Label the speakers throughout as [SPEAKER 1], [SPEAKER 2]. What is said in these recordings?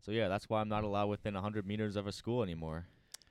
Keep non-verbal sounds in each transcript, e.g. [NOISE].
[SPEAKER 1] So yeah, that's why I'm not allowed within 100 meters of a school anymore.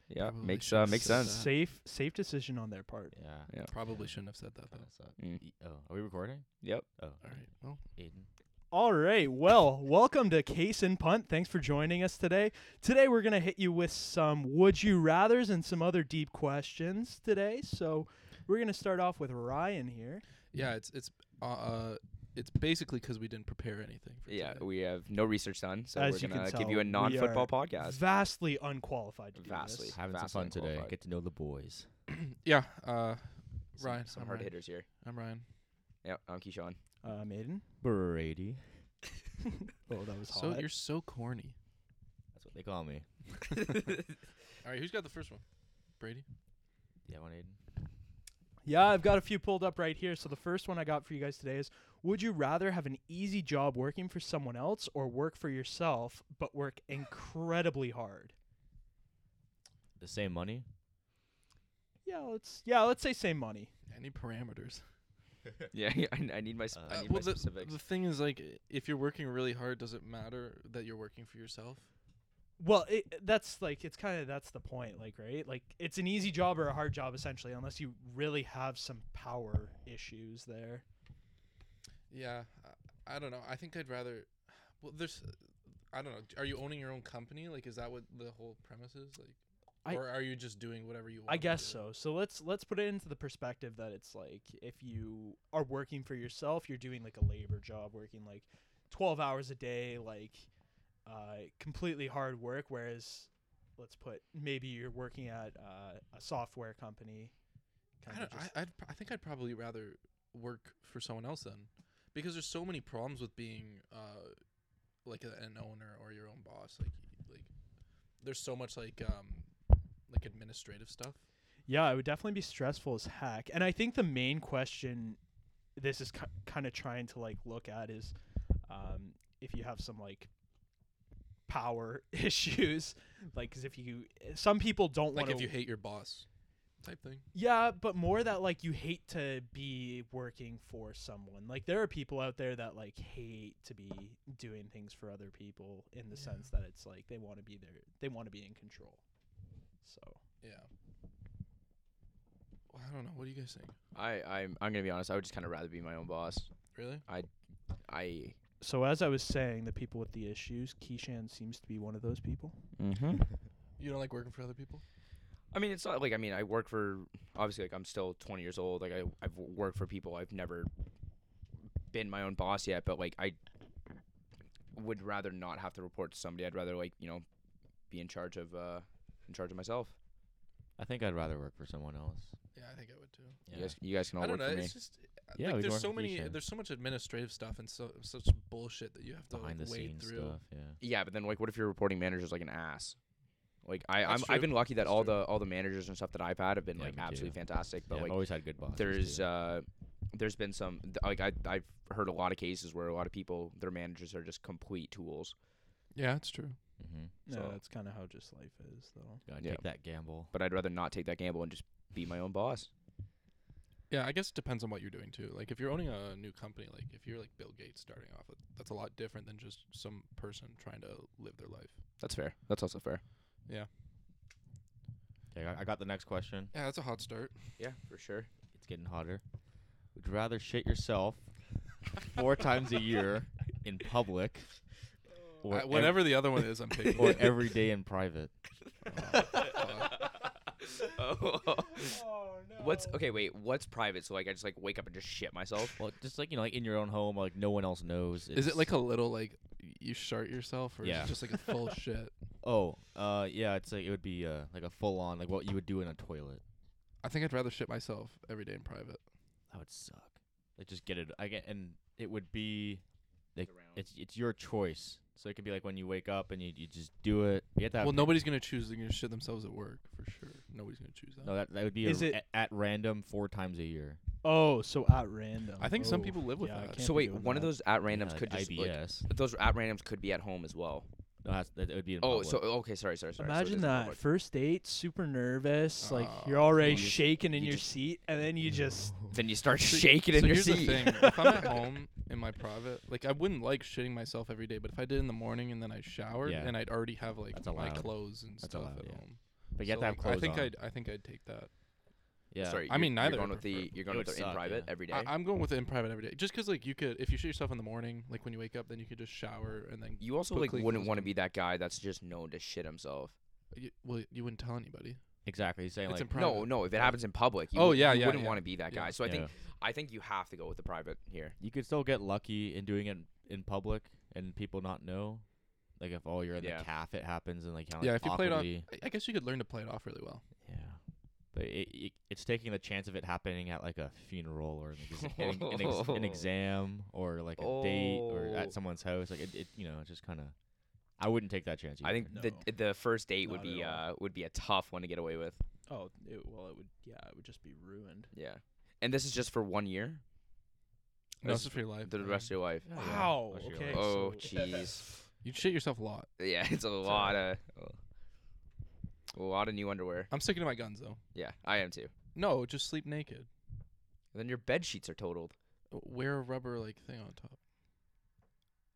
[SPEAKER 2] Yeah,
[SPEAKER 3] Probably
[SPEAKER 2] makes
[SPEAKER 3] should've
[SPEAKER 2] uh, makes
[SPEAKER 3] said
[SPEAKER 2] sense.
[SPEAKER 3] that.
[SPEAKER 4] Safe, safe decision on their part.
[SPEAKER 1] Yeah.
[SPEAKER 2] Yeah.
[SPEAKER 3] Probably shouldn't have said that though.
[SPEAKER 1] Kinda sucked.
[SPEAKER 2] Mm.
[SPEAKER 1] E- Oh, are we recording?
[SPEAKER 2] Yep.
[SPEAKER 1] Oh,
[SPEAKER 3] All right. Well,
[SPEAKER 1] Aiden.
[SPEAKER 4] All right. Well, welcome to Case and Punt. Thanks for joining us today. Today we're gonna hit you with some would you rather's and some other deep questions today. So we're gonna start off with Ryan here.
[SPEAKER 3] yeah, it's it's uh, uh it's basically because we didn't prepare anything. For
[SPEAKER 2] Yeah,
[SPEAKER 3] today.
[SPEAKER 2] we have no research done, so
[SPEAKER 4] As
[SPEAKER 2] we're
[SPEAKER 4] you can
[SPEAKER 2] gonna give
[SPEAKER 4] tell,
[SPEAKER 2] you a
[SPEAKER 4] we
[SPEAKER 2] non-football
[SPEAKER 4] are [LAUGHS]
[SPEAKER 2] podcast.
[SPEAKER 4] Vastly unqualified to do
[SPEAKER 2] Vastly.
[SPEAKER 4] this.
[SPEAKER 1] Having some
[SPEAKER 2] Vastly
[SPEAKER 1] fun today.
[SPEAKER 2] unqualified.
[SPEAKER 1] Get to know the boys.
[SPEAKER 3] yeah. Uh,
[SPEAKER 2] Some-
[SPEAKER 3] Ryan,
[SPEAKER 2] some
[SPEAKER 3] I'm
[SPEAKER 2] hard
[SPEAKER 3] Ryan.
[SPEAKER 2] hitters here.
[SPEAKER 3] I'm Ryan.
[SPEAKER 2] Yep, I'm Keyshawn.
[SPEAKER 4] Uh, Maiden.
[SPEAKER 1] Brady.
[SPEAKER 4] Oh, that was hot.
[SPEAKER 3] So you're so corny.
[SPEAKER 1] That's what they call me.
[SPEAKER 3] All right, who's got the first one? Brady.
[SPEAKER 1] Yeah, one Aiden.
[SPEAKER 4] Yeah, I've got a few pulled up right here. So the first one I got for you guys today is Would you rather have an easy job working for someone else or work for yourself, but work incredibly hard?
[SPEAKER 1] The same money.
[SPEAKER 4] Yeah, let's yeah, let's say same money.
[SPEAKER 3] Any parameters?
[SPEAKER 2] [LAUGHS] yeah, yeah, I, I need my sp-
[SPEAKER 1] Uh,
[SPEAKER 2] I
[SPEAKER 3] Uh,
[SPEAKER 2] need
[SPEAKER 3] well,
[SPEAKER 2] my
[SPEAKER 3] the,
[SPEAKER 2] specifics.
[SPEAKER 3] the thing is, like, i- if you're working really hard, does it matter that you're working for yourself?
[SPEAKER 4] Well, it, that's like it's kind of that's the point, like right, like it's an easy job or a hard job essentially, unless you really have some power issues there.
[SPEAKER 3] Yeah, I, I don't know. I think I'd rather. Well, there's. I don't know. Are you owning your own company? Like, is that what the whole premise is? Like,
[SPEAKER 4] I-
[SPEAKER 3] or are you just doing whatever you want?
[SPEAKER 4] I
[SPEAKER 3] to
[SPEAKER 4] guess
[SPEAKER 3] do?
[SPEAKER 4] so. So let's let's put it into the perspective that it's like if you are working for yourself, you're doing like a labor job, working like twelve hours a day, like uh, completely hard work. Whereas, let's put maybe you're working at uh, a software company.
[SPEAKER 3] I,
[SPEAKER 4] Kind of
[SPEAKER 3] don't,
[SPEAKER 4] just
[SPEAKER 3] I, I'd, I think I'd probably rather work for someone else then, because there's so many problems with being, uh, like a, an owner or your own boss. Like, y- like there's so much like um, like administrative stuff.
[SPEAKER 4] yeah, it would definitely be stressful as heck. And I think the main question this is kind of trying to like look at is um, if you have some like power [LAUGHS] issues like 'cause if you some people don't
[SPEAKER 3] Like
[SPEAKER 4] want
[SPEAKER 3] if
[SPEAKER 4] to
[SPEAKER 3] you hate your boss, type thing.
[SPEAKER 4] Yeah, but more that like you hate to be working for someone. Like there are people out there that like hate to be doing things for other people in the
[SPEAKER 3] Yeah.
[SPEAKER 4] sense that it's like they want to be there. They want to be in control. So
[SPEAKER 3] Yeah. Well, I don't know. What do you guys think?
[SPEAKER 2] I I'm I'm gonna be honest. I would just kind of rather be my own boss.
[SPEAKER 3] Really?
[SPEAKER 2] I.
[SPEAKER 4] so as I was saying, the people with the issues, Keyshan seems to be one of those people.
[SPEAKER 2] Mm-hmm.
[SPEAKER 3] You don't like working for other people?
[SPEAKER 2] I mean, it's not like I mean, I work for obviously like I'm still 20 years old. Like I I've w- worked for people. I've never been my own boss yet, but like I would rather not have to report to somebody. I'd rather like you know be in charge of uh in charge of myself.
[SPEAKER 1] I think I'd rather work for someone else.
[SPEAKER 3] Yeah, I think I would too.
[SPEAKER 2] You guys you guys can all
[SPEAKER 3] I don't
[SPEAKER 2] work
[SPEAKER 3] know.
[SPEAKER 2] for me.
[SPEAKER 3] It's just uh,
[SPEAKER 1] Yeah, we
[SPEAKER 3] like,
[SPEAKER 1] can
[SPEAKER 3] there's so
[SPEAKER 1] work with
[SPEAKER 3] many,
[SPEAKER 1] each other.
[SPEAKER 3] there's so much administrative stuff and so such bullshit that you have to
[SPEAKER 1] Behind
[SPEAKER 3] like,
[SPEAKER 1] the
[SPEAKER 3] wade
[SPEAKER 1] scenes
[SPEAKER 3] through.
[SPEAKER 1] stuff. Yeah.
[SPEAKER 2] Yeah, but then like what if your reporting manager's like an ass? Like I I'm,
[SPEAKER 3] That's
[SPEAKER 2] I've
[SPEAKER 3] true.
[SPEAKER 2] been lucky that
[SPEAKER 3] That's
[SPEAKER 2] all
[SPEAKER 3] true.
[SPEAKER 2] the all the managers and stuff that I've had have been
[SPEAKER 1] Yeah,
[SPEAKER 2] like
[SPEAKER 1] me too.
[SPEAKER 2] absolutely fantastic, but
[SPEAKER 1] yeah
[SPEAKER 2] like
[SPEAKER 1] I've always had good bosses.
[SPEAKER 2] there's
[SPEAKER 1] too.
[SPEAKER 2] uh there's been some th- like I I've heard a lot of cases where a lot of people their managers are just complete tools.
[SPEAKER 3] Yeah, it's true.
[SPEAKER 1] Mhm.
[SPEAKER 4] No,
[SPEAKER 2] So-
[SPEAKER 4] that's kind of how just life is, though.
[SPEAKER 1] Gotta
[SPEAKER 2] yeah.
[SPEAKER 1] take that gamble.
[SPEAKER 2] But I'd rather not take that gamble and just be my own boss.
[SPEAKER 3] Yeah, I guess it depends on what you're doing too. Like if you're owning a new company, like if you're like Bill Gates starting off, like, that's a lot different than just some person trying to live their life.
[SPEAKER 2] That's fair. That's also fair.
[SPEAKER 1] Okay, I, I got the next question.
[SPEAKER 3] Yeah, that's a hot start.
[SPEAKER 2] Yeah, for
[SPEAKER 3] [LAUGHS]
[SPEAKER 2] sure.
[SPEAKER 1] It's getting hotter. Would you rather shit yourself four times a year in public, or
[SPEAKER 2] Uh,
[SPEAKER 3] I-
[SPEAKER 1] ev-
[SPEAKER 3] whatever the other one
[SPEAKER 1] [LAUGHS]
[SPEAKER 3] is, I'm Uh, picking. [LAUGHS]
[SPEAKER 1] or every day in private?
[SPEAKER 2] [LAUGHS] What's okay? Wait, what's private? So like, I just like wake up and just shit myself.
[SPEAKER 1] Well, just like you know, like in your own home, like no one else knows.
[SPEAKER 3] Is it
[SPEAKER 1] It's-
[SPEAKER 3] like a little like you shart yourself, or
[SPEAKER 1] Yeah.
[SPEAKER 3] is it just like
[SPEAKER 1] [LAUGHS]
[SPEAKER 3] a full shit?
[SPEAKER 1] Oh, uh, yeah, it's like it would be uh, like a full on like what you would do in a toilet.
[SPEAKER 3] I think I'd rather shit myself every day in private.
[SPEAKER 1] That would suck. Like just get it. I get, and it would be like it's it's your choice. So it could be like when you wake up and you, you just do it. You have to have
[SPEAKER 3] Well, nobody's gonna choose. They're gonna shit themselves at work for sure. Nobody's gonna choose that.
[SPEAKER 1] No, that that would be
[SPEAKER 4] Is
[SPEAKER 1] a,
[SPEAKER 4] it-
[SPEAKER 1] at, at random four times a year.
[SPEAKER 4] Oh, so at random.
[SPEAKER 3] I think some
[SPEAKER 4] Oh.
[SPEAKER 3] people live with
[SPEAKER 4] yeah, I
[SPEAKER 3] that.
[SPEAKER 4] can't
[SPEAKER 2] So
[SPEAKER 4] be
[SPEAKER 2] wait,
[SPEAKER 4] doing
[SPEAKER 2] one of
[SPEAKER 4] that.
[SPEAKER 2] those at
[SPEAKER 1] Yeah,
[SPEAKER 2] randoms
[SPEAKER 1] like
[SPEAKER 2] could just like,
[SPEAKER 1] IBS.
[SPEAKER 2] those at randoms could be at home as well.
[SPEAKER 1] No, that's, that it would be in
[SPEAKER 2] Oh,
[SPEAKER 1] public.
[SPEAKER 2] so okay, sorry, sorry, sorry. So it
[SPEAKER 4] Imagine
[SPEAKER 2] is
[SPEAKER 4] that
[SPEAKER 2] public.
[SPEAKER 4] first date, super nervous, like you're
[SPEAKER 3] Oh,
[SPEAKER 4] already
[SPEAKER 2] you just-
[SPEAKER 4] shaking in
[SPEAKER 2] you
[SPEAKER 4] your
[SPEAKER 2] just-
[SPEAKER 4] seat, and then you just
[SPEAKER 2] Then you start
[SPEAKER 3] So-
[SPEAKER 2] shaking in
[SPEAKER 3] so
[SPEAKER 2] your
[SPEAKER 3] here's
[SPEAKER 2] seat.
[SPEAKER 3] The thing. if I'm at home in my private, like I wouldn't like shitting myself every day, but if I did in the morning and then I showered
[SPEAKER 1] Yeah.
[SPEAKER 3] and I'd already have like
[SPEAKER 1] That's
[SPEAKER 3] my
[SPEAKER 1] allowed.
[SPEAKER 3] clothes and
[SPEAKER 1] That's
[SPEAKER 3] stuff
[SPEAKER 1] allowed,
[SPEAKER 3] at
[SPEAKER 1] yeah.
[SPEAKER 3] home.
[SPEAKER 1] but you have
[SPEAKER 3] So,
[SPEAKER 1] to have
[SPEAKER 3] like,
[SPEAKER 1] clothes
[SPEAKER 3] I think
[SPEAKER 1] on.
[SPEAKER 3] I'd I think I'd take that.
[SPEAKER 1] yeah.
[SPEAKER 2] Sorry,
[SPEAKER 3] I
[SPEAKER 2] you're-
[SPEAKER 3] mean,
[SPEAKER 2] You're
[SPEAKER 3] neither I
[SPEAKER 2] going with the
[SPEAKER 3] prefer.
[SPEAKER 2] you're going
[SPEAKER 1] It
[SPEAKER 2] with
[SPEAKER 1] would
[SPEAKER 2] the in
[SPEAKER 1] suck,
[SPEAKER 2] private
[SPEAKER 1] yeah.
[SPEAKER 2] every day.
[SPEAKER 3] I, I'm going with in private every day, just because like you could if you shit yourself in the morning, like when you wake up, then you could just shower and then
[SPEAKER 2] you also
[SPEAKER 3] put
[SPEAKER 2] like
[SPEAKER 3] clean
[SPEAKER 2] wouldn't
[SPEAKER 3] clothes
[SPEAKER 2] want to
[SPEAKER 3] on.
[SPEAKER 2] be that guy that's just known to shit himself.
[SPEAKER 3] you, well you wouldn't tell anybody.
[SPEAKER 1] Exactly. He's saying
[SPEAKER 3] It's
[SPEAKER 1] like
[SPEAKER 3] in
[SPEAKER 2] No,
[SPEAKER 3] Private.
[SPEAKER 2] no. If it happens in public, you,
[SPEAKER 3] Oh,
[SPEAKER 2] wou-
[SPEAKER 3] yeah,
[SPEAKER 2] you
[SPEAKER 3] yeah,
[SPEAKER 2] wouldn't
[SPEAKER 3] yeah,
[SPEAKER 2] want to be that
[SPEAKER 3] yeah.
[SPEAKER 2] guy. So I think
[SPEAKER 1] yeah.
[SPEAKER 2] I think you have to go with the private here.
[SPEAKER 1] you could still get lucky in doing it in public and people not know. Like if oh you're in
[SPEAKER 2] Yeah.
[SPEAKER 1] the calf, it happens and like kind of
[SPEAKER 3] Yeah,
[SPEAKER 1] like
[SPEAKER 3] if you played on,
[SPEAKER 1] awkwardly.
[SPEAKER 3] I, I guess you could learn to play it off really well.
[SPEAKER 1] Yeah. But it, it, it's taking the chance of it happening at like a funeral or an, ex- an, ex- an, ex- [LAUGHS] an exam or like a date or
[SPEAKER 2] Oh.
[SPEAKER 1] at someone's house. Like it, it you know, it's just kind of. I wouldn't take that chance. Either.
[SPEAKER 2] I think the the first date would
[SPEAKER 4] Not at
[SPEAKER 2] be
[SPEAKER 4] all.
[SPEAKER 2] uh would be a tough one to get away with.
[SPEAKER 4] oh, it, well, it would yeah, it would just be ruined.
[SPEAKER 2] Yeah. And this is just for one year,
[SPEAKER 3] No,
[SPEAKER 2] This
[SPEAKER 3] it's just for your life.
[SPEAKER 2] the
[SPEAKER 3] man.
[SPEAKER 2] rest of your life.
[SPEAKER 4] Wow.
[SPEAKER 1] Unless you're
[SPEAKER 4] Okay.
[SPEAKER 1] like-
[SPEAKER 2] Oh,
[SPEAKER 4] so-
[SPEAKER 2] jeez.
[SPEAKER 3] You'd shit yourself a lot.
[SPEAKER 2] yeah, it's a lot of a lot of new underwear.
[SPEAKER 3] I'm sticking to my guns though.
[SPEAKER 2] Yeah, I am too.
[SPEAKER 3] No, just sleep naked.
[SPEAKER 2] Then your bed sheets are totaled.
[SPEAKER 3] wear a rubber like thing on top.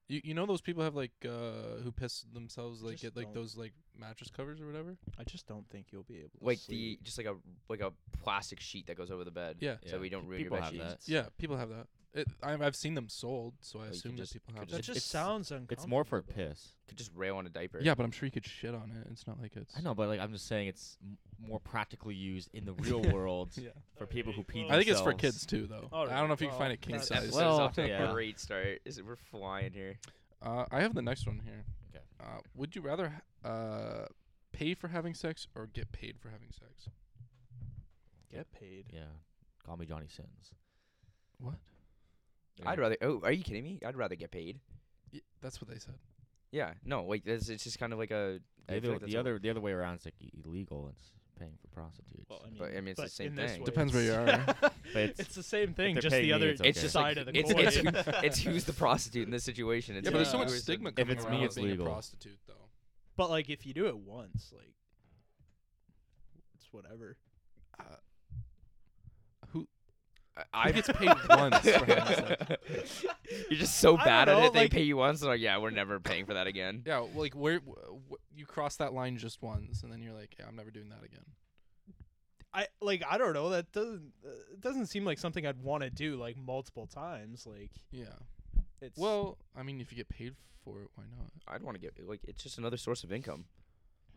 [SPEAKER 3] You you know those people have like uh who piss themselves like
[SPEAKER 4] Just
[SPEAKER 3] at like
[SPEAKER 4] don't.
[SPEAKER 3] those like mattress covers or whatever.
[SPEAKER 4] [LAUGHS] I just don't think you'll be able to
[SPEAKER 2] Like
[SPEAKER 4] sleep.
[SPEAKER 2] the just like a like a plastic sheet that goes over the bed.
[SPEAKER 3] Yeah,
[SPEAKER 2] So we don't
[SPEAKER 1] P-
[SPEAKER 2] ruin your
[SPEAKER 1] people
[SPEAKER 2] bed
[SPEAKER 1] have
[SPEAKER 2] sheets.
[SPEAKER 1] that.
[SPEAKER 3] yeah, people have that. It, I, I've seen them sold, so I
[SPEAKER 2] you could
[SPEAKER 3] assume that
[SPEAKER 2] just-
[SPEAKER 3] people
[SPEAKER 2] could
[SPEAKER 3] have
[SPEAKER 2] just-
[SPEAKER 4] that
[SPEAKER 3] that.
[SPEAKER 4] just
[SPEAKER 1] it's-
[SPEAKER 4] sounds uncomfortable.
[SPEAKER 1] It's more for
[SPEAKER 4] though.
[SPEAKER 1] piss.
[SPEAKER 2] Could just rail on a diaper.
[SPEAKER 3] Yeah, but I'm sure you could shit on it. It's not like it's.
[SPEAKER 1] I know, but like I'm just saying, it's m- more practically used in the [LAUGHS] real world
[SPEAKER 3] Yeah,
[SPEAKER 1] for people who pee.
[SPEAKER 4] I
[SPEAKER 3] I think it's for
[SPEAKER 1] themselves.
[SPEAKER 3] kids too, though.
[SPEAKER 4] All
[SPEAKER 3] I don't know
[SPEAKER 4] right,
[SPEAKER 3] if you can
[SPEAKER 4] well,
[SPEAKER 3] find it king
[SPEAKER 4] that's-
[SPEAKER 2] This
[SPEAKER 3] size.
[SPEAKER 2] episode's
[SPEAKER 1] Well,
[SPEAKER 2] off to
[SPEAKER 1] yeah.
[SPEAKER 2] a great start. Is it, we're flying here.
[SPEAKER 3] Uh, I have the next one here.
[SPEAKER 1] Okay.
[SPEAKER 3] Uh, would you rather ha- uh pay for having sex or get paid for having sex?
[SPEAKER 4] Get paid.
[SPEAKER 1] Yeah, call me Johnny Sins.
[SPEAKER 3] What?
[SPEAKER 2] I'd rather. Oh, are you kidding me? I'd rather get paid.
[SPEAKER 3] Y- that's what they said.
[SPEAKER 2] Yeah. No. Like this. It's just kind of like a. I feel
[SPEAKER 1] Either,
[SPEAKER 2] like that's
[SPEAKER 1] the
[SPEAKER 2] a- [LAUGHS]
[SPEAKER 1] other the other way around is like i- illegal. It's paying for prostitutes.
[SPEAKER 4] Well, I mean,
[SPEAKER 2] But, I mean, it's the same
[SPEAKER 4] in this
[SPEAKER 2] thing.
[SPEAKER 4] way,
[SPEAKER 3] Depends where you
[SPEAKER 4] it's- [LAUGHS]
[SPEAKER 3] are. [LAUGHS]
[SPEAKER 1] it's-
[SPEAKER 4] it's the same thing,
[SPEAKER 1] they're
[SPEAKER 4] just the
[SPEAKER 1] paying me,
[SPEAKER 4] other
[SPEAKER 1] it's okay.
[SPEAKER 2] It's just
[SPEAKER 4] side
[SPEAKER 2] like,
[SPEAKER 4] of the
[SPEAKER 2] it's,
[SPEAKER 4] coin.
[SPEAKER 2] it's, who,
[SPEAKER 1] [LAUGHS]
[SPEAKER 2] it's who's the prostitute in this situation. It's
[SPEAKER 3] yeah, but there's
[SPEAKER 4] yeah.
[SPEAKER 3] so much
[SPEAKER 4] If
[SPEAKER 3] stigma
[SPEAKER 1] it's
[SPEAKER 3] coming
[SPEAKER 1] me,
[SPEAKER 3] around with
[SPEAKER 1] it's
[SPEAKER 2] [LAUGHS]
[SPEAKER 3] being
[SPEAKER 1] legal.
[SPEAKER 3] a prostitute, though.
[SPEAKER 4] [LAUGHS] But like, if you do it once, like, it's whatever.
[SPEAKER 2] I
[SPEAKER 3] Who Uh, gets
[SPEAKER 2] [LAUGHS]
[SPEAKER 3] [LAUGHS] paid once for having sex?
[SPEAKER 2] You're just so
[SPEAKER 4] I
[SPEAKER 2] bad
[SPEAKER 4] don't
[SPEAKER 2] at
[SPEAKER 4] know,
[SPEAKER 2] it. They
[SPEAKER 4] like-
[SPEAKER 2] pay you once, and like, yeah, we're never paying for that again.
[SPEAKER 3] Yeah, well, like where wh- wh- you cross that line just once, and then you're like, yeah, I'm never doing that again.
[SPEAKER 4] I like, I don't know. That doesn't uh, it doesn't seem like something I'd want to do like multiple times. Like,
[SPEAKER 3] Yeah.
[SPEAKER 4] it's
[SPEAKER 3] Well, I mean, if you get paid for it, why not?
[SPEAKER 2] I'd want to get like it's just another source of income.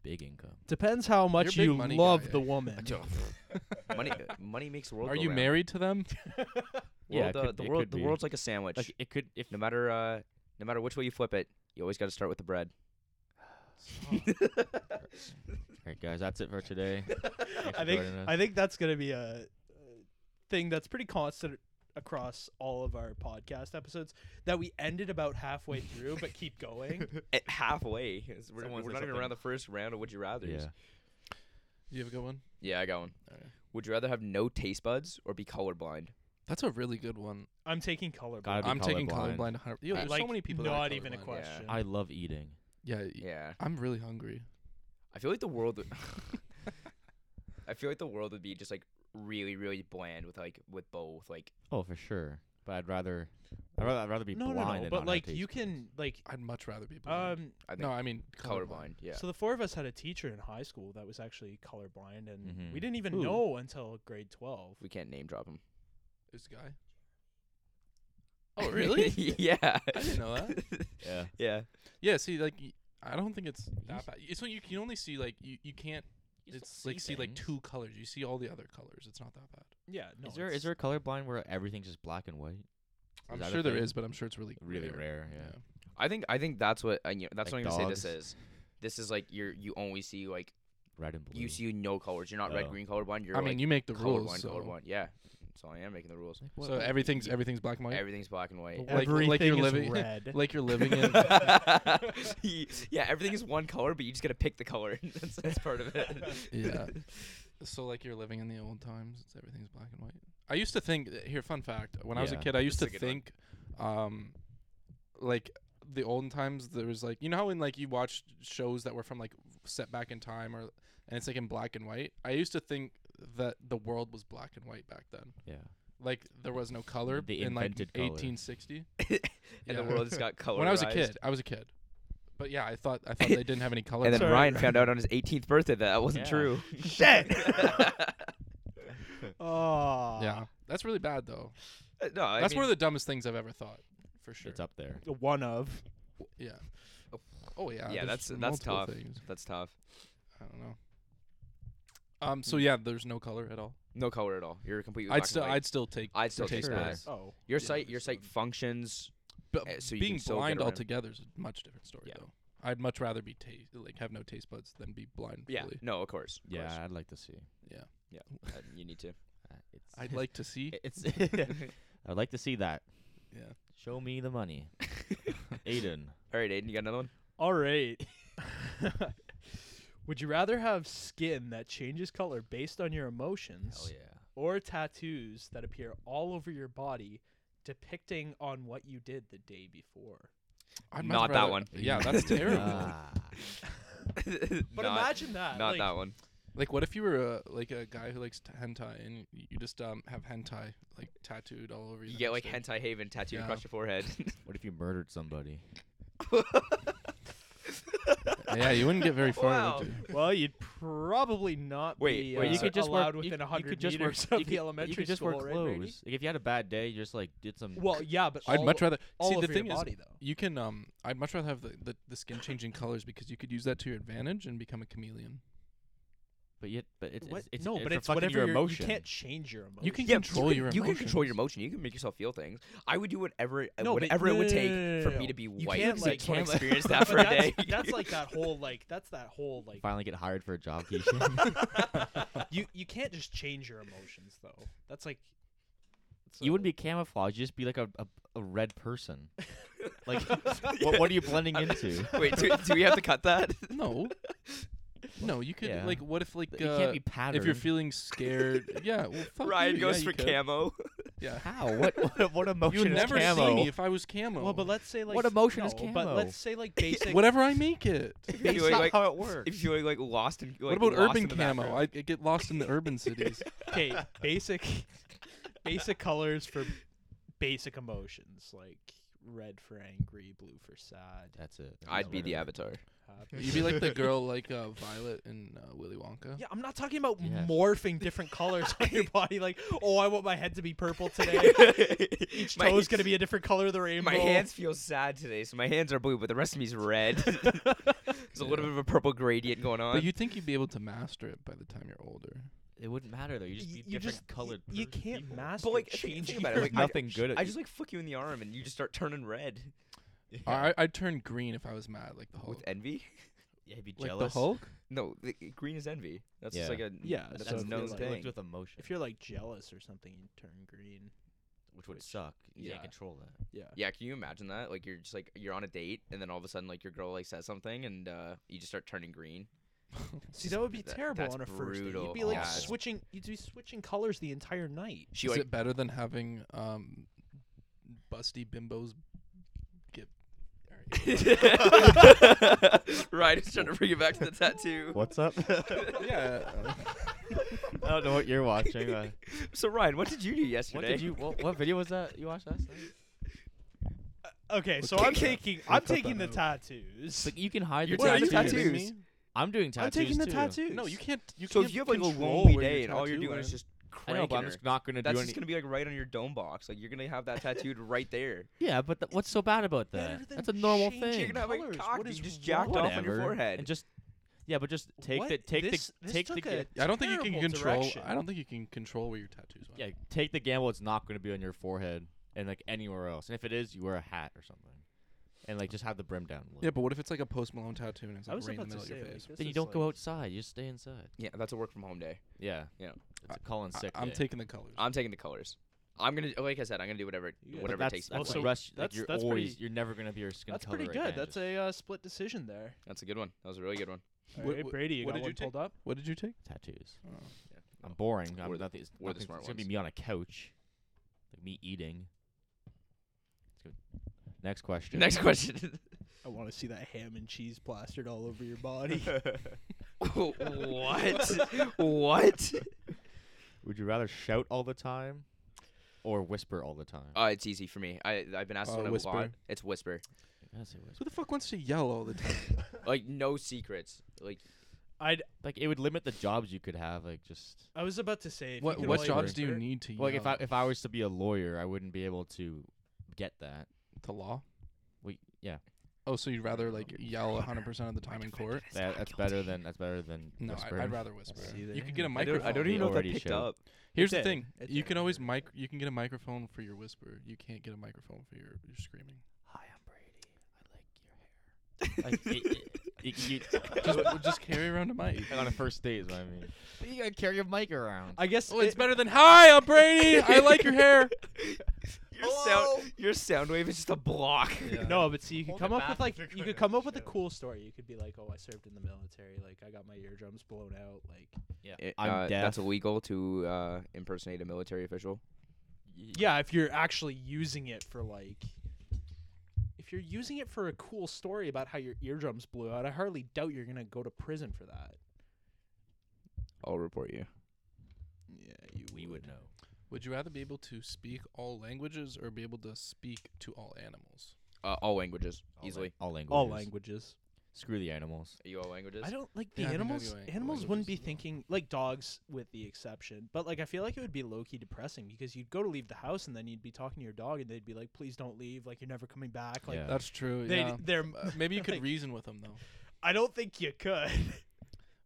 [SPEAKER 1] big income.
[SPEAKER 4] depends how
[SPEAKER 3] big
[SPEAKER 4] much you
[SPEAKER 3] money
[SPEAKER 4] love
[SPEAKER 3] guy,
[SPEAKER 4] the
[SPEAKER 3] eh?
[SPEAKER 4] woman. [LAUGHS]
[SPEAKER 2] [LAUGHS]
[SPEAKER 3] [LAUGHS]
[SPEAKER 2] money, money makes the world.
[SPEAKER 3] Are
[SPEAKER 2] go
[SPEAKER 3] you
[SPEAKER 2] round.
[SPEAKER 3] married to them?
[SPEAKER 1] Yeah,
[SPEAKER 2] World,
[SPEAKER 1] it
[SPEAKER 2] uh,
[SPEAKER 1] could-
[SPEAKER 2] the
[SPEAKER 1] it
[SPEAKER 2] world,
[SPEAKER 1] could
[SPEAKER 2] the
[SPEAKER 1] be.
[SPEAKER 2] world's like a
[SPEAKER 1] [LAUGHS]
[SPEAKER 2] sandwich.
[SPEAKER 1] Like it
[SPEAKER 2] [LAUGHS]
[SPEAKER 1] could if
[SPEAKER 2] no matter, uh, no matter which way you flip it, you always got to start with the bread.
[SPEAKER 1] All right, guys, that's it for today. Thanks
[SPEAKER 4] I
[SPEAKER 1] for
[SPEAKER 4] think
[SPEAKER 1] joining us.
[SPEAKER 4] I think that's gonna be a, a thing that's pretty constant across all of our podcast episodes that we ended about halfway through but
[SPEAKER 1] [LAUGHS]
[SPEAKER 2] [LAUGHS]
[SPEAKER 4] keep going.
[SPEAKER 2] At halfway, [LAUGHS] 'cause we're,
[SPEAKER 1] Someone
[SPEAKER 2] we're
[SPEAKER 1] said
[SPEAKER 2] not even
[SPEAKER 1] something.
[SPEAKER 2] around the first round of Would You Rather.
[SPEAKER 1] yeah.
[SPEAKER 3] You have a good one.
[SPEAKER 2] yeah, I got one.
[SPEAKER 3] Alright.
[SPEAKER 2] Would you rather have no taste buds or be colorblind?
[SPEAKER 3] That's a really good one.
[SPEAKER 4] I'm taking color.
[SPEAKER 1] Gotta be
[SPEAKER 3] I'm taking
[SPEAKER 1] colorblind.
[SPEAKER 3] colorblind. 100. Yo, there's
[SPEAKER 4] like,
[SPEAKER 3] so many people. that are
[SPEAKER 4] Not even a
[SPEAKER 3] colorblind.
[SPEAKER 4] question.
[SPEAKER 1] I love eating.
[SPEAKER 3] Yeah. y-
[SPEAKER 2] Yeah,
[SPEAKER 3] I'm really hungry.
[SPEAKER 2] I feel like the world. [LAUGHS] I feel like the world would be just like really, really bland with like with both. Like
[SPEAKER 1] Oh, for sure. But I'd rather, I'd rather, I'd rather be
[SPEAKER 4] no,
[SPEAKER 1] blind.
[SPEAKER 4] no, no,
[SPEAKER 1] than
[SPEAKER 4] but
[SPEAKER 1] not
[SPEAKER 4] like
[SPEAKER 1] have
[SPEAKER 4] you
[SPEAKER 1] taste buds.
[SPEAKER 4] can like
[SPEAKER 3] I'd much rather be blind.
[SPEAKER 4] um
[SPEAKER 2] I think
[SPEAKER 3] no, I mean
[SPEAKER 2] colorblind. Yeah.
[SPEAKER 4] so the four of us had a teacher in high school that was actually colorblind and we
[SPEAKER 1] Mhm.
[SPEAKER 4] didn't even
[SPEAKER 1] Who?
[SPEAKER 4] know until grade 12.
[SPEAKER 2] we can't name drop him.
[SPEAKER 3] This guy. [LAUGHS] Oh really?
[SPEAKER 2] [LAUGHS] yeah.
[SPEAKER 3] I didn't know that.
[SPEAKER 1] Yeah.
[SPEAKER 2] Yeah.
[SPEAKER 3] Yeah. See, like, y- I don't think it's that bad. It's when you can only see like you, you can't. It's like see like two colors. You see all the other colors. It's not that bad.
[SPEAKER 4] Yeah, no.
[SPEAKER 1] is there
[SPEAKER 4] it's-
[SPEAKER 1] is there colorblind where everything's just black and white?
[SPEAKER 3] I'm
[SPEAKER 1] that a
[SPEAKER 3] sure there
[SPEAKER 1] thing?
[SPEAKER 3] is, but I'm sure it's really
[SPEAKER 1] Really rare, yeah.
[SPEAKER 2] I think I think that's what I knew. That's
[SPEAKER 1] Like
[SPEAKER 2] what I'm gonna say.
[SPEAKER 1] dogs.
[SPEAKER 2] This is. This is like you're you only see like
[SPEAKER 1] Red and blue.
[SPEAKER 2] you see no colors. You're not
[SPEAKER 1] Oh.
[SPEAKER 2] red, green, colorblind. You're
[SPEAKER 3] I mean,
[SPEAKER 2] like
[SPEAKER 3] you make the
[SPEAKER 2] colorblind,
[SPEAKER 3] rules. So,
[SPEAKER 2] colorblind. Yeah. So I am making the rules.
[SPEAKER 1] Like, what-
[SPEAKER 3] so everything's everything's black and white.
[SPEAKER 2] Everything's black and white. [LAUGHS]
[SPEAKER 3] like- like you're
[SPEAKER 4] Everything is
[SPEAKER 3] living-
[SPEAKER 4] red.
[SPEAKER 3] [LAUGHS] like you're living in.
[SPEAKER 2] [LAUGHS]
[SPEAKER 3] [LAUGHS]
[SPEAKER 2] yeah, everything is one color, but you just gotta pick the color. [LAUGHS] that's, that's part of it.
[SPEAKER 3] yeah. So like you're living in the old times. It's everything's black and white. I used to think here. Fun fact: When I was a
[SPEAKER 1] Yeah.
[SPEAKER 3] kid, I used to
[SPEAKER 2] That's a good one.
[SPEAKER 3] think, um, like the olden times there was like you know how in like you watched shows that were from like set back in time or and it's like in black and white. I used to think that the world was black and white back then.
[SPEAKER 1] Yeah.
[SPEAKER 3] Like there was no color
[SPEAKER 1] They
[SPEAKER 3] in like
[SPEAKER 1] invented color.
[SPEAKER 3] 1860.
[SPEAKER 2] [LAUGHS] and
[SPEAKER 3] Yeah.
[SPEAKER 2] the world just got colorized.
[SPEAKER 3] [LAUGHS] when I was a kid, I was a kid. But yeah, I thought I thought they didn't have any
[SPEAKER 2] [LAUGHS]
[SPEAKER 3] color.
[SPEAKER 2] And then
[SPEAKER 4] Sorry.
[SPEAKER 2] Ryan found out on his 18th birthday that that wasn't
[SPEAKER 1] Yeah.
[SPEAKER 3] [LAUGHS]
[SPEAKER 2] true. [LAUGHS]
[SPEAKER 4] Shit. [LAUGHS] Oh.
[SPEAKER 3] yeah, that's really bad though.
[SPEAKER 2] no, I
[SPEAKER 3] that's
[SPEAKER 2] mean,
[SPEAKER 3] one of the dumbest things I've ever thought, for sure.
[SPEAKER 1] It's up there.
[SPEAKER 4] One of.
[SPEAKER 3] Yeah.
[SPEAKER 2] Oh.
[SPEAKER 3] Oh yeah.
[SPEAKER 2] Yeah,
[SPEAKER 3] there's
[SPEAKER 2] that's that's
[SPEAKER 3] multiple
[SPEAKER 2] tough.
[SPEAKER 3] Things.
[SPEAKER 2] That's tough.
[SPEAKER 3] I don't know. Um. So yeah, there's no color at all.
[SPEAKER 2] No color at all. Hmm. You're completely. black
[SPEAKER 3] I'd
[SPEAKER 2] and
[SPEAKER 3] still
[SPEAKER 2] white.
[SPEAKER 3] I'd still take
[SPEAKER 2] I'd still
[SPEAKER 3] take
[SPEAKER 2] take
[SPEAKER 1] Sure.
[SPEAKER 2] that.
[SPEAKER 1] that.
[SPEAKER 4] Oh.
[SPEAKER 2] Your
[SPEAKER 3] Yeah,
[SPEAKER 2] site,
[SPEAKER 3] I
[SPEAKER 2] your site
[SPEAKER 3] understand.
[SPEAKER 2] functions.
[SPEAKER 3] But
[SPEAKER 2] Uh, so you can
[SPEAKER 3] being
[SPEAKER 2] still get
[SPEAKER 3] blind
[SPEAKER 2] around.
[SPEAKER 3] altogether is a much different story,
[SPEAKER 2] Yeah.
[SPEAKER 3] though. I'd much rather be taste like have no taste buds than be blind.
[SPEAKER 2] Yeah. [LAUGHS]
[SPEAKER 3] fully.
[SPEAKER 2] No, of course. of
[SPEAKER 1] Yeah,
[SPEAKER 2] course.
[SPEAKER 1] I'd like to see.
[SPEAKER 2] Uh, you need to.
[SPEAKER 1] Uh, it's
[SPEAKER 3] I'd like to see.
[SPEAKER 2] Eh, [LAUGHS]
[SPEAKER 1] it's I'd like to see that.
[SPEAKER 3] Yeah.
[SPEAKER 1] Show me the [LAUGHS] money. Aiden.
[SPEAKER 2] All right, Aiden, you got another one?
[SPEAKER 4] All right. Would you rather have skin that changes color based on your emotions
[SPEAKER 1] Hell yeah.
[SPEAKER 4] or tattoos that appear all over your body depicting on what you did the day before?
[SPEAKER 3] I'd much
[SPEAKER 2] Not that
[SPEAKER 3] rather-
[SPEAKER 2] one.
[SPEAKER 3] Yeah,
[SPEAKER 2] [LAUGHS]
[SPEAKER 3] that's terrible.
[SPEAKER 4] [LAUGHS]
[SPEAKER 1] Ah.
[SPEAKER 4] [LAUGHS] But
[SPEAKER 2] Not-
[SPEAKER 4] imagine that.
[SPEAKER 2] Not
[SPEAKER 4] like,
[SPEAKER 2] that one.
[SPEAKER 3] Like, what if you were a, like a guy who likes t- hentai and y- you just um have hentai like tattooed all over you?
[SPEAKER 2] You get like hentai haven tattooed
[SPEAKER 3] Yeah.
[SPEAKER 2] across your forehead. [LAUGHS]
[SPEAKER 1] What if you murdered somebody?
[SPEAKER 3] Yeah, you wouldn't
[SPEAKER 2] [LAUGHS]
[SPEAKER 3] get very far.
[SPEAKER 2] Wow.
[SPEAKER 3] Would you?
[SPEAKER 4] Well, you'd probably not
[SPEAKER 2] Wait,
[SPEAKER 4] be
[SPEAKER 2] wait,
[SPEAKER 4] uh,
[SPEAKER 2] you could
[SPEAKER 1] just
[SPEAKER 4] allowed
[SPEAKER 1] work- you-
[SPEAKER 4] within
[SPEAKER 1] you
[SPEAKER 4] a 100
[SPEAKER 1] could just work-
[SPEAKER 4] meters
[SPEAKER 1] [LAUGHS] you
[SPEAKER 4] of
[SPEAKER 1] could-
[SPEAKER 4] the elementary
[SPEAKER 1] you could just
[SPEAKER 4] school,
[SPEAKER 1] wear
[SPEAKER 4] right,
[SPEAKER 1] clothes.
[SPEAKER 4] Brady?
[SPEAKER 1] Like, if you had a bad day, you just like did some.
[SPEAKER 4] Well, yeah, but
[SPEAKER 3] I'd
[SPEAKER 4] all,
[SPEAKER 3] much rather
[SPEAKER 4] all
[SPEAKER 3] see
[SPEAKER 4] over
[SPEAKER 3] the
[SPEAKER 4] your
[SPEAKER 3] thing is
[SPEAKER 4] body, though.
[SPEAKER 3] you can um I'd much rather have the, the, the skin changing colors because you could use that to your advantage and become a chameleon.
[SPEAKER 1] but yet, but it's,
[SPEAKER 4] What?
[SPEAKER 1] it's, it's
[SPEAKER 4] no,
[SPEAKER 1] it's
[SPEAKER 4] but
[SPEAKER 1] for
[SPEAKER 4] it's
[SPEAKER 1] fucking
[SPEAKER 4] whatever
[SPEAKER 1] your
[SPEAKER 4] your-
[SPEAKER 1] emotion.
[SPEAKER 4] You can't change your emotion.
[SPEAKER 3] You can
[SPEAKER 4] [LAUGHS]
[SPEAKER 2] Yeah, but
[SPEAKER 3] control
[SPEAKER 2] you
[SPEAKER 3] [LAUGHS] your
[SPEAKER 2] can, You can control your
[SPEAKER 3] emotions.
[SPEAKER 2] emotion. You can make yourself feel things. I would do whatever it,
[SPEAKER 4] No, but-
[SPEAKER 2] whatever it would
[SPEAKER 4] no, no,
[SPEAKER 2] take
[SPEAKER 4] no, no,
[SPEAKER 2] for
[SPEAKER 4] no,
[SPEAKER 2] me
[SPEAKER 4] no.
[SPEAKER 2] to be
[SPEAKER 4] You
[SPEAKER 2] white. [LAUGHS]
[SPEAKER 4] can't,
[SPEAKER 2] because
[SPEAKER 4] like-
[SPEAKER 2] I can't
[SPEAKER 4] like-
[SPEAKER 2] experience that for a
[SPEAKER 4] [LAUGHS] But
[SPEAKER 2] day.
[SPEAKER 4] that's, that's like that whole like that's that whole like
[SPEAKER 1] Finally get hired for a job, Keishan.
[SPEAKER 4] [LAUGHS] you you can't just change your emotions though. That's like
[SPEAKER 1] you wouldn't
[SPEAKER 4] [LAUGHS] so-
[SPEAKER 1] be camouflaged. You'd just be like a, a, a red
[SPEAKER 4] [LAUGHS]
[SPEAKER 1] person. Like, what, what are you blending into?
[SPEAKER 2] [LAUGHS] Wait, do, do we have to cut that?
[SPEAKER 4] [LAUGHS]
[SPEAKER 3] No. [LAUGHS] No, you could
[SPEAKER 1] Yeah.
[SPEAKER 3] like what if like
[SPEAKER 1] It
[SPEAKER 3] uh,
[SPEAKER 1] can't be patterned.
[SPEAKER 3] if you're feeling
[SPEAKER 4] [LAUGHS]
[SPEAKER 3] scared, yeah. Well, fuck
[SPEAKER 2] Ryan
[SPEAKER 3] you,
[SPEAKER 2] goes
[SPEAKER 3] yeah, you
[SPEAKER 2] for Oh,
[SPEAKER 3] could.
[SPEAKER 2] camo. [LAUGHS]
[SPEAKER 3] Yeah.
[SPEAKER 1] how what
[SPEAKER 4] [LAUGHS]
[SPEAKER 1] what, what emotion
[SPEAKER 3] You would
[SPEAKER 1] is
[SPEAKER 3] never
[SPEAKER 1] camo?
[SPEAKER 3] see me if I was camo.
[SPEAKER 4] Well, but let's say like
[SPEAKER 1] What emotion is
[SPEAKER 4] no,
[SPEAKER 1] camo?
[SPEAKER 4] But let's say [LAUGHS] like basic.
[SPEAKER 3] whatever I make it.
[SPEAKER 2] If
[SPEAKER 1] That's
[SPEAKER 2] [LAUGHS] you're
[SPEAKER 1] not
[SPEAKER 2] like,
[SPEAKER 1] how it works.
[SPEAKER 2] if you're like lost in
[SPEAKER 3] what
[SPEAKER 2] like,
[SPEAKER 3] about
[SPEAKER 2] lost
[SPEAKER 3] urban
[SPEAKER 2] in the
[SPEAKER 3] camo?
[SPEAKER 2] background.
[SPEAKER 3] I I get lost in
[SPEAKER 2] [LAUGHS]
[SPEAKER 3] the urban cities.
[SPEAKER 4] Okay, basic basic colors for basic emotions like red for angry, blue for sad.
[SPEAKER 1] That's it.
[SPEAKER 2] I'd be the
[SPEAKER 1] Whatever.
[SPEAKER 2] avatar.
[SPEAKER 4] happy.
[SPEAKER 3] You'd be like the girl like uh, Violet in uh, Willy Wonka.
[SPEAKER 4] Yeah, I'm not talking about
[SPEAKER 1] Yes.
[SPEAKER 2] [LAUGHS]
[SPEAKER 4] morphing different colors on your body. Like, oh, I want my head to be purple today.
[SPEAKER 2] [LAUGHS]
[SPEAKER 4] Each
[SPEAKER 2] My-
[SPEAKER 4] toe's gonna be a different color of the rainbow.
[SPEAKER 2] My
[SPEAKER 4] [LAUGHS]
[SPEAKER 2] hands [LAUGHS] feel sad today, so my hands are blue, but the rest of me's red. There's a little bit of a purple gradient going on.
[SPEAKER 3] But you'd think you'd be able to master it by the time you're older.
[SPEAKER 1] It wouldn't matter though. You just
[SPEAKER 4] Y-
[SPEAKER 1] be
[SPEAKER 4] you
[SPEAKER 1] different
[SPEAKER 4] just- y-
[SPEAKER 1] colored.
[SPEAKER 4] you
[SPEAKER 1] person.
[SPEAKER 4] can't master
[SPEAKER 2] but like, think,
[SPEAKER 4] change
[SPEAKER 2] think about it.
[SPEAKER 4] your
[SPEAKER 2] Like, I-
[SPEAKER 1] nothing good at
[SPEAKER 2] I
[SPEAKER 1] you.
[SPEAKER 2] just like fuck you in the arm, and you just start turning red
[SPEAKER 3] I I- I'd turn green if I was mad, like the
[SPEAKER 1] Oh.
[SPEAKER 3] Hulk.
[SPEAKER 2] with envy.
[SPEAKER 1] Yeah, he'd be
[SPEAKER 3] like
[SPEAKER 1] jealous.
[SPEAKER 3] the Hulk.
[SPEAKER 2] No, the, eh, green is envy. That's
[SPEAKER 1] Yeah.
[SPEAKER 2] just like a
[SPEAKER 4] Yeah,
[SPEAKER 2] That's
[SPEAKER 4] so
[SPEAKER 2] a
[SPEAKER 4] if you're
[SPEAKER 2] known
[SPEAKER 4] like-
[SPEAKER 1] It
[SPEAKER 2] thing.
[SPEAKER 1] looked with emotion,
[SPEAKER 4] If you're like jealous or something, you turn green.
[SPEAKER 1] which would suck. You
[SPEAKER 2] yeah.
[SPEAKER 1] can't control that.
[SPEAKER 4] Yeah.
[SPEAKER 2] yeah, can you imagine that? Like you're just like you're on a date, and then all of a sudden like your girl like says something, and uh, you just start turning green.
[SPEAKER 4] See, that would be
[SPEAKER 2] That-
[SPEAKER 4] terrible
[SPEAKER 2] that's
[SPEAKER 4] on a first date. You'd
[SPEAKER 2] brutal.
[SPEAKER 4] be like
[SPEAKER 2] Yeah, it's-
[SPEAKER 4] switching. You'd be switching colors the entire night.
[SPEAKER 2] She
[SPEAKER 3] is
[SPEAKER 2] like
[SPEAKER 3] it better than having um, busty bimbos? Get
[SPEAKER 2] [LAUGHS]
[SPEAKER 1] [LAUGHS]
[SPEAKER 2] Ryan is trying to bring it back to the tattoo. [LAUGHS]
[SPEAKER 1] What's up?
[SPEAKER 3] yeah. [LAUGHS] uh,
[SPEAKER 1] I don't know what [LAUGHS] you're watching. Uh,
[SPEAKER 2] So Ryan, what did you do yesterday?
[SPEAKER 1] what did you? What, what video was that you watched last night?
[SPEAKER 4] Okay, so
[SPEAKER 3] cut
[SPEAKER 4] I'm
[SPEAKER 3] that.
[SPEAKER 4] taking.
[SPEAKER 3] We'll
[SPEAKER 4] I'm
[SPEAKER 3] cut that
[SPEAKER 4] tating the
[SPEAKER 3] out.
[SPEAKER 4] tattoos.
[SPEAKER 1] But you can hide
[SPEAKER 2] You're
[SPEAKER 1] the
[SPEAKER 2] What
[SPEAKER 3] are
[SPEAKER 2] taking
[SPEAKER 1] tattoos.
[SPEAKER 3] you
[SPEAKER 2] the
[SPEAKER 3] kidding
[SPEAKER 2] tattoos.
[SPEAKER 3] me?
[SPEAKER 1] I'm doing
[SPEAKER 4] I'm
[SPEAKER 1] tattoos
[SPEAKER 4] taking the
[SPEAKER 1] too.
[SPEAKER 4] tattoos.
[SPEAKER 3] No, you can't. You
[SPEAKER 2] So
[SPEAKER 3] can't
[SPEAKER 2] if you have like a
[SPEAKER 3] control
[SPEAKER 2] lonely
[SPEAKER 3] where your
[SPEAKER 2] day and all you're
[SPEAKER 3] tattoo
[SPEAKER 2] doing is
[SPEAKER 3] ends.
[SPEAKER 2] just
[SPEAKER 1] I
[SPEAKER 2] cranking
[SPEAKER 1] know, but I'm
[SPEAKER 2] her,
[SPEAKER 1] just not gonna
[SPEAKER 2] that's
[SPEAKER 1] do
[SPEAKER 2] just
[SPEAKER 1] any.
[SPEAKER 2] gonna be like right on your dome box. Like you're gonna have that tattooed right there.
[SPEAKER 1] Yeah, but th- what's so bad about
[SPEAKER 4] Better
[SPEAKER 1] that?
[SPEAKER 4] than
[SPEAKER 1] That's a normal
[SPEAKER 4] changing
[SPEAKER 1] thing.
[SPEAKER 2] You're gonna have a
[SPEAKER 4] Colours,
[SPEAKER 2] cock
[SPEAKER 4] what
[SPEAKER 2] that you
[SPEAKER 4] is
[SPEAKER 2] just jacked
[SPEAKER 4] wrong?
[SPEAKER 2] off on your
[SPEAKER 1] Whatever.
[SPEAKER 2] forehead.
[SPEAKER 1] And just yeah, but just take
[SPEAKER 4] What?
[SPEAKER 1] the take
[SPEAKER 4] This-
[SPEAKER 1] the
[SPEAKER 4] this
[SPEAKER 1] take the
[SPEAKER 4] took
[SPEAKER 1] ga-
[SPEAKER 4] a
[SPEAKER 3] I don't think you can
[SPEAKER 4] terrible
[SPEAKER 3] control.
[SPEAKER 4] direction.
[SPEAKER 3] I don't think you can control where your tattoos. Went.
[SPEAKER 1] yeah take the gamble. It's not gonna be on your forehead and like anywhere else. And if it is, you wear a hat or something, and like just have the brim down. a little.
[SPEAKER 3] Yeah, but what if it's like a Post Malone tattoo and it's
[SPEAKER 4] I
[SPEAKER 3] like
[SPEAKER 4] was
[SPEAKER 3] right in
[SPEAKER 4] about
[SPEAKER 3] the
[SPEAKER 4] to
[SPEAKER 3] middle
[SPEAKER 4] say.
[SPEAKER 3] of your
[SPEAKER 4] Like,
[SPEAKER 3] face?
[SPEAKER 4] this
[SPEAKER 1] Then you
[SPEAKER 4] is
[SPEAKER 1] don't go
[SPEAKER 4] like-
[SPEAKER 1] outside. You just stay inside.
[SPEAKER 2] yeah, that's a work from home day.
[SPEAKER 1] Yeah.
[SPEAKER 2] Yeah.
[SPEAKER 1] It's a call in sick.
[SPEAKER 3] I, am
[SPEAKER 1] day.
[SPEAKER 3] taking the colors.
[SPEAKER 2] I'm taking the colors. I'm gonna like I said, I'm gonna do whatever
[SPEAKER 4] Yeah. But
[SPEAKER 2] whatever it
[SPEAKER 1] that's,
[SPEAKER 2] takes. me.
[SPEAKER 1] That's
[SPEAKER 2] That's,
[SPEAKER 1] the
[SPEAKER 4] away.
[SPEAKER 1] rest. Like,
[SPEAKER 4] That's-
[SPEAKER 1] you're
[SPEAKER 4] that's
[SPEAKER 1] always.
[SPEAKER 4] pretty-
[SPEAKER 1] you're never gonna be your skin
[SPEAKER 4] That's
[SPEAKER 1] color
[SPEAKER 4] pretty
[SPEAKER 1] again,
[SPEAKER 4] good. That's
[SPEAKER 1] just
[SPEAKER 4] a uh, split decision there.
[SPEAKER 2] that's a good one. That was a really [LAUGHS] good one.
[SPEAKER 3] What-
[SPEAKER 4] All right,
[SPEAKER 3] what-
[SPEAKER 4] Brady, you
[SPEAKER 3] what
[SPEAKER 4] got
[SPEAKER 3] did
[SPEAKER 4] one
[SPEAKER 3] you take?
[SPEAKER 4] pulled up.
[SPEAKER 3] What did you take?
[SPEAKER 1] tattoos.
[SPEAKER 3] Oh.
[SPEAKER 1] I'm boring. I'm
[SPEAKER 2] We're-
[SPEAKER 1] nothing. It's,
[SPEAKER 2] we're the
[SPEAKER 1] nothing-
[SPEAKER 2] smart
[SPEAKER 1] it's gonna be
[SPEAKER 2] ones.
[SPEAKER 1] me on a couch, like me eating. It's gonna, Next question.
[SPEAKER 2] Next question.
[SPEAKER 4] I want to see that ham and cheese plastered all over your body.
[SPEAKER 2] [LAUGHS] what? [LAUGHS] what?
[SPEAKER 1] Would you rather shout all the time or whisper all the time?
[SPEAKER 2] Uh, it's easy for me. I I've been asked
[SPEAKER 3] Uh,
[SPEAKER 2] one a lot.
[SPEAKER 3] whisper.
[SPEAKER 2] It's whisper.
[SPEAKER 1] I say whisper.
[SPEAKER 3] Who the fuck wants to yell all the time?
[SPEAKER 2] Like no secrets. Like
[SPEAKER 4] I'd.
[SPEAKER 1] Like it would limit the jobs you could have. Like just
[SPEAKER 4] I was about to say. If
[SPEAKER 3] what
[SPEAKER 4] you
[SPEAKER 1] could
[SPEAKER 3] what
[SPEAKER 1] only
[SPEAKER 3] jobs
[SPEAKER 1] work
[SPEAKER 3] do you need to yell?
[SPEAKER 1] like if I if I was to be a lawyer, I wouldn't be able to get that.
[SPEAKER 3] to law?
[SPEAKER 1] We yeah.
[SPEAKER 3] Oh, so you'd rather like yell 100% of the time in court?
[SPEAKER 1] That, that's better than that's better than
[SPEAKER 3] No, I,
[SPEAKER 1] whisper.
[SPEAKER 3] I'd
[SPEAKER 1] [LAUGHS]
[SPEAKER 3] rather whisper.
[SPEAKER 4] See
[SPEAKER 3] You
[SPEAKER 4] there?
[SPEAKER 3] could get a
[SPEAKER 2] I
[SPEAKER 3] microphone.
[SPEAKER 2] don't, I don't
[SPEAKER 1] He
[SPEAKER 2] even know if that
[SPEAKER 1] already
[SPEAKER 2] picked
[SPEAKER 1] showed.
[SPEAKER 2] [LAUGHS] up.
[SPEAKER 3] Here's
[SPEAKER 4] It
[SPEAKER 3] the
[SPEAKER 4] did.
[SPEAKER 3] thing:
[SPEAKER 4] It
[SPEAKER 3] you
[SPEAKER 4] did.
[SPEAKER 3] can always mic. You can get a microphone for your whisper. You can't get a microphone for your, your screaming.
[SPEAKER 1] Hi, I'm Brady. I like your hair. like, it, [LAUGHS] it, you,
[SPEAKER 3] Just, well, just carry around a mic.
[SPEAKER 1] on a first date is what I mean. But you gotta carry a mic around.
[SPEAKER 4] I guess
[SPEAKER 3] Oh, it's
[SPEAKER 4] it-
[SPEAKER 3] better than "Hi, I'm Brady. I like your hair."
[SPEAKER 2] [LAUGHS] Your sound, your sound wave is just a block.
[SPEAKER 3] Yeah.
[SPEAKER 4] No, but see, you could
[SPEAKER 1] Hold
[SPEAKER 4] come
[SPEAKER 1] it
[SPEAKER 4] up with
[SPEAKER 1] back
[SPEAKER 4] like
[SPEAKER 1] if you're
[SPEAKER 4] you
[SPEAKER 1] gonna
[SPEAKER 4] could come up with a
[SPEAKER 1] shout.
[SPEAKER 4] cool story. You could be like, "Oh, I served in the military. Like, I got my eardrums blown out. Like,
[SPEAKER 1] Yeah,
[SPEAKER 2] [LAUGHS] It-
[SPEAKER 1] I'm
[SPEAKER 2] uh,
[SPEAKER 1] deaf.
[SPEAKER 2] That's illegal to uh, impersonate a military official.
[SPEAKER 4] yeah, if you're actually using it for like, if you're using it for a cool story about how your eardrums blew out, I hardly doubt you're gonna go to prison for that.
[SPEAKER 2] I'll report you.
[SPEAKER 4] Yeah, you
[SPEAKER 1] we would know.
[SPEAKER 3] Would you rather be able to speak all languages or be able to speak to all animals?
[SPEAKER 2] Uh, all languages, easily.
[SPEAKER 1] all languages.
[SPEAKER 4] all languages.
[SPEAKER 1] Screw the animals.
[SPEAKER 2] Are you all languages?
[SPEAKER 4] I don't like the
[SPEAKER 3] Yeah, I think I'd
[SPEAKER 4] animals.
[SPEAKER 3] go lang-
[SPEAKER 4] Animals wouldn't be
[SPEAKER 3] languages as well.
[SPEAKER 4] thinking like dogs, with the exception. But like, I feel like it would be low key depressing because you'd go to leave the house and then you'd be talking to your dog and they'd be like, "Please don't leave. Like, you're never coming back. Like,
[SPEAKER 1] Yeah.
[SPEAKER 3] That's true.
[SPEAKER 4] they
[SPEAKER 3] yeah.
[SPEAKER 4] they're."
[SPEAKER 3] Uh, maybe you could
[SPEAKER 4] like-
[SPEAKER 3] reason with them though.
[SPEAKER 4] I don't think you could. [LAUGHS]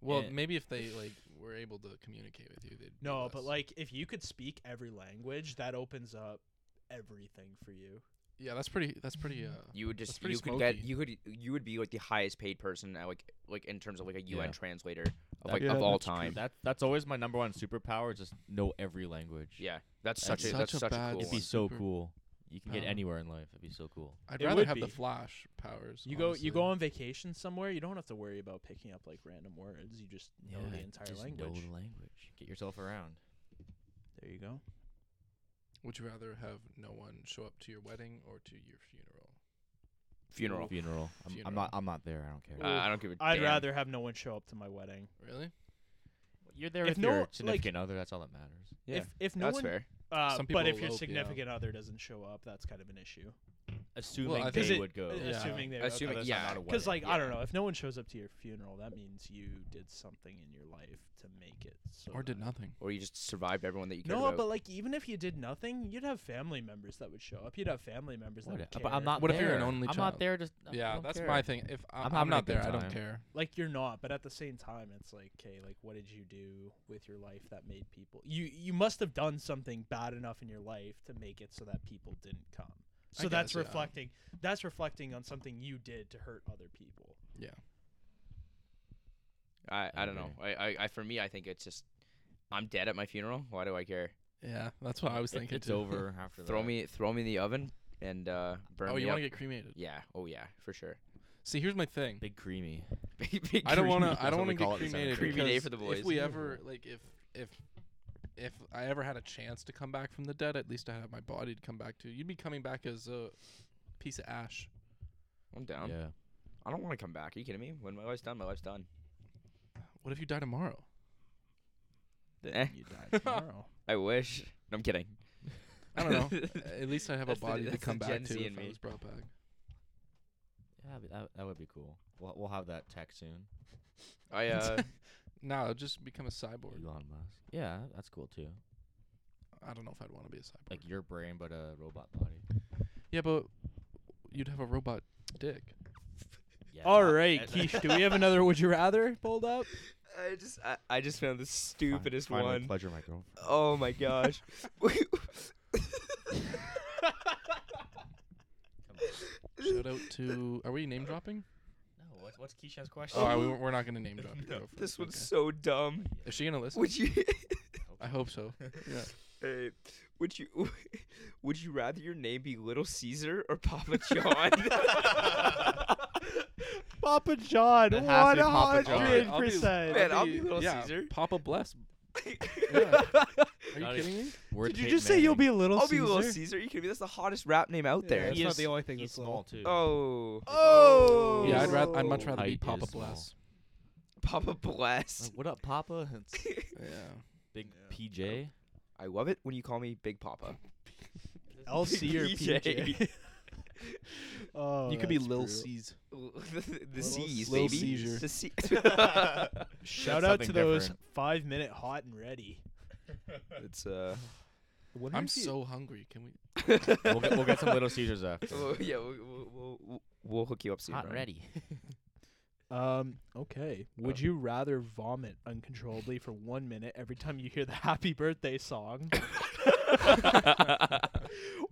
[SPEAKER 3] Well,
[SPEAKER 1] Yeah.
[SPEAKER 3] maybe if they like were able to communicate with you, they'd. be
[SPEAKER 4] No,
[SPEAKER 3] less.
[SPEAKER 4] but like if you could speak every language, that opens up everything for you.
[SPEAKER 3] yeah, that's pretty. That's pretty. Uh,
[SPEAKER 2] You would just
[SPEAKER 3] pretty
[SPEAKER 2] you could get
[SPEAKER 3] smoky.
[SPEAKER 2] you could you would be like the highest paid person at like like in terms of like a UN
[SPEAKER 1] Yeah.
[SPEAKER 2] translator of
[SPEAKER 1] That-
[SPEAKER 2] like
[SPEAKER 3] Yeah,
[SPEAKER 2] of all
[SPEAKER 3] that's true.
[SPEAKER 2] time.
[SPEAKER 1] That that's always my number one superpower. Is just know every language.
[SPEAKER 2] Yeah, that's
[SPEAKER 1] That's
[SPEAKER 2] such a
[SPEAKER 3] such
[SPEAKER 2] that's
[SPEAKER 3] a
[SPEAKER 2] such a
[SPEAKER 3] bad
[SPEAKER 2] cool
[SPEAKER 1] it'd be
[SPEAKER 2] one.
[SPEAKER 3] one.
[SPEAKER 1] so
[SPEAKER 3] Super-
[SPEAKER 1] cool. You can get
[SPEAKER 3] Power.
[SPEAKER 1] anywhere in life. It'd be so cool.
[SPEAKER 3] I'd
[SPEAKER 4] It
[SPEAKER 3] rather
[SPEAKER 4] would
[SPEAKER 3] have the
[SPEAKER 4] be.
[SPEAKER 3] flash powers.
[SPEAKER 4] You go you
[SPEAKER 3] honestly.
[SPEAKER 4] go on vacation somewhere, you don't have to worry about picking up like random words. You just know the entire
[SPEAKER 1] just
[SPEAKER 4] language.
[SPEAKER 1] Know the language. Get yourself around.
[SPEAKER 4] There you go.
[SPEAKER 3] Would you rather have no one show up to your wedding or to your funeral?
[SPEAKER 2] funeral.
[SPEAKER 1] Funeral. I'm, I'm
[SPEAKER 3] Funeral.
[SPEAKER 1] not. I'm not there. I don't
[SPEAKER 2] Uh,
[SPEAKER 1] care.
[SPEAKER 2] I don't give a
[SPEAKER 4] I'd
[SPEAKER 2] damn.
[SPEAKER 4] rather have no one show up to my wedding.
[SPEAKER 3] Really?
[SPEAKER 1] You're there
[SPEAKER 4] if
[SPEAKER 1] with
[SPEAKER 4] no-
[SPEAKER 1] your
[SPEAKER 4] like-
[SPEAKER 1] significant other. That's all that matters.
[SPEAKER 2] Yeah,
[SPEAKER 4] If if no
[SPEAKER 2] that's
[SPEAKER 4] one
[SPEAKER 2] fair.
[SPEAKER 4] Uh,
[SPEAKER 3] Some
[SPEAKER 4] but
[SPEAKER 3] people
[SPEAKER 4] if your
[SPEAKER 3] elope, yeah.
[SPEAKER 4] significant other doesn't show up, that's kind of an issue.
[SPEAKER 1] Assuming
[SPEAKER 3] I
[SPEAKER 1] they
[SPEAKER 3] think-
[SPEAKER 1] would go.
[SPEAKER 4] Uh,
[SPEAKER 3] Yeah.
[SPEAKER 4] Assuming they
[SPEAKER 2] Assuming-
[SPEAKER 1] Unless I'm
[SPEAKER 2] yeah,
[SPEAKER 1] at a
[SPEAKER 4] Because
[SPEAKER 1] wedding.
[SPEAKER 4] like I don't
[SPEAKER 2] yeah.
[SPEAKER 4] know, if no one shows up to your funeral, that means you did something in your life to make it. So
[SPEAKER 3] Or did
[SPEAKER 4] that-
[SPEAKER 3] nothing?
[SPEAKER 2] Or you just survived everyone that you cared
[SPEAKER 4] No,
[SPEAKER 2] about.
[SPEAKER 4] but like even if you did nothing, you'd have family members that would show up. You'd have family members that
[SPEAKER 1] What
[SPEAKER 4] would
[SPEAKER 1] if-
[SPEAKER 4] care.
[SPEAKER 1] but I'm not.
[SPEAKER 3] What
[SPEAKER 1] there.
[SPEAKER 3] if you're an only
[SPEAKER 1] I'm
[SPEAKER 3] child?
[SPEAKER 1] not there. Just I
[SPEAKER 3] yeah,
[SPEAKER 1] don't
[SPEAKER 3] that's
[SPEAKER 1] care.
[SPEAKER 3] my thing. If I,
[SPEAKER 1] I'm
[SPEAKER 3] I'm,
[SPEAKER 1] having a
[SPEAKER 3] not
[SPEAKER 1] good
[SPEAKER 3] there, I don't
[SPEAKER 1] time.
[SPEAKER 3] care.
[SPEAKER 4] like you're not, but at the same time, it's like, okay, like what did you do with your life that made people? You you must have done something bad enough in your life to make it so that people didn't come.
[SPEAKER 3] I
[SPEAKER 4] So that's
[SPEAKER 3] guess, yeah.
[SPEAKER 4] reflecting. That's reflecting on something you did to hurt other people.
[SPEAKER 3] Yeah.
[SPEAKER 2] I, I
[SPEAKER 1] I
[SPEAKER 2] don't know. I, I, I for me I think it's just I'm dead at my funeral. Why do I care?
[SPEAKER 3] Yeah, [LAUGHS] that's what I was
[SPEAKER 1] It-
[SPEAKER 3] thinking.
[SPEAKER 1] it's
[SPEAKER 3] too.
[SPEAKER 1] over after
[SPEAKER 2] Throw
[SPEAKER 1] that.
[SPEAKER 2] me throw me in the oven and uh, burn
[SPEAKER 3] [LAUGHS] oh,
[SPEAKER 2] me
[SPEAKER 3] you
[SPEAKER 2] up.
[SPEAKER 3] want to get cremated?
[SPEAKER 2] yeah. Oh yeah, for sure. [LAUGHS]
[SPEAKER 3] See, here's my [LAUGHS] thing.
[SPEAKER 1] big creamy.
[SPEAKER 2] Big- big
[SPEAKER 3] I don't want
[SPEAKER 2] green-
[SPEAKER 3] to. I
[SPEAKER 1] That's what
[SPEAKER 3] don't want
[SPEAKER 1] we
[SPEAKER 3] to
[SPEAKER 1] call
[SPEAKER 3] get
[SPEAKER 1] it in Santa
[SPEAKER 3] cremated
[SPEAKER 1] Cruz.
[SPEAKER 2] Creamy day
[SPEAKER 3] because
[SPEAKER 2] for the
[SPEAKER 3] If
[SPEAKER 2] boys.
[SPEAKER 3] we ever like, if if if I ever had a chance to come back from the dead, at least I have my body to come back to. You'd be coming back as a piece of ash.
[SPEAKER 2] I'm down.
[SPEAKER 1] Yeah.
[SPEAKER 2] I don't want to come back. Are you kidding me? When my life's done, my life's done.
[SPEAKER 3] What if you die tomorrow?
[SPEAKER 2] Eh,
[SPEAKER 4] You [LAUGHS] die tomorrow.
[SPEAKER 2] I wish. No, I'm kidding.
[SPEAKER 3] I [LAUGHS] don't know. at least I have a
[SPEAKER 2] That's the-
[SPEAKER 3] body to
[SPEAKER 2] that's the
[SPEAKER 3] come
[SPEAKER 2] Gen
[SPEAKER 3] back
[SPEAKER 2] Z
[SPEAKER 3] to
[SPEAKER 2] in
[SPEAKER 3] if I
[SPEAKER 2] me.
[SPEAKER 3] was brought back.
[SPEAKER 1] Yeah, but that, that would be cool. We'll, we'll have that tech soon.
[SPEAKER 2] [LAUGHS] I uh,
[SPEAKER 3] No, I'll just become a cyborg.
[SPEAKER 1] Elon Musk. Yeah, that's cool too.
[SPEAKER 3] I don't know if I'd want to be a cyborg.
[SPEAKER 1] Like your brain, but a robot body.
[SPEAKER 3] yeah, but you'd have a robot dick.
[SPEAKER 1] Yeah.
[SPEAKER 4] All right, Keish, do we have another? Would you rather pulled up?
[SPEAKER 2] [LAUGHS] I just I, I just found
[SPEAKER 1] Fin-
[SPEAKER 2] the stupidest
[SPEAKER 1] finally
[SPEAKER 2] one.
[SPEAKER 1] Pleasure my
[SPEAKER 4] [LAUGHS]
[SPEAKER 1] girlfriend.
[SPEAKER 2] Oh my [LAUGHS] gosh. [LAUGHS]
[SPEAKER 3] Shout out to. Are we name dropping?
[SPEAKER 1] No, what's, what's Keisha's question?
[SPEAKER 3] Oh, we, we're not gonna name drop your girlfriend.
[SPEAKER 2] this one's
[SPEAKER 3] okay.
[SPEAKER 2] so dumb.
[SPEAKER 3] Is she gonna listen?
[SPEAKER 2] Would you [LAUGHS]
[SPEAKER 3] I hope so. Yeah.
[SPEAKER 2] Hey, would you [LAUGHS] would you rather your name be Little Caesar or Papa John?
[SPEAKER 4] Papa John,
[SPEAKER 1] It has to be Papa John.
[SPEAKER 3] I'll do-
[SPEAKER 4] 100%.
[SPEAKER 2] Man, I'll be Little
[SPEAKER 3] yeah,
[SPEAKER 2] Caesar.
[SPEAKER 3] Papa bless
[SPEAKER 2] [LAUGHS]
[SPEAKER 3] Are you
[SPEAKER 1] Not
[SPEAKER 3] kidding me?
[SPEAKER 1] We're
[SPEAKER 4] Did you
[SPEAKER 1] Tate
[SPEAKER 4] just say you'll
[SPEAKER 1] Manning.
[SPEAKER 4] be a little?
[SPEAKER 2] I'll be Little
[SPEAKER 4] Caesar?
[SPEAKER 2] Caesar. You kidding me? That's the hottest rap name out
[SPEAKER 4] Yeah,
[SPEAKER 2] there.
[SPEAKER 4] That's
[SPEAKER 1] He
[SPEAKER 4] not
[SPEAKER 1] is-
[SPEAKER 4] the only thing
[SPEAKER 1] he's
[SPEAKER 4] that's
[SPEAKER 1] small
[SPEAKER 4] little.
[SPEAKER 1] too.
[SPEAKER 2] Oh.
[SPEAKER 4] [LAUGHS] Oh.
[SPEAKER 3] Yeah, I'd
[SPEAKER 4] Yes.
[SPEAKER 3] rather I'd [LAUGHS] much rather be
[SPEAKER 1] Height
[SPEAKER 3] Papa
[SPEAKER 1] is small.
[SPEAKER 3] Bless.
[SPEAKER 2] [LAUGHS] Papa bless.
[SPEAKER 1] Like, what up, Papa?
[SPEAKER 4] [LAUGHS]
[SPEAKER 1] It's
[SPEAKER 3] Yeah.
[SPEAKER 1] big
[SPEAKER 3] Yeah.
[SPEAKER 1] PJ.
[SPEAKER 2] I love it when you call me Big Papa.
[SPEAKER 4] LC or
[SPEAKER 2] PJ.
[SPEAKER 4] [LAUGHS] PJ. oh,
[SPEAKER 3] you could be
[SPEAKER 4] that's
[SPEAKER 3] Lil
[SPEAKER 4] brutal.
[SPEAKER 3] C's.
[SPEAKER 2] [LAUGHS] the
[SPEAKER 4] Little
[SPEAKER 2] the C's,
[SPEAKER 3] Little
[SPEAKER 2] baby.
[SPEAKER 3] Caesar.
[SPEAKER 2] The C-
[SPEAKER 4] Shout
[SPEAKER 1] That's
[SPEAKER 4] out to
[SPEAKER 1] something
[SPEAKER 4] those
[SPEAKER 1] different.
[SPEAKER 4] five minute hot and ready.
[SPEAKER 2] [LAUGHS] it's uh.
[SPEAKER 3] I'm so hungry. Can we?
[SPEAKER 1] We'll get, we'll get some Little Caesars after.
[SPEAKER 2] Oh, yeah, [LAUGHS] we'll, we'll- we'll, we'll, we'll hook you up soon. Ryan. [LAUGHS]
[SPEAKER 1] ready.
[SPEAKER 4] Um. Okay. Would
[SPEAKER 2] Uh.
[SPEAKER 4] you rather vomit uncontrollably for one minute every time you hear the [LAUGHS] Happy Birthday song,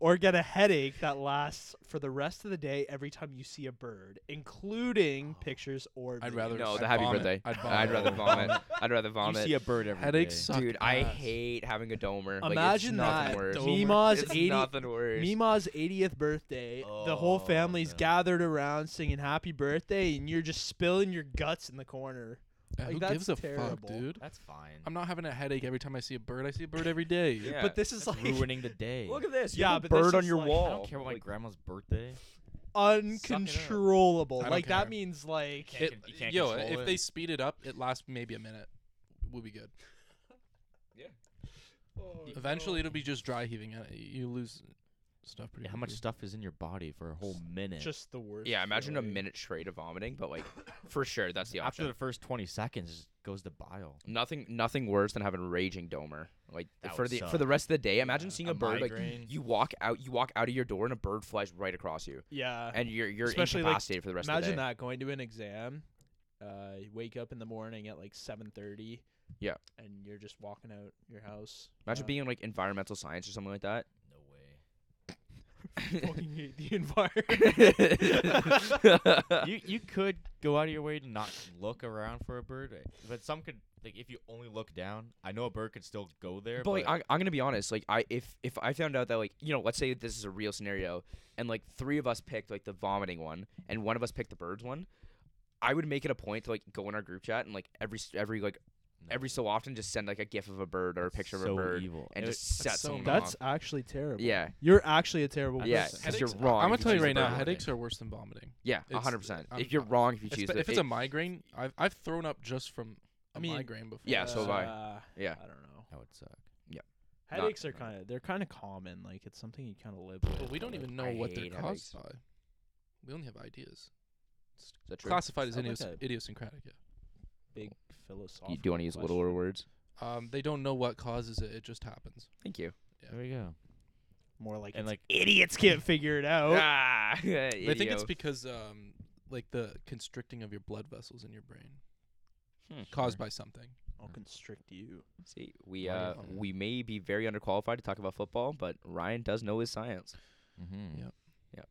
[SPEAKER 4] or get a headache that lasts for the rest of the day every time you see a bird, including
[SPEAKER 1] Oh.
[SPEAKER 4] pictures or?
[SPEAKER 3] I'd
[SPEAKER 4] videos?
[SPEAKER 3] rather.
[SPEAKER 2] No,
[SPEAKER 3] I'd
[SPEAKER 2] the happy
[SPEAKER 3] vomit.
[SPEAKER 2] birthday.
[SPEAKER 3] I'd, vomit.
[SPEAKER 2] I'd rather vomit. [LAUGHS] I'd rather
[SPEAKER 1] You
[SPEAKER 2] vomit.
[SPEAKER 1] see a bird every
[SPEAKER 3] Headaches
[SPEAKER 1] day.
[SPEAKER 3] suck.
[SPEAKER 2] Dude, I
[SPEAKER 3] ass.
[SPEAKER 2] hate having a domer. Like, it's
[SPEAKER 4] Imagine
[SPEAKER 2] nothing
[SPEAKER 4] that.
[SPEAKER 2] Worse.
[SPEAKER 3] Domer.
[SPEAKER 4] Mima's
[SPEAKER 2] It's
[SPEAKER 4] 80,
[SPEAKER 2] nothing worse.
[SPEAKER 4] Mima's 80th birthday. the whole
[SPEAKER 1] Oh,
[SPEAKER 4] family's
[SPEAKER 1] no.
[SPEAKER 4] gathered around singing happy birthday and you're just spilling your guts in the corner.
[SPEAKER 3] Yeah,
[SPEAKER 4] Like,
[SPEAKER 3] who
[SPEAKER 4] that's
[SPEAKER 3] gives a
[SPEAKER 4] terrible.
[SPEAKER 3] fuck, dude?
[SPEAKER 1] [LAUGHS] That's fine.
[SPEAKER 3] I'm not having a headache every time I see a bird. I see a bird every day.
[SPEAKER 2] Yeah.
[SPEAKER 4] But this is
[SPEAKER 1] That's
[SPEAKER 4] like
[SPEAKER 1] ruining the day.
[SPEAKER 2] [LAUGHS] Look at this.
[SPEAKER 4] Yeah,
[SPEAKER 2] Yeah,
[SPEAKER 4] but this
[SPEAKER 2] bird on
[SPEAKER 4] is
[SPEAKER 2] your
[SPEAKER 4] like- I
[SPEAKER 1] I
[SPEAKER 2] wall.
[SPEAKER 1] don't care about my
[SPEAKER 2] Like,
[SPEAKER 1] grandma's birthday.
[SPEAKER 4] uncontrollable.
[SPEAKER 3] I don't
[SPEAKER 4] Like that
[SPEAKER 3] care.
[SPEAKER 4] means like
[SPEAKER 1] Can't con- you can't
[SPEAKER 3] yo,
[SPEAKER 1] control
[SPEAKER 3] if
[SPEAKER 1] it.
[SPEAKER 3] they speed it up, it lasts maybe a minute. We'll be good.
[SPEAKER 2] Yeah.
[SPEAKER 3] [LAUGHS] Eventually,
[SPEAKER 1] um,
[SPEAKER 3] it'll be just dry heaving. uh, You lose stuff pretty.
[SPEAKER 1] Yeah, how much
[SPEAKER 3] quickly.
[SPEAKER 1] stuff is in your body for a whole minute?
[SPEAKER 4] just the worst.
[SPEAKER 2] yeah, imagine a
[SPEAKER 4] feeling.
[SPEAKER 2] minute straight of vomiting, but like for sure that's the
[SPEAKER 1] after
[SPEAKER 2] option.
[SPEAKER 1] the first 20 seconds it goes to bile.
[SPEAKER 2] nothing nothing worse than having a raging domer. Like
[SPEAKER 1] That
[SPEAKER 2] for
[SPEAKER 1] would
[SPEAKER 2] the for
[SPEAKER 1] suck.
[SPEAKER 2] the rest of the day, imagine
[SPEAKER 4] Yeah.
[SPEAKER 2] seeing
[SPEAKER 1] A
[SPEAKER 2] a, bird
[SPEAKER 1] migraine.
[SPEAKER 2] like you walk out you walk out of your door and a bird flies right across you.
[SPEAKER 4] Yeah.
[SPEAKER 2] And you're you're
[SPEAKER 4] Especially, like,
[SPEAKER 2] incapacitated for the rest of the day.
[SPEAKER 4] imagine that going to an exam. Uh, you wake up in the morning at like 7:30.
[SPEAKER 2] Yeah.
[SPEAKER 4] And you're just walking out your house. Uh,
[SPEAKER 2] Imagine
[SPEAKER 4] Yeah.
[SPEAKER 2] being [LAUGHS] in like environmental science or something like
[SPEAKER 4] [LAUGHS]
[SPEAKER 2] that. [LAUGHS]
[SPEAKER 1] No way.
[SPEAKER 4] Fucking hate
[SPEAKER 2] [LAUGHS]
[SPEAKER 4] the environment.
[SPEAKER 2] yeah,
[SPEAKER 1] [LAUGHS] you you could go out of your way to not look around for a bird, eh, but some could like if you only look down. I know a bird could still go there,
[SPEAKER 2] but
[SPEAKER 1] but,
[SPEAKER 2] like, I, I'm gonna be honest. Like, I if if I found out that like you know, let's say this is a real scenario, and like three of us picked like the vomiting one, and one of us picked the birds one, I would make it a point to like go in our group chat and like every s- every like
[SPEAKER 1] No.
[SPEAKER 2] every so often just send like a gif of a bird or a picture of
[SPEAKER 1] So
[SPEAKER 2] a bird
[SPEAKER 1] evil.
[SPEAKER 2] and
[SPEAKER 1] It-
[SPEAKER 2] just set
[SPEAKER 3] that's so
[SPEAKER 2] someone
[SPEAKER 3] mean.
[SPEAKER 4] That's
[SPEAKER 2] off.
[SPEAKER 4] actually terrible.
[SPEAKER 2] Yeah,
[SPEAKER 4] You're actually a terrible
[SPEAKER 1] I
[SPEAKER 2] yeah,
[SPEAKER 1] That's-
[SPEAKER 4] person.
[SPEAKER 2] because you're
[SPEAKER 3] Headaches-
[SPEAKER 2] wrong.
[SPEAKER 3] I'm gonna
[SPEAKER 2] if
[SPEAKER 3] tell you
[SPEAKER 2] choose the
[SPEAKER 3] right now,
[SPEAKER 2] bird.
[SPEAKER 3] headaches are worse than vomiting.
[SPEAKER 2] Yeah,
[SPEAKER 3] it's-
[SPEAKER 2] 100. percent
[SPEAKER 3] I'm-
[SPEAKER 2] If you're wrong, if you
[SPEAKER 3] It's-
[SPEAKER 2] choose
[SPEAKER 3] if
[SPEAKER 2] the-
[SPEAKER 3] it's a
[SPEAKER 2] it-
[SPEAKER 3] migraine, I've I've thrown up just from a
[SPEAKER 4] I mean,
[SPEAKER 3] migraine before.
[SPEAKER 2] yeah, so have I.
[SPEAKER 4] Uh,
[SPEAKER 2] yeah,
[SPEAKER 4] I don't know.
[SPEAKER 1] that would
[SPEAKER 2] uh,
[SPEAKER 1] suck.
[SPEAKER 2] Not-
[SPEAKER 4] Headaches are kind of they're kind of common. Like it's something you kind of live with.
[SPEAKER 3] But we don't
[SPEAKER 4] like-
[SPEAKER 3] even know
[SPEAKER 2] I
[SPEAKER 3] what they're
[SPEAKER 2] hate
[SPEAKER 3] caused by. We only have ideas.
[SPEAKER 2] is that true?
[SPEAKER 3] Classified as
[SPEAKER 4] Sounds like
[SPEAKER 3] idios-
[SPEAKER 4] a-
[SPEAKER 3] idiosyncratic. Yeah.
[SPEAKER 4] big philosophical.
[SPEAKER 2] You do want to use
[SPEAKER 4] question.
[SPEAKER 2] littler words?
[SPEAKER 3] Um, they don't know what causes it. It just happens.
[SPEAKER 2] Thank you.
[SPEAKER 3] Yeah.
[SPEAKER 1] There we go.
[SPEAKER 4] more like
[SPEAKER 1] And
[SPEAKER 4] it's
[SPEAKER 1] like
[SPEAKER 4] idiots can't figure it out.
[SPEAKER 2] [LAUGHS] Ah, [LAUGHS]
[SPEAKER 3] They think it's because um, like the constricting of your blood vessels in your brain
[SPEAKER 2] Mm-hmm.
[SPEAKER 3] caused by something.
[SPEAKER 4] I'll constrict you.
[SPEAKER 2] See, we
[SPEAKER 1] Why do you
[SPEAKER 2] uh,
[SPEAKER 3] think that?
[SPEAKER 2] we may be very underqualified to talk about football, but Ryan does know his science.
[SPEAKER 1] Mm-hmm.
[SPEAKER 3] Yep.
[SPEAKER 2] Yep.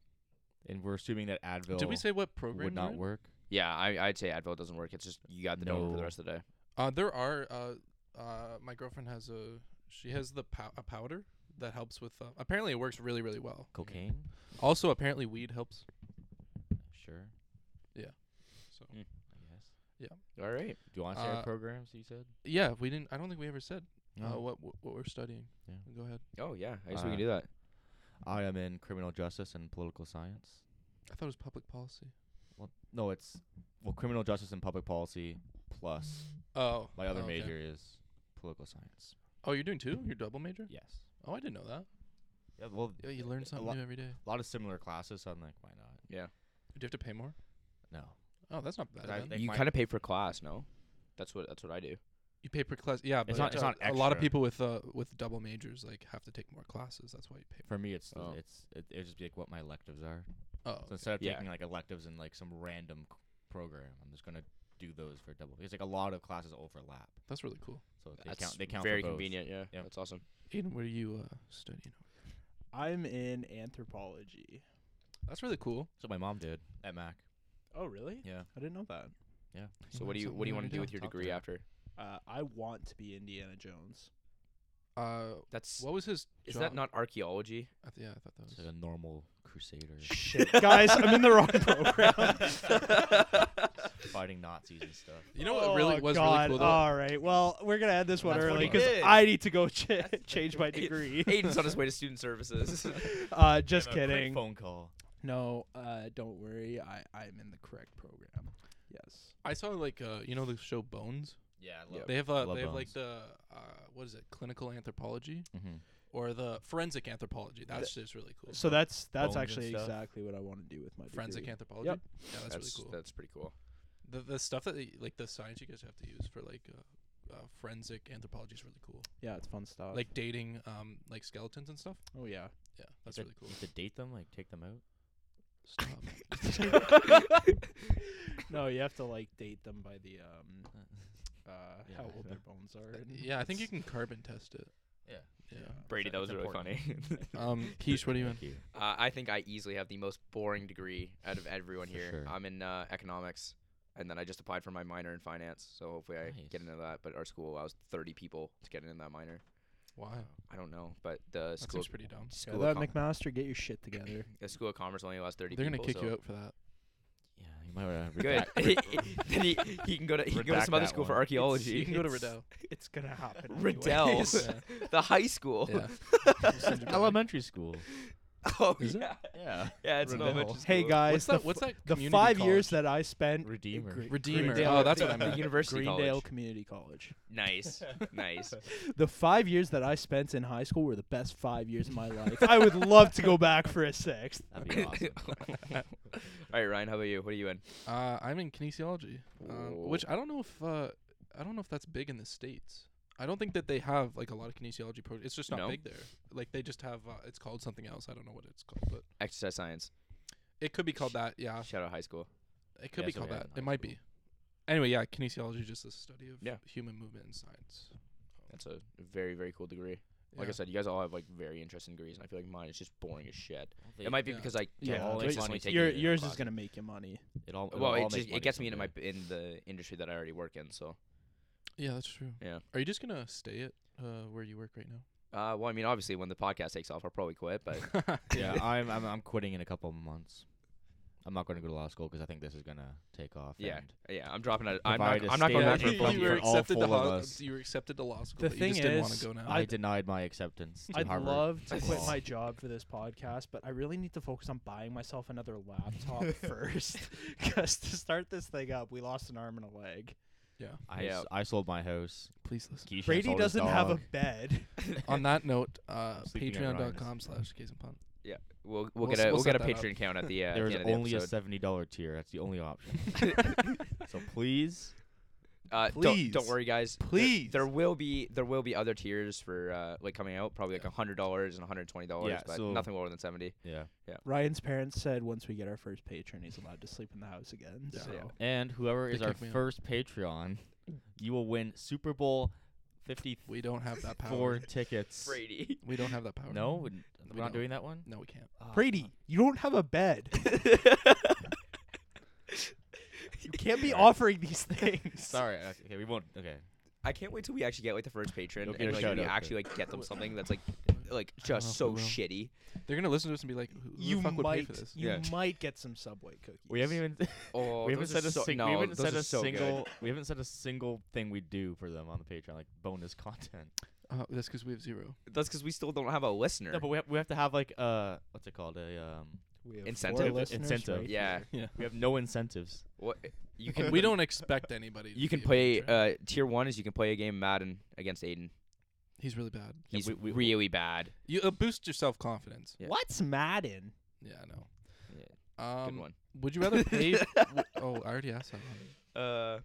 [SPEAKER 1] And we're assuming that Advil
[SPEAKER 3] Did we say what program?
[SPEAKER 1] would
[SPEAKER 3] they're
[SPEAKER 1] not
[SPEAKER 3] in?
[SPEAKER 1] work.
[SPEAKER 2] Yeah, I, I'd say Advil doesn't work. It's just you got the dome for
[SPEAKER 1] No.
[SPEAKER 2] the rest of the day.
[SPEAKER 3] Uh, there are. Uh, uh, my girlfriend has a. She has the pow- a powder that helps with. Uh, apparently, it works really, really well.
[SPEAKER 1] Cocaine?
[SPEAKER 3] Also, apparently, weed helps.
[SPEAKER 1] Sure.
[SPEAKER 3] So
[SPEAKER 1] Yes.
[SPEAKER 2] All right.
[SPEAKER 1] Do you want to say
[SPEAKER 3] Uh,
[SPEAKER 1] our programs? You said.
[SPEAKER 3] yeah, we didn't. I don't think we ever said uh,
[SPEAKER 1] No.
[SPEAKER 3] what what what we're studying.
[SPEAKER 1] Yeah.
[SPEAKER 3] Go ahead.
[SPEAKER 2] Oh yeah, I guess we
[SPEAKER 1] Uh,
[SPEAKER 2] can do that.
[SPEAKER 1] I am in criminal justice and political science.
[SPEAKER 3] I thought it was public policy.
[SPEAKER 1] Well, no, it's well criminal justice and public policy plus
[SPEAKER 3] Oh,
[SPEAKER 1] my other
[SPEAKER 3] oh, okay.
[SPEAKER 1] major is political science.
[SPEAKER 3] Oh, you're doing two. You're double major.
[SPEAKER 1] Yes.
[SPEAKER 3] Oh, I didn't know that.
[SPEAKER 1] Yeah. Well,
[SPEAKER 3] Yeah, you learn something
[SPEAKER 1] lo-
[SPEAKER 3] new every day.
[SPEAKER 1] a lot of similar classes. So I'm like, why not?
[SPEAKER 3] Do you have to pay more?
[SPEAKER 1] No.
[SPEAKER 3] Oh, that's not bad.
[SPEAKER 1] I
[SPEAKER 3] then.
[SPEAKER 1] think
[SPEAKER 2] You
[SPEAKER 1] my-
[SPEAKER 2] kind of pay for class, no? That's what that's what I do.
[SPEAKER 3] You pay per class. Yeah, but
[SPEAKER 1] not- it's
[SPEAKER 3] uh,
[SPEAKER 1] not
[SPEAKER 3] a lot of
[SPEAKER 1] extra.
[SPEAKER 3] people with uh with double majors like have to take more classes. That's why you pay.
[SPEAKER 1] For me, it's the
[SPEAKER 2] Oh.
[SPEAKER 1] it's it, it'd just be like what my electives are.
[SPEAKER 3] More. Oh,
[SPEAKER 1] So instead of
[SPEAKER 2] Yeah.
[SPEAKER 1] taking like electives and like some random c- program, I'm just gonna do those for double. It's like a lot of classes overlap,
[SPEAKER 3] that's really cool.
[SPEAKER 1] so they
[SPEAKER 2] That's
[SPEAKER 1] count. They count.
[SPEAKER 2] very
[SPEAKER 1] for both.
[SPEAKER 2] convenient. Yeah,
[SPEAKER 1] Yep.
[SPEAKER 2] that's awesome.
[SPEAKER 3] Aiden, what are you uh, studying?
[SPEAKER 4] I'm in anthropology.
[SPEAKER 3] That's really cool.
[SPEAKER 1] So my mom did at Mac.
[SPEAKER 4] Oh really?
[SPEAKER 1] Yeah.
[SPEAKER 4] I didn't know that.
[SPEAKER 2] So what do you what do you want to do with your
[SPEAKER 1] Top
[SPEAKER 2] degree
[SPEAKER 1] tier.
[SPEAKER 2] after?
[SPEAKER 4] Uh, I want to be
[SPEAKER 2] [LAUGHS]
[SPEAKER 4] Indiana Jones.
[SPEAKER 3] Uh,
[SPEAKER 2] That's
[SPEAKER 3] what was his?
[SPEAKER 2] is that
[SPEAKER 3] job?
[SPEAKER 2] not archaeology?
[SPEAKER 3] I th- yeah, I thought that was.
[SPEAKER 1] It's like a normal crusader.
[SPEAKER 4] [LAUGHS] Guys, I'm in the wrong program.
[SPEAKER 1] fighting Nazis and stuff.
[SPEAKER 3] You know what really
[SPEAKER 4] Oh,
[SPEAKER 3] was
[SPEAKER 4] God.
[SPEAKER 3] really cool though?
[SPEAKER 4] All right. Well, we're gonna end this one
[SPEAKER 1] That's what
[SPEAKER 4] early
[SPEAKER 1] he
[SPEAKER 4] because
[SPEAKER 2] did.
[SPEAKER 4] I need to go [LAUGHS] ch-
[SPEAKER 2] That's-
[SPEAKER 4] change my
[SPEAKER 3] [LAUGHS]
[SPEAKER 4] degree.
[SPEAKER 2] Aiden's on
[SPEAKER 4] [LAUGHS]
[SPEAKER 2] his way to student services.
[SPEAKER 4] uh, just
[SPEAKER 1] Give him a quick
[SPEAKER 4] kidding.
[SPEAKER 1] Phone call.
[SPEAKER 4] No, uh, don't worry. I I'm in the correct program. Yes.
[SPEAKER 3] I saw like uh, you know the show Bones.
[SPEAKER 1] Yeah.
[SPEAKER 2] [LAUGHS]
[SPEAKER 1] I
[SPEAKER 2] Yeah.
[SPEAKER 1] love
[SPEAKER 3] They have uh,
[SPEAKER 1] Love
[SPEAKER 3] they have like
[SPEAKER 1] Bones.
[SPEAKER 3] the uh, what is it? Clinical anthropology
[SPEAKER 2] Mm-hmm.
[SPEAKER 1] Mhm.
[SPEAKER 3] or the forensic anthropology. That's just really cool.
[SPEAKER 4] So that's
[SPEAKER 1] Bones
[SPEAKER 4] that's
[SPEAKER 1] and
[SPEAKER 4] actually
[SPEAKER 1] stuff.
[SPEAKER 4] exactly what I want to do with my
[SPEAKER 3] forensic
[SPEAKER 4] degree.
[SPEAKER 3] anthropology.
[SPEAKER 4] Yep.
[SPEAKER 3] Yeah, that's, really cool.
[SPEAKER 2] That's pretty cool.
[SPEAKER 3] The the stuff that they, like the science you guys have to use for like uh, uh, forensic anthropology is really cool.
[SPEAKER 4] Yeah, it's fun stuff.
[SPEAKER 3] Like dating um like skeletons and stuff.
[SPEAKER 4] oh
[SPEAKER 3] [LAUGHS]
[SPEAKER 4] yeah. [LAUGHS]
[SPEAKER 3] Yeah, that's
[SPEAKER 1] to-
[SPEAKER 3] really cool.
[SPEAKER 1] To date them, like take them out.
[SPEAKER 3] Stop.
[SPEAKER 4] No, you have to like date them by the um uh
[SPEAKER 1] Yeah,
[SPEAKER 4] how
[SPEAKER 1] I
[SPEAKER 4] old
[SPEAKER 1] know.
[SPEAKER 4] their bones are. and-
[SPEAKER 3] [LAUGHS] Uh, yeah, I think
[SPEAKER 4] [LAUGHS]
[SPEAKER 3] you can carbon test it.
[SPEAKER 1] Yeah.
[SPEAKER 3] Yeah.
[SPEAKER 2] [LAUGHS] Brady, that was
[SPEAKER 1] It's
[SPEAKER 2] really
[SPEAKER 1] important.
[SPEAKER 2] funny.
[SPEAKER 3] Um, Keish, what do you in?
[SPEAKER 1] Thank you.
[SPEAKER 2] [LAUGHS] uh, I think I easily have the most boring degree out of everyone
[SPEAKER 1] For
[SPEAKER 2] here.
[SPEAKER 1] sure.
[SPEAKER 2] I'm in uh, economics, and then I just applied for my minor in finance. So hopefully I get
[SPEAKER 1] Nice.
[SPEAKER 2] into that. But our school allows 30 people to get into that minor.
[SPEAKER 3] Wow,
[SPEAKER 2] I don't know, but the
[SPEAKER 3] that
[SPEAKER 2] school
[SPEAKER 3] seems pretty dumb.
[SPEAKER 2] school,
[SPEAKER 4] Yeah, that
[SPEAKER 2] of, Com-
[SPEAKER 4] McMaster, get your shit
[SPEAKER 3] [LAUGHS]
[SPEAKER 4] together. [LAUGHS]
[SPEAKER 2] the school of commerce only allows 30.
[SPEAKER 3] They're gonna
[SPEAKER 2] people,
[SPEAKER 3] kick
[SPEAKER 2] so
[SPEAKER 3] you out for that.
[SPEAKER 1] Yeah, you might want to
[SPEAKER 2] Good. [LAUGHS] then he, he can go to he can go to
[SPEAKER 1] Redact
[SPEAKER 2] some other
[SPEAKER 1] that
[SPEAKER 2] school for
[SPEAKER 1] one.
[SPEAKER 2] archaeology.
[SPEAKER 3] You
[SPEAKER 2] [LAUGHS]
[SPEAKER 3] can go to
[SPEAKER 2] It's-
[SPEAKER 3] Riddell.
[SPEAKER 4] it's gonna happen.
[SPEAKER 2] Riddell.
[SPEAKER 4] anyways. [LAUGHS]
[SPEAKER 2] the high school.
[SPEAKER 3] [LAUGHS] Yeah.
[SPEAKER 1] Elementary school.
[SPEAKER 2] [LAUGHS] Oh
[SPEAKER 3] Is it?
[SPEAKER 2] yeah,
[SPEAKER 1] Yeah.
[SPEAKER 2] yeah, it's an
[SPEAKER 3] Riddell.
[SPEAKER 2] elementary
[SPEAKER 4] Hey
[SPEAKER 2] school.
[SPEAKER 4] guys,
[SPEAKER 3] What's
[SPEAKER 4] the
[SPEAKER 3] that? What's
[SPEAKER 4] f-
[SPEAKER 3] that?
[SPEAKER 4] the
[SPEAKER 3] community
[SPEAKER 4] five
[SPEAKER 3] college?
[SPEAKER 4] years that I spent
[SPEAKER 1] Redeemer.
[SPEAKER 4] Gre-
[SPEAKER 3] Redeemer.
[SPEAKER 4] Greendale-
[SPEAKER 3] Oh, that's what I
[SPEAKER 2] The
[SPEAKER 3] meant.
[SPEAKER 2] university
[SPEAKER 4] Greendale
[SPEAKER 2] college.
[SPEAKER 4] Community College.
[SPEAKER 2] Nice, nice.
[SPEAKER 4] The five years that I spent in high school were the best five years of my life. I would love to go back for a sixth.
[SPEAKER 1] That'd be
[SPEAKER 2] [LAUGHS]
[SPEAKER 1] awesome.
[SPEAKER 2] All right, Ryan, how about you? What are you in?
[SPEAKER 3] Uh, I'm in kinesiology, um,
[SPEAKER 2] Ooh.
[SPEAKER 3] which I don't know if uh, I don't know if that's big in the states. I don't think that they have like a lot of kinesiology pro. It's just not
[SPEAKER 2] No?
[SPEAKER 3] big there. Like they just have. Uh, it's called something else. I don't know what it's called, but
[SPEAKER 2] Exercise science.
[SPEAKER 3] it could be called that. Yeah,
[SPEAKER 2] Shout out high school.
[SPEAKER 3] it could
[SPEAKER 1] Yeah,
[SPEAKER 3] be
[SPEAKER 1] that's what
[SPEAKER 3] called
[SPEAKER 1] we had
[SPEAKER 3] that.
[SPEAKER 1] in high
[SPEAKER 3] It might
[SPEAKER 1] school.
[SPEAKER 3] be. Anyway, yeah, kinesiology is just the study of
[SPEAKER 2] Yeah.
[SPEAKER 3] human movement and science.
[SPEAKER 2] That's a very very cool degree. Like
[SPEAKER 3] Yeah.
[SPEAKER 2] I said, you guys all have like very interesting degrees, and I feel like mine is just boring as shit. it might be
[SPEAKER 3] yeah.
[SPEAKER 2] because I
[SPEAKER 4] Yeah,
[SPEAKER 2] yeah, all
[SPEAKER 1] all
[SPEAKER 4] it's
[SPEAKER 2] consistently
[SPEAKER 1] money.
[SPEAKER 2] take
[SPEAKER 4] Your,
[SPEAKER 2] it in
[SPEAKER 4] yours
[SPEAKER 2] class.
[SPEAKER 4] is gonna make you money.
[SPEAKER 1] It all.
[SPEAKER 2] Well,
[SPEAKER 1] all
[SPEAKER 2] it
[SPEAKER 1] makes
[SPEAKER 2] just
[SPEAKER 1] money
[SPEAKER 2] it gets me into my
[SPEAKER 1] someday.
[SPEAKER 2] p- in the industry that I already work in. So,
[SPEAKER 3] Yeah, that's true.
[SPEAKER 2] Yeah.
[SPEAKER 3] Are you just gonna stay at uh, where you work right now?
[SPEAKER 2] uh, well, I mean, obviously, when the podcast takes off, I'll probably quit. But [LAUGHS]
[SPEAKER 1] yeah, I'm, I'm I'm quitting in a couple of months. I'm not going to go to law school because I think this is going to take off.
[SPEAKER 2] Yeah.
[SPEAKER 1] and
[SPEAKER 2] yeah, I'm dropping out. I'm not,
[SPEAKER 1] Provide a
[SPEAKER 2] I'm not
[SPEAKER 1] stable
[SPEAKER 2] going back for
[SPEAKER 1] income
[SPEAKER 2] fucking
[SPEAKER 1] for
[SPEAKER 2] year.
[SPEAKER 1] all four
[SPEAKER 3] to
[SPEAKER 1] of
[SPEAKER 3] law,
[SPEAKER 1] us.
[SPEAKER 3] you were accepted to law school.
[SPEAKER 4] The
[SPEAKER 3] but
[SPEAKER 4] thing
[SPEAKER 3] you just didn't want
[SPEAKER 4] is,
[SPEAKER 3] to go now.
[SPEAKER 1] I
[SPEAKER 4] I'd-
[SPEAKER 1] denied my acceptance. To
[SPEAKER 4] I'd
[SPEAKER 1] Harvard.
[SPEAKER 4] love to quit
[SPEAKER 1] Aw.
[SPEAKER 4] my job for this podcast, but I really need to focus on buying myself another laptop first. Because to start this thing up, we lost an arm and a leg.
[SPEAKER 1] I,
[SPEAKER 2] Yeah.
[SPEAKER 1] s- I sold my house.
[SPEAKER 3] Please listen.
[SPEAKER 1] Keisha
[SPEAKER 4] Brady
[SPEAKER 1] sold his
[SPEAKER 4] doesn't have a
[SPEAKER 1] dog.
[SPEAKER 4] bed.
[SPEAKER 3] [LAUGHS] On that note, uh,
[SPEAKER 1] sleeping at Ryan's.
[SPEAKER 3] patreon.com slash Case and Pun.
[SPEAKER 2] We'll, we'll,
[SPEAKER 3] We'll
[SPEAKER 2] get a
[SPEAKER 3] s-
[SPEAKER 2] we'll,
[SPEAKER 3] we'll
[SPEAKER 2] get a
[SPEAKER 3] set that up.
[SPEAKER 2] Patreon account at the uh, at
[SPEAKER 1] There
[SPEAKER 2] the
[SPEAKER 1] is
[SPEAKER 2] end of the
[SPEAKER 1] only a
[SPEAKER 2] episode.
[SPEAKER 1] seventy dollar tier. That's the only
[SPEAKER 2] [LAUGHS]
[SPEAKER 1] option. so please,
[SPEAKER 2] Uh, don't, don't
[SPEAKER 3] Please.
[SPEAKER 2] worry, guys. There-
[SPEAKER 3] Please.
[SPEAKER 2] there, will be there will be other tiers for uh, like coming out, probably like hundred dollars and one hundred twenty dollars,
[SPEAKER 1] Yeah,
[SPEAKER 2] but
[SPEAKER 1] so-
[SPEAKER 2] nothing lower than seventy.
[SPEAKER 1] yeah.
[SPEAKER 4] Ryan's parents said once we get our first patron, he's allowed to sleep in the house again.
[SPEAKER 3] Yeah.
[SPEAKER 4] So
[SPEAKER 2] Yeah.
[SPEAKER 1] And whoever
[SPEAKER 3] They
[SPEAKER 1] is our
[SPEAKER 3] kicked me out.
[SPEAKER 1] first Patreon, you will win Super Bowl fifty
[SPEAKER 3] We don't
[SPEAKER 1] [LAUGHS]
[SPEAKER 3] have that power.
[SPEAKER 1] four tickets.
[SPEAKER 3] [LAUGHS]
[SPEAKER 2] Brady.
[SPEAKER 3] We don't have that power.
[SPEAKER 1] No, we're n-
[SPEAKER 3] We
[SPEAKER 1] we're not
[SPEAKER 3] don't.
[SPEAKER 1] doing that one.
[SPEAKER 3] No, we can't.
[SPEAKER 1] Oh,
[SPEAKER 2] [LAUGHS]
[SPEAKER 4] Brady, you don't have a bed. you can't be
[SPEAKER 1] Sorry.
[SPEAKER 4] offering these things.
[SPEAKER 1] Sorry. Okay, we won't. Okay.
[SPEAKER 2] I can't wait till we actually get like the first patron
[SPEAKER 1] You'll
[SPEAKER 2] and
[SPEAKER 1] get a
[SPEAKER 2] like
[SPEAKER 1] shout
[SPEAKER 2] we
[SPEAKER 1] out,
[SPEAKER 2] actually like get them something that's like like
[SPEAKER 3] know
[SPEAKER 2] just
[SPEAKER 3] if
[SPEAKER 2] so
[SPEAKER 3] we will.
[SPEAKER 2] shitty.
[SPEAKER 3] They're gonna listen to us and be like, "Who, who
[SPEAKER 4] You
[SPEAKER 3] the fuck would pay
[SPEAKER 4] might,
[SPEAKER 3] for this?"
[SPEAKER 4] you
[SPEAKER 2] Yeah.
[SPEAKER 4] might get some Subway cookies.
[SPEAKER 1] [LAUGHS] We haven't even.
[SPEAKER 2] Oh,
[SPEAKER 1] we haven't
[SPEAKER 2] those are
[SPEAKER 1] said a
[SPEAKER 2] so,
[SPEAKER 1] sing-
[SPEAKER 2] no,
[SPEAKER 1] we haven't
[SPEAKER 2] those
[SPEAKER 1] said
[SPEAKER 2] are
[SPEAKER 1] a
[SPEAKER 2] so good.
[SPEAKER 1] single we haven't said a single thing we do for them on the Patreon like bonus content.
[SPEAKER 3] Uh, that's because we have zero.
[SPEAKER 2] That's because we still don't have a listener.
[SPEAKER 1] No, but we have, we have to have like uh what's it called a um
[SPEAKER 4] We have
[SPEAKER 2] Incentive.
[SPEAKER 4] four listeners
[SPEAKER 1] Incentive.
[SPEAKER 4] right
[SPEAKER 2] yeah,
[SPEAKER 4] here.
[SPEAKER 1] we have no incentives.
[SPEAKER 2] what
[SPEAKER 1] [LAUGHS]
[SPEAKER 2] you can
[SPEAKER 3] we don't expect anybody. To
[SPEAKER 2] You can
[SPEAKER 3] be a
[SPEAKER 2] play
[SPEAKER 3] patron.
[SPEAKER 2] uh, tier one is you can play a game of Madden against Aiden.
[SPEAKER 3] He's really bad.
[SPEAKER 1] Yeah,
[SPEAKER 2] He's
[SPEAKER 1] we- we-
[SPEAKER 2] really bad.
[SPEAKER 3] You uh, boost your self confidence.
[SPEAKER 2] Yeah.
[SPEAKER 4] What's Madden?
[SPEAKER 3] Yeah, I know.
[SPEAKER 2] Yeah,
[SPEAKER 3] Um,
[SPEAKER 2] good one.
[SPEAKER 3] Would you rather pay? w- oh, I already asked that. one.
[SPEAKER 2] Uh,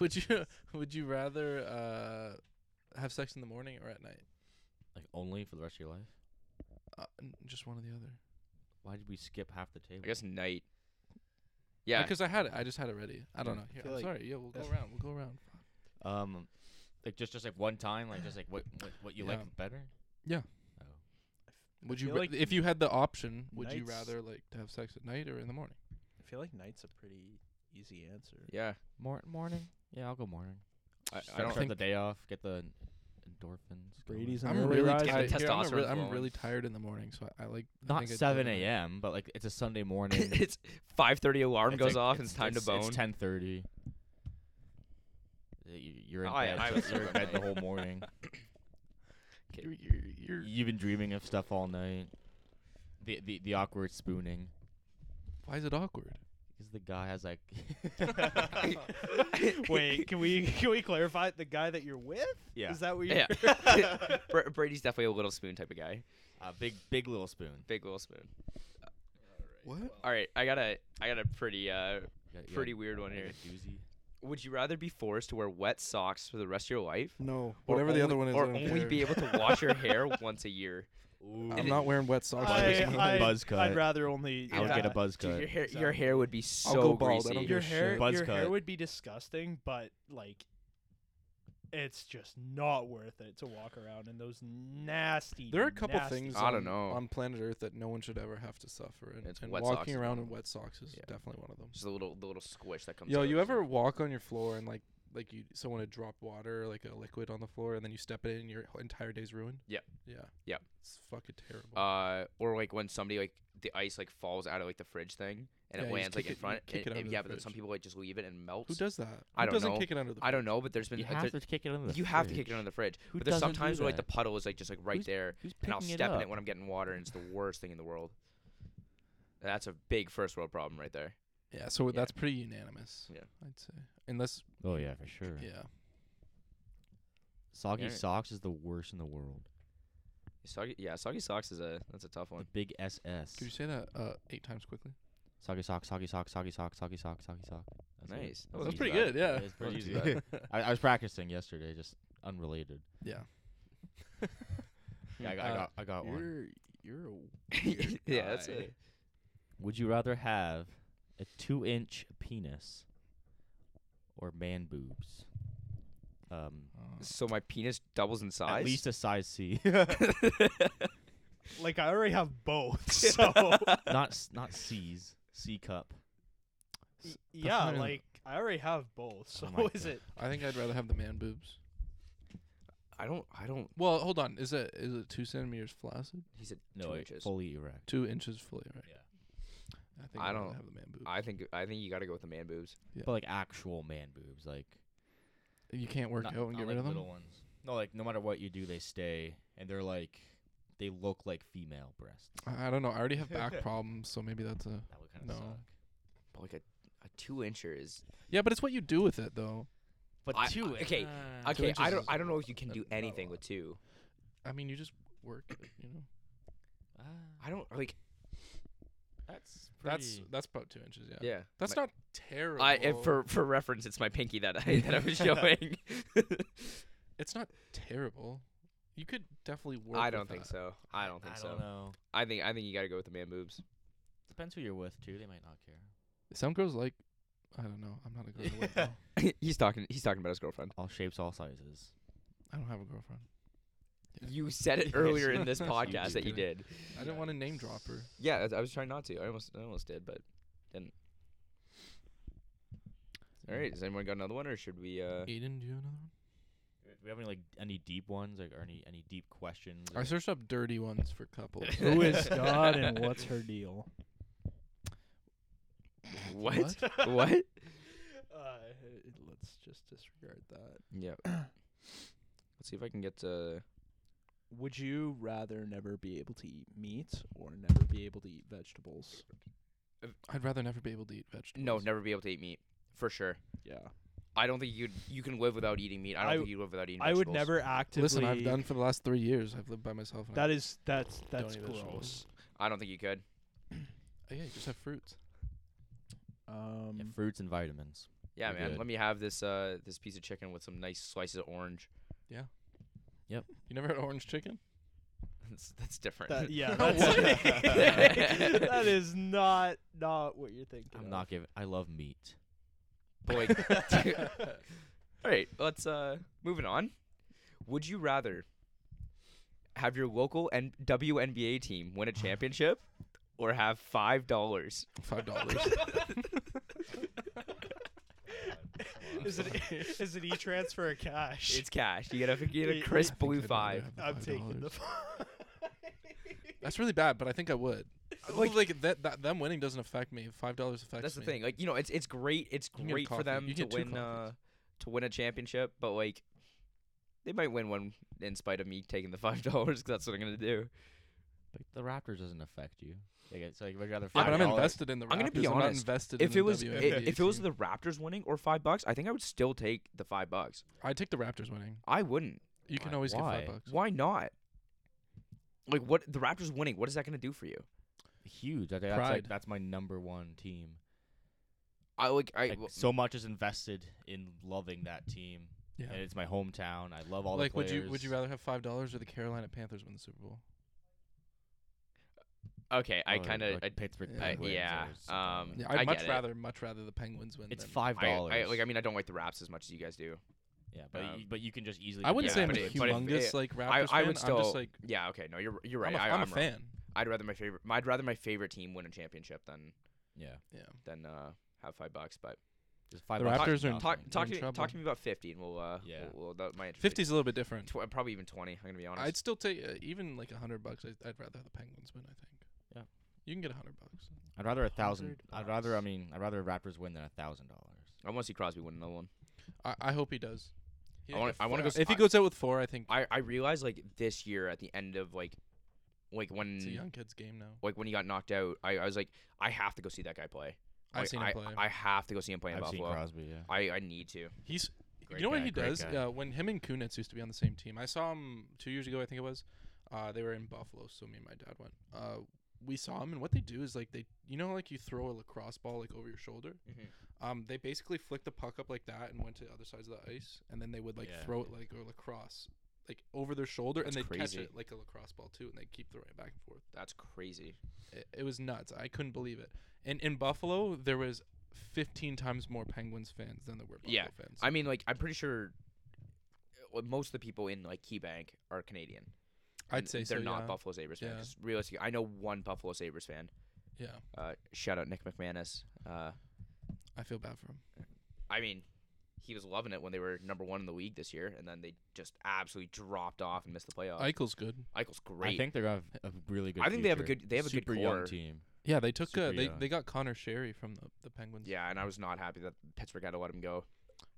[SPEAKER 3] Would you [LAUGHS] Would you rather uh, have sex in the morning or at night?
[SPEAKER 1] Like only for the rest of your life.
[SPEAKER 3] Uh, n- just one or the other.
[SPEAKER 1] Why did we skip half the table?
[SPEAKER 2] I guess night. Yeah,
[SPEAKER 3] because I had it. I just had it ready. I don't know. Here,
[SPEAKER 4] feel
[SPEAKER 3] I'm
[SPEAKER 4] like-
[SPEAKER 3] sorry. Yeah, we'll go around. We'll go around.
[SPEAKER 1] Um, like just just like one time, like just like what what, what you
[SPEAKER 3] Yeah.
[SPEAKER 1] like better. Oh.
[SPEAKER 3] Would you,
[SPEAKER 4] feel
[SPEAKER 3] ra-
[SPEAKER 4] like
[SPEAKER 3] if you had the option, would you
[SPEAKER 4] nights-
[SPEAKER 3] rather like to have sex at night or in the morning?
[SPEAKER 4] I feel like night's a pretty easy answer.
[SPEAKER 2] yeah.
[SPEAKER 1] Mor- morning. Yeah, I'll go morning.
[SPEAKER 2] I,
[SPEAKER 1] Just
[SPEAKER 2] I don't
[SPEAKER 1] start
[SPEAKER 3] think-
[SPEAKER 1] the day off. Get the endorphins. going.
[SPEAKER 4] Brady's an
[SPEAKER 3] I'm
[SPEAKER 4] early
[SPEAKER 3] really
[SPEAKER 4] riser.
[SPEAKER 2] Get the
[SPEAKER 3] tired. Here, I'm, a
[SPEAKER 2] testosterone
[SPEAKER 3] re- I'm
[SPEAKER 2] flowing.
[SPEAKER 3] really tired in the morning, so I, I like I
[SPEAKER 1] Not
[SPEAKER 3] think I'd
[SPEAKER 1] seven
[SPEAKER 3] do it at night. [LAUGHS]
[SPEAKER 1] a.m., but like it's a Sunday morning.
[SPEAKER 2] [LAUGHS] it's five thirty alarm
[SPEAKER 1] It's
[SPEAKER 2] goes
[SPEAKER 1] like-
[SPEAKER 2] off and it's time to bone.
[SPEAKER 1] It's ten thirty. y- You're in
[SPEAKER 2] Oh, I-
[SPEAKER 1] bed.
[SPEAKER 2] I
[SPEAKER 1] so
[SPEAKER 2] was
[SPEAKER 1] you're
[SPEAKER 2] [LAUGHS]
[SPEAKER 1] in
[SPEAKER 2] up
[SPEAKER 1] bed
[SPEAKER 2] at
[SPEAKER 1] the
[SPEAKER 2] night.
[SPEAKER 1] whole morning.
[SPEAKER 2] Okay.
[SPEAKER 1] You're, you're, you're, you've been dreaming of stuff all night. The the, the awkward spooning
[SPEAKER 3] Why is it awkward?
[SPEAKER 1] because the guy has like. [LAUGHS]
[SPEAKER 4] [LAUGHS] Wait, can we can we clarify the guy that you're with?
[SPEAKER 1] Yeah.
[SPEAKER 4] Is that
[SPEAKER 2] [LAUGHS]
[SPEAKER 4] what
[SPEAKER 2] Yeah.
[SPEAKER 4] you're? [LAUGHS]
[SPEAKER 1] [LAUGHS]
[SPEAKER 2] Bra- Brady's definitely a little spoon type of guy.
[SPEAKER 1] Uh, big big little spoon.
[SPEAKER 2] Big little spoon.
[SPEAKER 3] What?
[SPEAKER 2] All right, I got a I got a pretty uh
[SPEAKER 1] You got- you got-
[SPEAKER 2] pretty weird one
[SPEAKER 1] you
[SPEAKER 2] here.
[SPEAKER 1] got Doozy.
[SPEAKER 2] Would you rather be forced to wear wet socks for the rest of your life?
[SPEAKER 3] No.
[SPEAKER 2] or
[SPEAKER 3] Whatever the
[SPEAKER 2] only-
[SPEAKER 3] other one is,
[SPEAKER 2] or
[SPEAKER 3] I don't
[SPEAKER 2] only be
[SPEAKER 3] care.
[SPEAKER 2] able to wash your
[SPEAKER 3] [LAUGHS]
[SPEAKER 2] hair once a year.
[SPEAKER 3] I'm
[SPEAKER 2] And
[SPEAKER 3] not wearing wet socks.
[SPEAKER 1] I-
[SPEAKER 3] for this
[SPEAKER 1] I-
[SPEAKER 3] one.
[SPEAKER 1] I- Buzz cut.
[SPEAKER 4] I'd rather only.
[SPEAKER 1] I would
[SPEAKER 4] yeah.
[SPEAKER 1] get a buzz cut.
[SPEAKER 2] Dude, your hair, your
[SPEAKER 4] Exactly.
[SPEAKER 2] hair would be
[SPEAKER 3] I'll
[SPEAKER 2] so
[SPEAKER 3] go bald, I
[SPEAKER 2] greasy.
[SPEAKER 3] don't
[SPEAKER 4] your
[SPEAKER 3] give a
[SPEAKER 4] hair
[SPEAKER 3] shit.
[SPEAKER 1] Buzz
[SPEAKER 4] your hair
[SPEAKER 1] cut.
[SPEAKER 4] would be disgusting, but like it's just not worth it to walk around in those nasty.
[SPEAKER 3] There are a couple
[SPEAKER 4] nasty-
[SPEAKER 3] things
[SPEAKER 2] I
[SPEAKER 3] on,
[SPEAKER 2] don't know.
[SPEAKER 3] on planet Earth that no one should ever have to suffer, and,
[SPEAKER 2] It's
[SPEAKER 3] and
[SPEAKER 2] wet socks
[SPEAKER 3] walking
[SPEAKER 2] is
[SPEAKER 3] around
[SPEAKER 2] one
[SPEAKER 3] in
[SPEAKER 2] of
[SPEAKER 3] wet socks is
[SPEAKER 2] Yeah.
[SPEAKER 3] definitely one of them.
[SPEAKER 2] Just a little the little squish that comes.
[SPEAKER 3] Yo,
[SPEAKER 2] out.
[SPEAKER 3] you ever walk on your floor and like like you someone had dropped water or like a liquid on the floor, and then you step in and your whole entire day's ruined?
[SPEAKER 2] Yep.
[SPEAKER 3] Yeah.
[SPEAKER 2] Yep.
[SPEAKER 3] It's fucking terrible.
[SPEAKER 2] Uh, or like when somebody like the ice like falls out of like the fridge thing and it
[SPEAKER 3] Yeah, you just
[SPEAKER 2] lands like
[SPEAKER 3] kick
[SPEAKER 2] in
[SPEAKER 3] it- you
[SPEAKER 2] front.
[SPEAKER 3] kick
[SPEAKER 2] and-
[SPEAKER 3] it out
[SPEAKER 2] and-
[SPEAKER 3] of the
[SPEAKER 2] yeah, but then some
[SPEAKER 3] fridge.
[SPEAKER 2] people like just leave it and it melts.
[SPEAKER 3] Who does that?
[SPEAKER 2] I
[SPEAKER 3] Who
[SPEAKER 2] don't
[SPEAKER 3] doesn't
[SPEAKER 2] know.
[SPEAKER 3] kick it under the?
[SPEAKER 2] I don't know, but there's been
[SPEAKER 1] You
[SPEAKER 2] uh,
[SPEAKER 1] have
[SPEAKER 2] there-
[SPEAKER 1] to kick it under the.
[SPEAKER 2] you have to kick it under the fridge.
[SPEAKER 1] Who
[SPEAKER 2] but there's
[SPEAKER 1] doesn't do
[SPEAKER 2] sometimes where like the
[SPEAKER 1] that?
[SPEAKER 2] puddle is like just like right
[SPEAKER 1] Who's
[SPEAKER 2] there,
[SPEAKER 1] Who's picking
[SPEAKER 2] and I'll
[SPEAKER 1] it
[SPEAKER 2] step in
[SPEAKER 1] up?
[SPEAKER 2] it when I'm getting water, and it's the worst thing in the world. That's a big first world problem right there.
[SPEAKER 3] Yeah. So
[SPEAKER 2] Yeah.
[SPEAKER 3] that's pretty unanimous.
[SPEAKER 2] Yeah.
[SPEAKER 3] I'd say unless
[SPEAKER 1] Oh yeah, for sure.
[SPEAKER 3] yeah.
[SPEAKER 1] Soggy
[SPEAKER 2] Alright.
[SPEAKER 1] socks is the worst in the world.
[SPEAKER 2] Soggy, yeah, soggy socks is a that's a tough
[SPEAKER 1] The
[SPEAKER 2] one.
[SPEAKER 1] big SS.
[SPEAKER 3] Could you say that uh, eight times quickly?
[SPEAKER 1] Soggy sock, soggy sock, soggy sock, soggy sock, soggy sock. That's it.
[SPEAKER 2] Nice. That
[SPEAKER 1] That's
[SPEAKER 2] wasn't
[SPEAKER 1] easy.
[SPEAKER 2] too bad.
[SPEAKER 3] Yeah.
[SPEAKER 1] It's pretty
[SPEAKER 2] Wasn't
[SPEAKER 1] easy. [LAUGHS]
[SPEAKER 2] too
[SPEAKER 1] I, I was practicing yesterday, just unrelated.
[SPEAKER 3] [LAUGHS] yeah.
[SPEAKER 2] Hmm.
[SPEAKER 1] Yeah, I got, I
[SPEAKER 3] Uh,
[SPEAKER 1] got, I got one.
[SPEAKER 3] You're you're a
[SPEAKER 2] [LAUGHS] yeah, that's
[SPEAKER 3] guy.
[SPEAKER 2] it.
[SPEAKER 1] Would you rather have a two-inch penis or man boobs? Um,
[SPEAKER 3] uh,
[SPEAKER 2] So my penis doubles in size.
[SPEAKER 1] at
[SPEAKER 2] [LAUGHS]
[SPEAKER 1] least [LAUGHS] a size C.
[SPEAKER 4] Like I already have [LAUGHS] both, so
[SPEAKER 1] not, s- not C's. C cup.
[SPEAKER 4] y-
[SPEAKER 3] That's
[SPEAKER 4] yeah,
[SPEAKER 3] not even-
[SPEAKER 4] like I already have both. So
[SPEAKER 1] Oh my
[SPEAKER 4] is
[SPEAKER 1] God.
[SPEAKER 4] it?
[SPEAKER 3] I think I'd rather have the man boobs.
[SPEAKER 2] I don't. I don't.
[SPEAKER 3] Well, hold on. Is it is it two centimeters flaccid?
[SPEAKER 2] He's a
[SPEAKER 1] No,
[SPEAKER 2] two
[SPEAKER 1] it-
[SPEAKER 2] inches.
[SPEAKER 1] fully erect.
[SPEAKER 3] Two inches fully, right?
[SPEAKER 1] Yeah.
[SPEAKER 3] I think
[SPEAKER 2] I
[SPEAKER 3] I'd rather
[SPEAKER 2] don't-
[SPEAKER 3] have the man boobs.
[SPEAKER 2] I think. I think you got to go with the man boobs.
[SPEAKER 1] But like actual man boobs, like
[SPEAKER 3] you can't work
[SPEAKER 1] not-
[SPEAKER 3] out and
[SPEAKER 1] not
[SPEAKER 3] get
[SPEAKER 1] like
[SPEAKER 3] rid of them.
[SPEAKER 1] Little ones. No, like no matter what you do, they stay, and they're like they look like female breasts.
[SPEAKER 3] I I don't know. I already have [LAUGHS] back problems, so maybe that's a
[SPEAKER 1] That would kind of
[SPEAKER 3] No.
[SPEAKER 1] suck.
[SPEAKER 2] But like a, a two incher is.
[SPEAKER 3] yeah. But it's what you do with it, though.
[SPEAKER 1] But
[SPEAKER 2] I-
[SPEAKER 1] two.
[SPEAKER 2] I- okay,
[SPEAKER 3] Uh,
[SPEAKER 1] Ah,
[SPEAKER 3] Two
[SPEAKER 2] Okay, I
[SPEAKER 3] inches
[SPEAKER 2] don't.
[SPEAKER 3] is
[SPEAKER 2] I don't know if you can
[SPEAKER 3] not-
[SPEAKER 2] do
[SPEAKER 3] not a
[SPEAKER 2] anything
[SPEAKER 3] lot.
[SPEAKER 2] with two.
[SPEAKER 3] I mean, you just work. It, you know,
[SPEAKER 2] I don't like.
[SPEAKER 1] Ah, that's
[SPEAKER 3] that's that's about two inches. Yeah,
[SPEAKER 2] Yeah,
[SPEAKER 3] that's
[SPEAKER 2] My-
[SPEAKER 3] not terrible.
[SPEAKER 2] I if for for reference, it's my pinky that I that I
[SPEAKER 3] [LAUGHS]
[SPEAKER 2] was showing.
[SPEAKER 3] it's not terrible. You could definitely work.
[SPEAKER 2] I
[SPEAKER 3] with
[SPEAKER 2] don't think
[SPEAKER 3] that.
[SPEAKER 2] so. I don't think
[SPEAKER 1] I
[SPEAKER 2] so.
[SPEAKER 1] don't know.
[SPEAKER 2] I think I think you got to go with the man boobs. [LAUGHS]
[SPEAKER 1] Depends who you're with too. They might not care.
[SPEAKER 3] Some girls like. I don't know. I'm not a girl. I like,
[SPEAKER 1] Yeah.
[SPEAKER 3] [LAUGHS] though.
[SPEAKER 2] he's talking. He's talking about his girlfriend.
[SPEAKER 1] All shapes, all sizes.
[SPEAKER 3] I don't have a girlfriend.
[SPEAKER 2] You said it
[SPEAKER 3] [LAUGHS]
[SPEAKER 1] Yes.
[SPEAKER 2] earlier in this
[SPEAKER 3] You
[SPEAKER 2] podcast
[SPEAKER 1] do.
[SPEAKER 2] that you did.
[SPEAKER 3] I didn't want to name drop her.
[SPEAKER 2] Yeah, I I was trying not to. I almost I almost did, but didn't. All right. Does anyone got another one, or should we?
[SPEAKER 3] [LAUGHS]
[SPEAKER 2] uh [LAUGHS]
[SPEAKER 3] Aiden, do you have another one?
[SPEAKER 1] Do we have any like any deep ones, like or any any deep questions?
[SPEAKER 3] I
[SPEAKER 1] or-
[SPEAKER 3] searched up dirty ones for
[SPEAKER 2] [LAUGHS]
[SPEAKER 3] couples.
[SPEAKER 4] Who [LAUGHS] is God and what's her deal?
[SPEAKER 2] What? what?
[SPEAKER 4] Uh, let's just disregard that.
[SPEAKER 2] Yeah. [CLEARS THROAT] Let's see if I can get. Uh,
[SPEAKER 4] Would you rather never be able to eat meat or never be able to eat vegetables?
[SPEAKER 3] I'd rather never be able to eat vegetables.
[SPEAKER 2] no, never be able to eat meat for sure.
[SPEAKER 4] Yeah,
[SPEAKER 2] I don't think you you can live without eating meat. I don't
[SPEAKER 4] I-
[SPEAKER 2] think you live without eating.
[SPEAKER 4] I would
[SPEAKER 2] vegetables.
[SPEAKER 4] never actively.
[SPEAKER 3] Listen, I've done for the last three years. I've lived by myself. And I-
[SPEAKER 4] That is that's that's
[SPEAKER 3] eat
[SPEAKER 4] gross.
[SPEAKER 3] vegetables.
[SPEAKER 2] I don't think you could.
[SPEAKER 3] Oh, yeah, you just have fruits.
[SPEAKER 4] Um,
[SPEAKER 1] Yeah, fruits and vitamins.
[SPEAKER 2] Yeah,
[SPEAKER 1] You're
[SPEAKER 2] man.
[SPEAKER 1] good.
[SPEAKER 2] Let me have this uh this piece of chicken with some nice slices of orange. [LAUGHS]
[SPEAKER 3] You never had orange chicken?
[SPEAKER 2] That's that's different. [LAUGHS]
[SPEAKER 4] that, yeah,
[SPEAKER 3] What?
[SPEAKER 4] that's [LAUGHS] that is not not what you're thinking.
[SPEAKER 1] I'm
[SPEAKER 4] of. [LAUGHS]
[SPEAKER 1] not giving. I love meat.
[SPEAKER 2] But like, [LAUGHS] all right, let's uh moving on. Would you rather have your local N- WNBA team win a championship or have five
[SPEAKER 4] [LAUGHS]
[SPEAKER 2] dollars?
[SPEAKER 3] Five dollars.
[SPEAKER 4] Is it is it e transfer or cash?
[SPEAKER 2] It's cash. You get a you
[SPEAKER 4] Yeah, [LAUGHS]
[SPEAKER 2] get a [LAUGHS]
[SPEAKER 4] yeah.
[SPEAKER 2] crisp blue five.
[SPEAKER 4] I'm taking the. [LAUGHS]
[SPEAKER 3] That's really bad, but I think I would.
[SPEAKER 2] Like-
[SPEAKER 3] Like, like that, that, them winning doesn't affect me. Five dollars affects.
[SPEAKER 2] That's the
[SPEAKER 3] me.
[SPEAKER 2] thing. Like you know, it's it's great. It's
[SPEAKER 3] can get a
[SPEAKER 2] great for
[SPEAKER 3] coffee.
[SPEAKER 2] them
[SPEAKER 3] You
[SPEAKER 2] to
[SPEAKER 3] get two
[SPEAKER 2] win. Uh,
[SPEAKER 3] coffees.
[SPEAKER 2] to win a championship, but like they might win one in spite of me taking the [LAUGHS] five dollars because that's what I'm gonna do.
[SPEAKER 1] But the Raptors doesn't affect you. Like, it's like would rather.
[SPEAKER 3] Yeah, but I'm
[SPEAKER 1] $5
[SPEAKER 3] invested in the Raptors.
[SPEAKER 2] I'm gonna be
[SPEAKER 3] not
[SPEAKER 2] honest.
[SPEAKER 3] invested
[SPEAKER 2] If
[SPEAKER 3] in
[SPEAKER 2] it
[SPEAKER 3] the
[SPEAKER 2] was i-
[SPEAKER 3] WNBA
[SPEAKER 2] if it was
[SPEAKER 3] team.
[SPEAKER 2] the Raptors winning or five bucks, I think I would still take the five bucks.
[SPEAKER 3] I take the Raptors winning.
[SPEAKER 2] I wouldn't.
[SPEAKER 3] You can
[SPEAKER 1] Why-
[SPEAKER 3] always get
[SPEAKER 1] why?
[SPEAKER 3] five bucks.
[SPEAKER 2] Why not? Like what the Raptors winning? What is that gonna do for you?
[SPEAKER 1] huge. I think that's like
[SPEAKER 3] Pride.
[SPEAKER 1] that's my number one team.
[SPEAKER 2] I like I
[SPEAKER 1] Like,
[SPEAKER 2] well,
[SPEAKER 1] so much is invested in loving that team.
[SPEAKER 3] Yeah.
[SPEAKER 1] And it's my hometown. I love all
[SPEAKER 3] like,
[SPEAKER 1] the players.
[SPEAKER 3] would you would you rather have five dollars or the Carolina Panthers win the Super Bowl?
[SPEAKER 2] okay. I
[SPEAKER 1] Or-
[SPEAKER 2] kind
[SPEAKER 1] or
[SPEAKER 2] of
[SPEAKER 1] Pittsburgh
[SPEAKER 3] I-
[SPEAKER 1] Penguins
[SPEAKER 2] yeah,
[SPEAKER 1] or something.
[SPEAKER 2] um,
[SPEAKER 3] Yeah,
[SPEAKER 2] I
[SPEAKER 3] I'd much
[SPEAKER 2] get it.
[SPEAKER 3] rather much rather the Penguins win.
[SPEAKER 1] it's
[SPEAKER 3] than-
[SPEAKER 1] five
[SPEAKER 2] I,
[SPEAKER 1] dollars.
[SPEAKER 2] I like I mean I don't like the Raps as much as you guys do.
[SPEAKER 1] yeah, but
[SPEAKER 2] um,
[SPEAKER 1] you, but you can just easily.
[SPEAKER 3] I wouldn't
[SPEAKER 1] compare
[SPEAKER 2] yeah,
[SPEAKER 3] say I'm a
[SPEAKER 1] that
[SPEAKER 2] but
[SPEAKER 1] with
[SPEAKER 2] it- but if
[SPEAKER 3] humongous
[SPEAKER 2] it-
[SPEAKER 3] like Raptors
[SPEAKER 2] I, I
[SPEAKER 3] fan.
[SPEAKER 2] would
[SPEAKER 3] I'm
[SPEAKER 2] still
[SPEAKER 3] just like
[SPEAKER 2] yeah okay no you're you're right
[SPEAKER 3] I'm a,
[SPEAKER 2] I,
[SPEAKER 3] I'm a
[SPEAKER 2] wrong.
[SPEAKER 3] fan.
[SPEAKER 2] I'd rather my favorite I'd rather my favorite team win a championship than
[SPEAKER 1] Yeah,
[SPEAKER 3] Yeah.
[SPEAKER 2] than uh have five bucks but
[SPEAKER 1] just five
[SPEAKER 3] The
[SPEAKER 1] bucks
[SPEAKER 3] Raptors
[SPEAKER 1] is
[SPEAKER 3] are in-
[SPEAKER 1] nothing.
[SPEAKER 2] talk talk
[SPEAKER 3] in
[SPEAKER 2] to me,
[SPEAKER 3] trouble.
[SPEAKER 2] talk to me about 50 and we'll uh
[SPEAKER 1] Yeah.
[SPEAKER 2] we'll, we'll that might interest me.
[SPEAKER 3] Fifty's a little bit different.
[SPEAKER 2] Tw- uh, probably even 20 I'm going to be honest
[SPEAKER 3] I'd still take uh, even like a hundred bucks. I'd, I'd rather have the Penguins win. I think.
[SPEAKER 1] Yeah.
[SPEAKER 3] You can get a hundred bucks.
[SPEAKER 1] I'd rather a thousand. I'd rather. I
[SPEAKER 4] $100.
[SPEAKER 1] mean, I'd rather Raptors win than a thousand dollars.
[SPEAKER 2] I want to see Crosby win another one
[SPEAKER 3] I, I hope he does. He
[SPEAKER 2] I
[SPEAKER 3] didn't
[SPEAKER 2] wanna-
[SPEAKER 3] get
[SPEAKER 2] I wanna
[SPEAKER 3] four-
[SPEAKER 2] go s-
[SPEAKER 3] If he
[SPEAKER 2] I-
[SPEAKER 3] goes out with four, I think
[SPEAKER 2] I I realized like this year at the end of like like
[SPEAKER 3] it's a
[SPEAKER 2] when
[SPEAKER 3] young kid's game now.
[SPEAKER 2] like when he got knocked out I, I was like I have to go see that guy play
[SPEAKER 3] I've
[SPEAKER 2] Like,
[SPEAKER 3] seen
[SPEAKER 2] I,
[SPEAKER 3] him play.
[SPEAKER 2] I have to go see him play in
[SPEAKER 1] I've seen
[SPEAKER 2] Buffalo
[SPEAKER 1] Crosby. Yeah.
[SPEAKER 2] I I need to
[SPEAKER 3] He's
[SPEAKER 1] Great
[SPEAKER 3] you know
[SPEAKER 1] guy,
[SPEAKER 3] what he
[SPEAKER 1] great
[SPEAKER 3] does?
[SPEAKER 1] guy.
[SPEAKER 3] Uh, when him and Kunitz used to be on the same team, I saw him two years ago. I think it was. Uh, they were in Buffalo, so me and my dad went. Uh, we saw him, and what they do is like they, you know, like you throw a lacrosse ball like over your shoulder.
[SPEAKER 1] Mm-hmm.
[SPEAKER 3] Um, they basically flicked the puck up like that and went to the other sides of the ice, and then they would like
[SPEAKER 1] Yeah.
[SPEAKER 3] throw it like a lacrosse, like over their shoulder, and
[SPEAKER 2] That's
[SPEAKER 3] they'd
[SPEAKER 2] crazy.
[SPEAKER 3] catch it like a lacrosse ball too, and they would keep throwing it back and forth.
[SPEAKER 2] that's crazy
[SPEAKER 3] It, it was nuts. I couldn't believe it. And in Buffalo, there was 15 times more Penguins fans than there were Buffalo
[SPEAKER 2] Yeah,
[SPEAKER 3] fans.
[SPEAKER 2] I mean like I'm pretty sure uh, most of the people in like Key Bank are Canadian
[SPEAKER 3] I'd
[SPEAKER 2] and
[SPEAKER 3] say
[SPEAKER 2] they're
[SPEAKER 3] so,
[SPEAKER 2] not
[SPEAKER 3] yeah.
[SPEAKER 2] Buffalo Sabres fan.
[SPEAKER 3] Yeah.
[SPEAKER 2] 'cause Realistically, I know one Buffalo Sabres fan.
[SPEAKER 3] Yeah,
[SPEAKER 2] Uh, shout out Nick McManus. Uh,
[SPEAKER 3] I feel bad for him.
[SPEAKER 2] I mean, he was loving it when they were number one in the league this year, and then they just absolutely dropped off and missed the playoffs.
[SPEAKER 3] Eichel's good.
[SPEAKER 2] Eichel's great.
[SPEAKER 1] I think they're gonna have a really good.
[SPEAKER 2] I think they have a
[SPEAKER 1] future.
[SPEAKER 2] good- they have a good
[SPEAKER 1] super young
[SPEAKER 2] core.
[SPEAKER 1] team.
[SPEAKER 3] Yeah, they took uh,
[SPEAKER 1] Super
[SPEAKER 3] they
[SPEAKER 1] young.
[SPEAKER 3] they got Connor Sherry from the, the Penguins.
[SPEAKER 2] yeah, and I was not happy that Pittsburgh had to let him go.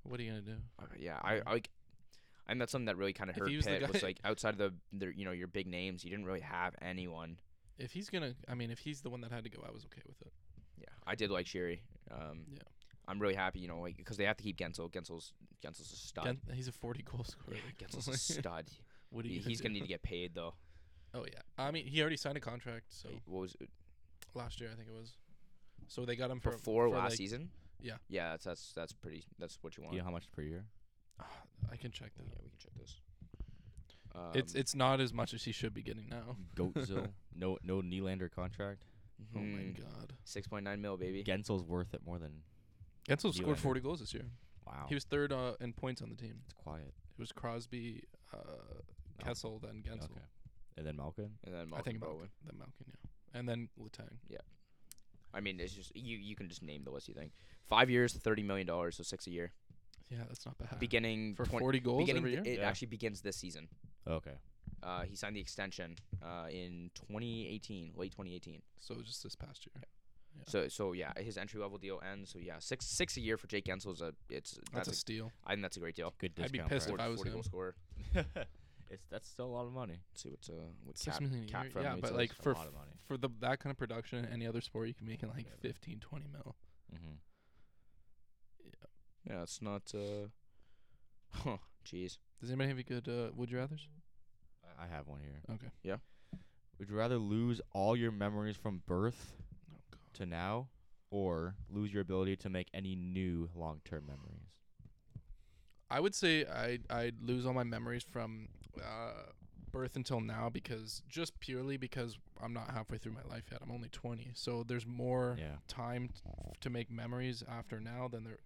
[SPEAKER 3] What are you gonna do?
[SPEAKER 2] Uh, yeah, I I like. And that's something that really kind of
[SPEAKER 3] If
[SPEAKER 2] hurt
[SPEAKER 3] he was the
[SPEAKER 2] Pitt
[SPEAKER 3] guy-
[SPEAKER 2] was like outside of the, their you know your big names, you didn't really have anyone.
[SPEAKER 3] If he's gonna, I mean, if he's the one that had to go, I was okay with it.
[SPEAKER 2] Yeah, I did like Sherry. Um,
[SPEAKER 3] Yeah.
[SPEAKER 2] I'm really happy, you know, like because they have to keep Gensel. Gensel's Gensel's a stud.
[SPEAKER 3] Gen- he's a forty goal scorer.
[SPEAKER 2] yeah,
[SPEAKER 3] like, [LAUGHS]
[SPEAKER 2] Gensel's a stud.
[SPEAKER 3] what are
[SPEAKER 2] He-
[SPEAKER 3] you?
[SPEAKER 2] he's gonna
[SPEAKER 3] gonna
[SPEAKER 2] need to get paid though.
[SPEAKER 3] [LAUGHS] Oh yeah, I mean, he already signed a contract. So
[SPEAKER 2] Like, what was it,
[SPEAKER 3] last year, I think it was. So they got him for,
[SPEAKER 2] before
[SPEAKER 3] for,
[SPEAKER 2] last
[SPEAKER 3] like-
[SPEAKER 2] season?
[SPEAKER 3] yeah.
[SPEAKER 2] Yeah, that's that's that's pretty. That's what you want.
[SPEAKER 1] You know how much per year?
[SPEAKER 3] Ah, I can check
[SPEAKER 2] Yeah,
[SPEAKER 3] that.
[SPEAKER 2] we can check this. Um,
[SPEAKER 3] it's it's not as much as he should be getting now.
[SPEAKER 1] Goatzil. [LAUGHS] no no Nylander contract.
[SPEAKER 3] Oh my god,
[SPEAKER 2] hmm, Six point nine mil, baby.
[SPEAKER 1] Gensel's worth it more than.
[SPEAKER 3] Gensel scored
[SPEAKER 1] Nylander.
[SPEAKER 3] forty goals this year.
[SPEAKER 1] Wow.
[SPEAKER 3] He was third uh, in points on the team.
[SPEAKER 1] it's quiet.
[SPEAKER 3] It was Crosby, uh,
[SPEAKER 2] Oh.
[SPEAKER 1] Malkin.
[SPEAKER 3] Kessel, then Gensel.
[SPEAKER 1] Okay. And then Malkin.
[SPEAKER 2] and then
[SPEAKER 3] I
[SPEAKER 2] Malkin
[SPEAKER 3] think Malkin,
[SPEAKER 2] Bowen.
[SPEAKER 3] then Malkin, yeah, and then Letang.
[SPEAKER 2] I mean, it's just you. You can just name the list. You think five years, thirty million dollars, so six a year.
[SPEAKER 3] Yeah, that's not bad.
[SPEAKER 2] Beginning
[SPEAKER 3] Uh, for
[SPEAKER 2] 20
[SPEAKER 3] forty goals
[SPEAKER 2] beginning
[SPEAKER 3] every year.
[SPEAKER 2] th- It
[SPEAKER 1] Yeah.
[SPEAKER 2] actually begins this season.
[SPEAKER 1] Okay.
[SPEAKER 2] Uh, he signed the extension uh, in 2018, late 2018.
[SPEAKER 3] So just this past year. Yeah.
[SPEAKER 2] So so yeah, his entry level deal ends. So yeah, six six a year for Jake Gensel is a it's
[SPEAKER 3] That's,
[SPEAKER 2] that's,
[SPEAKER 3] a steal.
[SPEAKER 2] a, I think that's a great deal.
[SPEAKER 1] Good
[SPEAKER 3] I'd be
[SPEAKER 1] discount.
[SPEAKER 3] pissed if
[SPEAKER 1] price.
[SPEAKER 3] I was
[SPEAKER 2] goal
[SPEAKER 3] him.
[SPEAKER 2] scorer.
[SPEAKER 1] [LAUGHS] it's that's still a lot of money.
[SPEAKER 2] Let's see what's uh what's
[SPEAKER 3] Six
[SPEAKER 2] cap,
[SPEAKER 3] million a
[SPEAKER 2] cap
[SPEAKER 3] year.
[SPEAKER 2] friendly.
[SPEAKER 3] Yeah,
[SPEAKER 2] it
[SPEAKER 3] but
[SPEAKER 2] says.
[SPEAKER 3] like
[SPEAKER 1] a
[SPEAKER 3] for
[SPEAKER 1] lot of money.
[SPEAKER 3] for the that kind of production in any other sport, you can make in like
[SPEAKER 1] Whatever.
[SPEAKER 3] 15, 20 mil.
[SPEAKER 1] Mm-hmm.
[SPEAKER 2] Yeah, it's not. uh Huh. Jeez.
[SPEAKER 3] Does anybody have any good uh, would you rather's?
[SPEAKER 1] I have one here.
[SPEAKER 3] Okay.
[SPEAKER 1] Would you rather lose all your memories from birth
[SPEAKER 3] Oh god.
[SPEAKER 1] to now, or lose your ability to make any new long-term memories?
[SPEAKER 3] I would say I I'd lose all my memories from uh, birth until now because just purely because I'm not halfway through my life yet. I'm only 20. So there's more
[SPEAKER 1] Yeah.
[SPEAKER 3] time t- to make memories after now than there